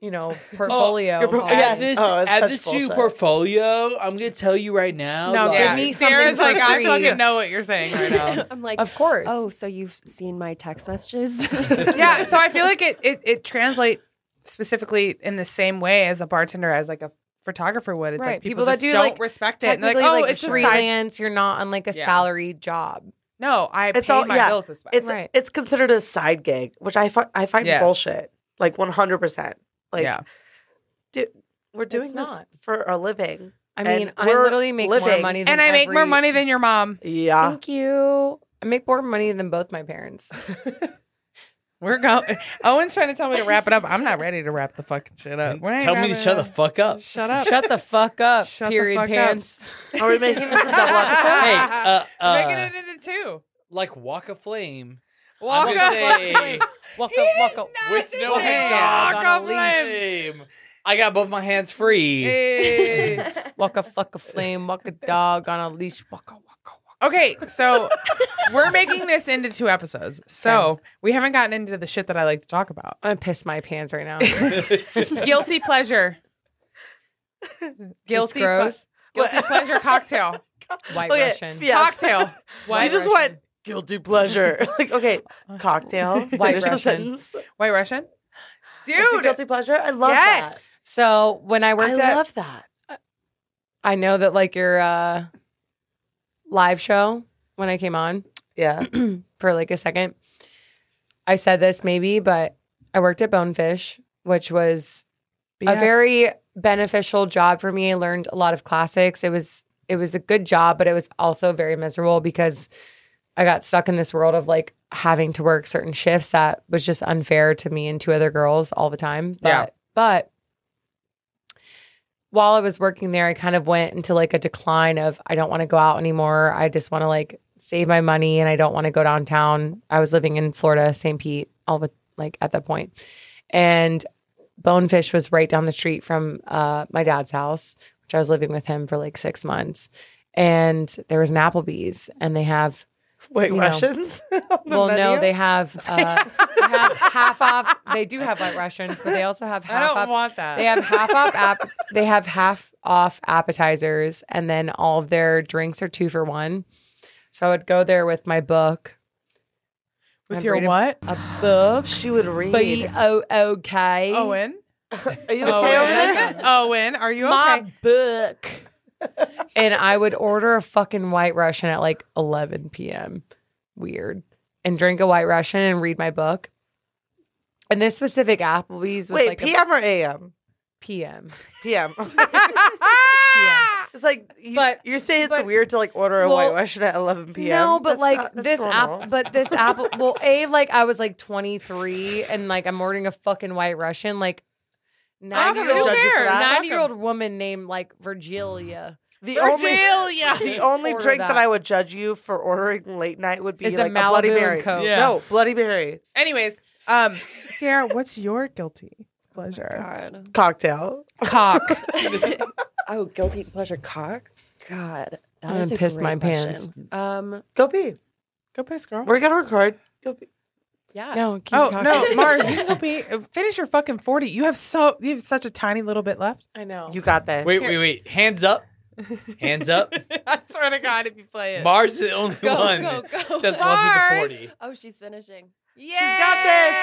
C: you know, portfolio.
B: your pro-
C: Like,
B: Yes.
D: Add this,
B: Oh, it's
D: add
B: such
D: this to your
B: bullshit.
D: portfolio. I'm gonna tell you right now.
C: No,
D: like,
C: give
A: yeah.
C: me something
A: Sarah's
C: for
A: like,
C: free.
A: I fucking know what you're saying right
H: <laughs>
A: now. <laughs>
H: I'm
C: <laughs>
H: like,
C: Of course.
H: oh, so you've seen my text messages? <laughs> Oh,
A: yeah so i feel like it it, it translates specifically in the same way as a bartender as like a photographer would it's
C: Right,
A: like people,
C: people that
A: just
C: do,
A: don't
C: like,
A: respect it and they're
C: technically,
A: like oh
C: like
A: it's just side-
C: freelance. You're not on like a
A: Yeah.
C: salaried job.
A: no i
B: It's
A: pay
B: all-
A: my
B: yeah.
A: bills this way
B: It's
C: Right.
B: it's considered a side gig, which I fi- I find
A: Yes.
B: bullshit. Like 100. percent Like,
A: yeah
B: dude, we're doing this
C: not.
B: for a living.
C: I
B: And
C: mean, I
B: we're
C: literally make more
B: living.
C: money. Than
A: and i make more
C: every- Ah.
A: money than your mom
B: Yeah.
C: Thank you. I make more money than both my parents.
A: we're going <laughs> owen's trying to tell me to wrap it up i'm not ready to wrap the fucking shit up We're not
D: uh, Tell me to
A: wrapping
D: shut
A: it
D: the
A: up.
D: fuck up.
A: shut up
C: <laughs> Shut the fuck up,
A: Shut the
C: period
A: fuck up.
C: pants.
B: Are we making this a <laughs> double episode?
D: Hey, uh,
A: We're
D: uh,
A: making it into two
D: like Walk of Flame.
A: walk
D: I'm
A: up
D: gonna say,
C: Walk
A: He
C: up,
A: did
C: walk up.
A: not
D: with
A: just
D: no
A: say
D: hands
A: walk
D: on
A: up
D: a
A: flame.
D: leash. I got both my hands
A: <laughs>
D: free.
A: Hey.
C: Walk a fuck a flame, walk a dog on a leash, walk a walk a walk.
A: Okay, so we're making this into two episodes. So we haven't gotten into the shit that I like to talk about.
C: I'm gonna piss my pants right now.
D: <laughs>
A: Guilty pleasure. Guilty, ple-
C: gross.
A: guilty pleasure cocktail.
C: <laughs> White
B: Okay,
C: Russian.
B: <laughs> yeah. <laughs>
A: Cocktail. White,
B: you just
A: Russian.
B: want guilty pleasure. <laughs> like, okay, cocktail.
C: White
B: Finish the
C: Russian.
B: sentence.
A: White Russian?
B: What's your
A: Dude.
B: guilty pleasure. I love
A: yes.
B: that.
C: So when I
B: I
C: worked at
B: love that.
C: I know that like your uh live show when I came on
B: <clears throat> Yeah.
C: for like a second. I said this maybe, but I worked at Bonefish, which was a very beneficial job for me. I learned a lot of classics. It was it was a good job, but it was also very miserable because I got stuck in this world of like having to work certain shifts that was just unfair to me and two other girls all the time. But
A: Yeah.
C: but while I was working there, I kind of went into like a decline of I don't want to go out anymore. I just want to like save my money and I don't want to go downtown. I was living in Florida, St. Pete, all the like at that point. And Bonefish was right down the street from uh, my dad's house, which I was living with him for like six months. And there was an Applebee's, and they have
B: Wait,
C: You know.
B: Russians? on the
C: Well, no,
B: menu?
C: they have, uh, they have half off. They do have white Russians, but they also have half
A: I don't
C: off.
A: want that.
C: They have half off app. They have half off appetizers, and then all of their drinks are two for one. So I would go there with my book,
A: With
C: I'd
A: your
C: read a-
A: what?
C: a book,
B: She would read.
C: B O O K.
A: Owen.
B: Are you okay
C: Oh,
B: over there?
A: Owen. <laughs> Owen, are you okay?
C: My book. <laughs> and I would order a fucking white Russian at like 11 p.m. Weird. And drink a white Russian and read my book. And this specific Applebee's was
B: Wait,
C: like a
B: PM or AM?
C: PM. <laughs>
B: PM.
C: PM.
B: it's like you,
C: But-
B: you're saying it's
C: but-
B: weird to like order a
C: well,
B: white Russian at 11 p.m.
C: No, but
B: That's
C: like
B: not- that's
C: this
B: normal.
C: app, but this apple. Well, a like I was like 23, and like I'm ordering a fucking white Russian, like
B: I'm not
C: ninety
B: gonna
C: year old,
B: judge you for that.
C: ninety year old woman named like Virgilia.
B: the only <laughs> the only
C: Order
B: drink that.
C: that.
B: I would judge you for ordering late night would be
C: Is a
B: like a, Bloody
C: Malibu and
B: Mary.
C: Coke.
A: Yeah.
B: No, Bloody Mary
A: Anyways, um, Sierra, what's your guilty pleasure?
H: God.
B: cocktail.
A: Cock.
H: Oh, guilty pleasure cock. God, that
C: I'm gonna
H: is a
C: piss
H: great
C: my
H: question. Um,
B: Go pee.
A: <laughs> Go piss, girl.
B: We're gonna record. Go pee.
H: yeah.
C: No, keep
A: Oh
C: talking.
A: no, Mars,
C: <laughs>
B: <laughs>
A: you will be finish your fucking forty. You have so you have such a tiny little bit left.
C: I know.
B: You got that.
D: Wait, wait, wait. Hands up.
B: <laughs>
D: Hands up.
A: <laughs> I swear to God, if you play it,
D: Mars is the only
H: Go,
D: one
H: go, go.
D: that's left with the 40.
H: oh, she's finishing.
A: yeah,
B: got this,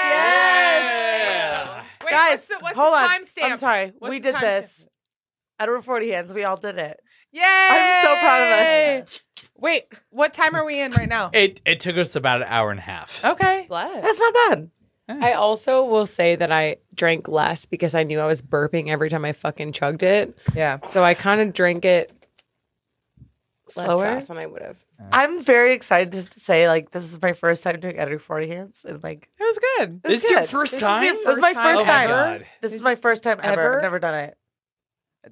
B: yes!
A: Wait,
B: Guys,
A: what's the, what's
B: hold
A: the
B: on.
A: time stamp?
B: I'm sorry.
A: What's
B: we
A: the
B: did
A: time
B: this.
A: stamp?
B: At over 40 hands, we all did it.
A: Yay!
B: I'm so proud of us.
A: Wait, what time are we in right now?
D: It, it took us about an hour and a half.
A: Okay.
H: Bless.
B: That's not bad.
C: I also will say that I drank less because I knew I was burping every time I fucking chugged it.
A: Yeah.
C: So I kind of drank it less
H: Slower?
C: fast than I would have.
B: I'm very excited to say, like, this is my first time doing editing 40 hands. And, like,
A: It was good.
B: it was
D: This is your
B: good.
D: first
B: This
D: time?
B: Is your, this is my
C: First
B: first
D: time
B: time.
D: ever? Oh my God.
B: This is my first time ever.
C: Ever?
B: I've never done it.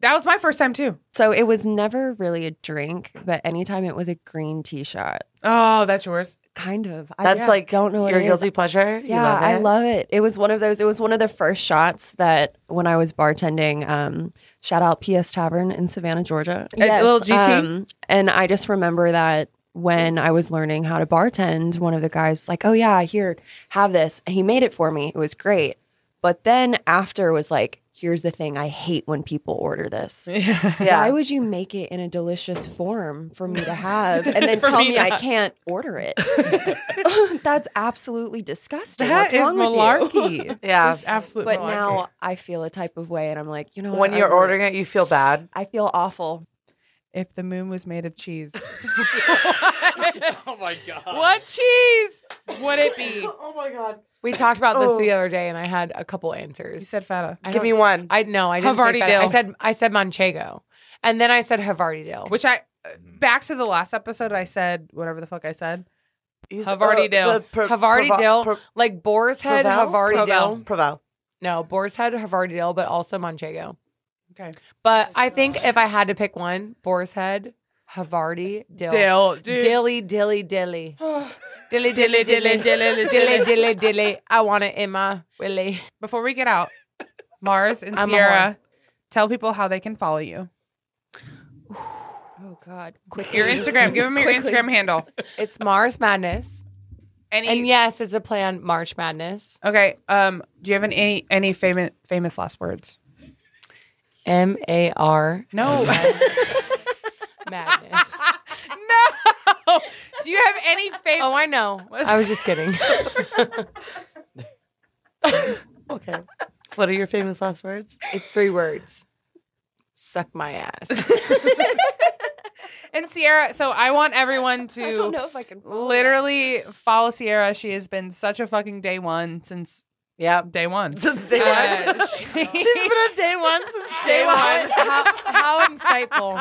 A: That was my first time too.
H: So it was never really a drink, but anytime it was a green tea shot,
A: Oh, that's yours.
H: kind of.
B: That's
H: I
B: like
H: don't know what
B: Your
H: it is.
B: guilty pleasure. You
H: Yeah,
B: love
H: I
B: it?
H: love it. It was one of those. It was one of the first shots that when I was bartending. Um, shout out PS Tavern in Savannah, Georgia. um,
A: Little GT?
H: and I just remember that when I was learning how to bartend, one of the guys was like, "Oh yeah, here, have this." And he made it for me. It was great. But then after was like, "Here's the thing. I hate when people order this." Why
B: Yeah.
H: would you make it in a delicious form for me to have and then tell me, I can't order it? <laughs> That's absolutely disgusting.
A: That
H: What's
A: is
H: wrong with <laughs> you?
B: <laughs>
A: malarkey.
B: Yeah.
A: It's absolute
H: But
A: malarkey.
H: now I feel a type of way and I'm like, you know what?
B: When
H: I
B: you're
H: really-
B: ordering it, you feel bad.
H: I feel awful.
A: if the moon was made of
B: <laughs>
A: cheese,
D: Oh my God.
A: what cheese would it be?
B: Oh, my God.
C: We talked about this
B: Oh.
C: the other day and I had a couple answers.
A: You said feta.
C: I
B: Give
C: don't-
B: me one.
C: I no, I didn't say
A: Havarti
C: feta. I
A: Dill.
C: said I said Manchego. And then I said Havardidale.
A: Which I back to the last episode, I said whatever the fuck I said.
B: Use-
A: Havarti Dill.
B: uh, the per-
C: Havarti
B: Provo-
C: Dill.
B: per-
C: like Boar's Head
B: Provel?
A: Provel.
C: Havardidale.
B: Provo.
C: No, Boar's Head Havardidale, but also Manchego.
A: Okay.
C: But I think if I had to pick one, Boar's Head, Havarti, Dill.
A: Dill, dude.
C: Dilly,
B: <sighs>
C: dilly, dilly. dilly,
A: Dilly,
C: dilly,
A: dilly, dilly,
C: dilly, dilly,
A: dilly.
C: dilly, dilly, dilly. I want it in my willy.
A: Before we get
C: <laughs>
A: out, Mars and
C: I'm a
A: Sierra, tell people how they can follow you.
H: Oh God. Quick.
C: <laughs>
A: Your Instagram. Give them your Instagram handle.
C: It's Mars Madness.
A: Any
C: And yes, it's a planned March Madness.
A: Okay. Um, do you have any any famous famous last words?
C: M A R
A: <laughs> No.
C: Madness.
A: no. Do you have any
C: Oh,
A: favorite
C: I know. I was just <laughs> kidding.
B: Okay. What are your famous last words?
C: It's three words. Suck my <laughs> ass.
A: and Sierra? So I want
C: <laughs>
A: everyone to
H: I don't know if I can. follow
A: literally follow Sierra. She has been such a fucking day one since
B: <laughs> Yep.
A: day
C: <laughs>
A: one.
B: Since day one.
A: Uh,
B: <laughs> She's
A: she-
B: been on day one since <laughs> day
C: How,
B: one.
C: how insightful.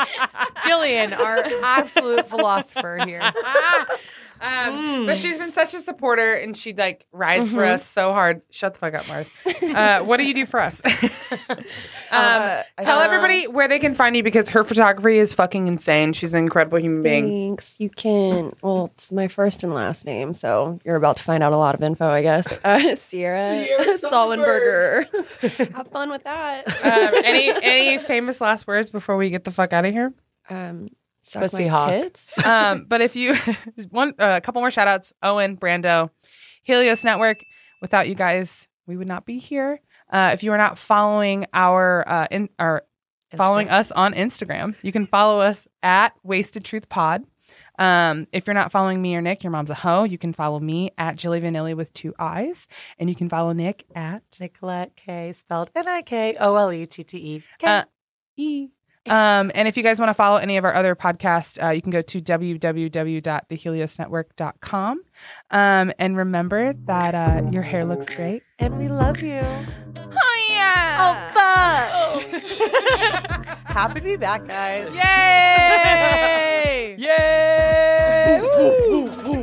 C: Jillian, our absolute philosopher here.
A: Ah. <laughs> Um, But she's been such a supporter, and she like rides for us so hard. Shut the fuck up, Mars. Uh, what do you do for us? <laughs> um, tell everybody where they can find you because her photography is fucking insane. She's an incredible human
H: that.
A: being.
H: Thanks. You can. Well, it's my first and last name, so you're about to find out a lot of info, I guess. Uh, Sierra, <laughs> Sollenberger. <laughs> Have fun with that.
A: Uh, um, any any famous last words before we get the fuck out of here?
H: Um, Suck
C: Pussy
H: my
C: hawk.
H: tits?
A: um, but if you <laughs> one uh, a couple more shout outs owen brando helios network without you guys we would not be here uh, if you are not following our uh, in our following us on instagram you can follow us at wasted truth pod um, if you're not following me or Nick, your mom's a hoe. You can follow me at Jilly Vanilli with two eyes, and you can follow Nick at
B: Nicolette K, spelled N I K O L E T T E.
A: Uh, E. Um, and if you guys want to follow any of our other podcasts, uh, you can go to www.theheliosnetwork.com. Um, and remember that uh, your hair looks great.
B: And we love you. Oh,
A: Oh, yeah.
B: <laughs> Happy to be back, guys.
A: Yay.
I: Yay! Woo, woo, woo.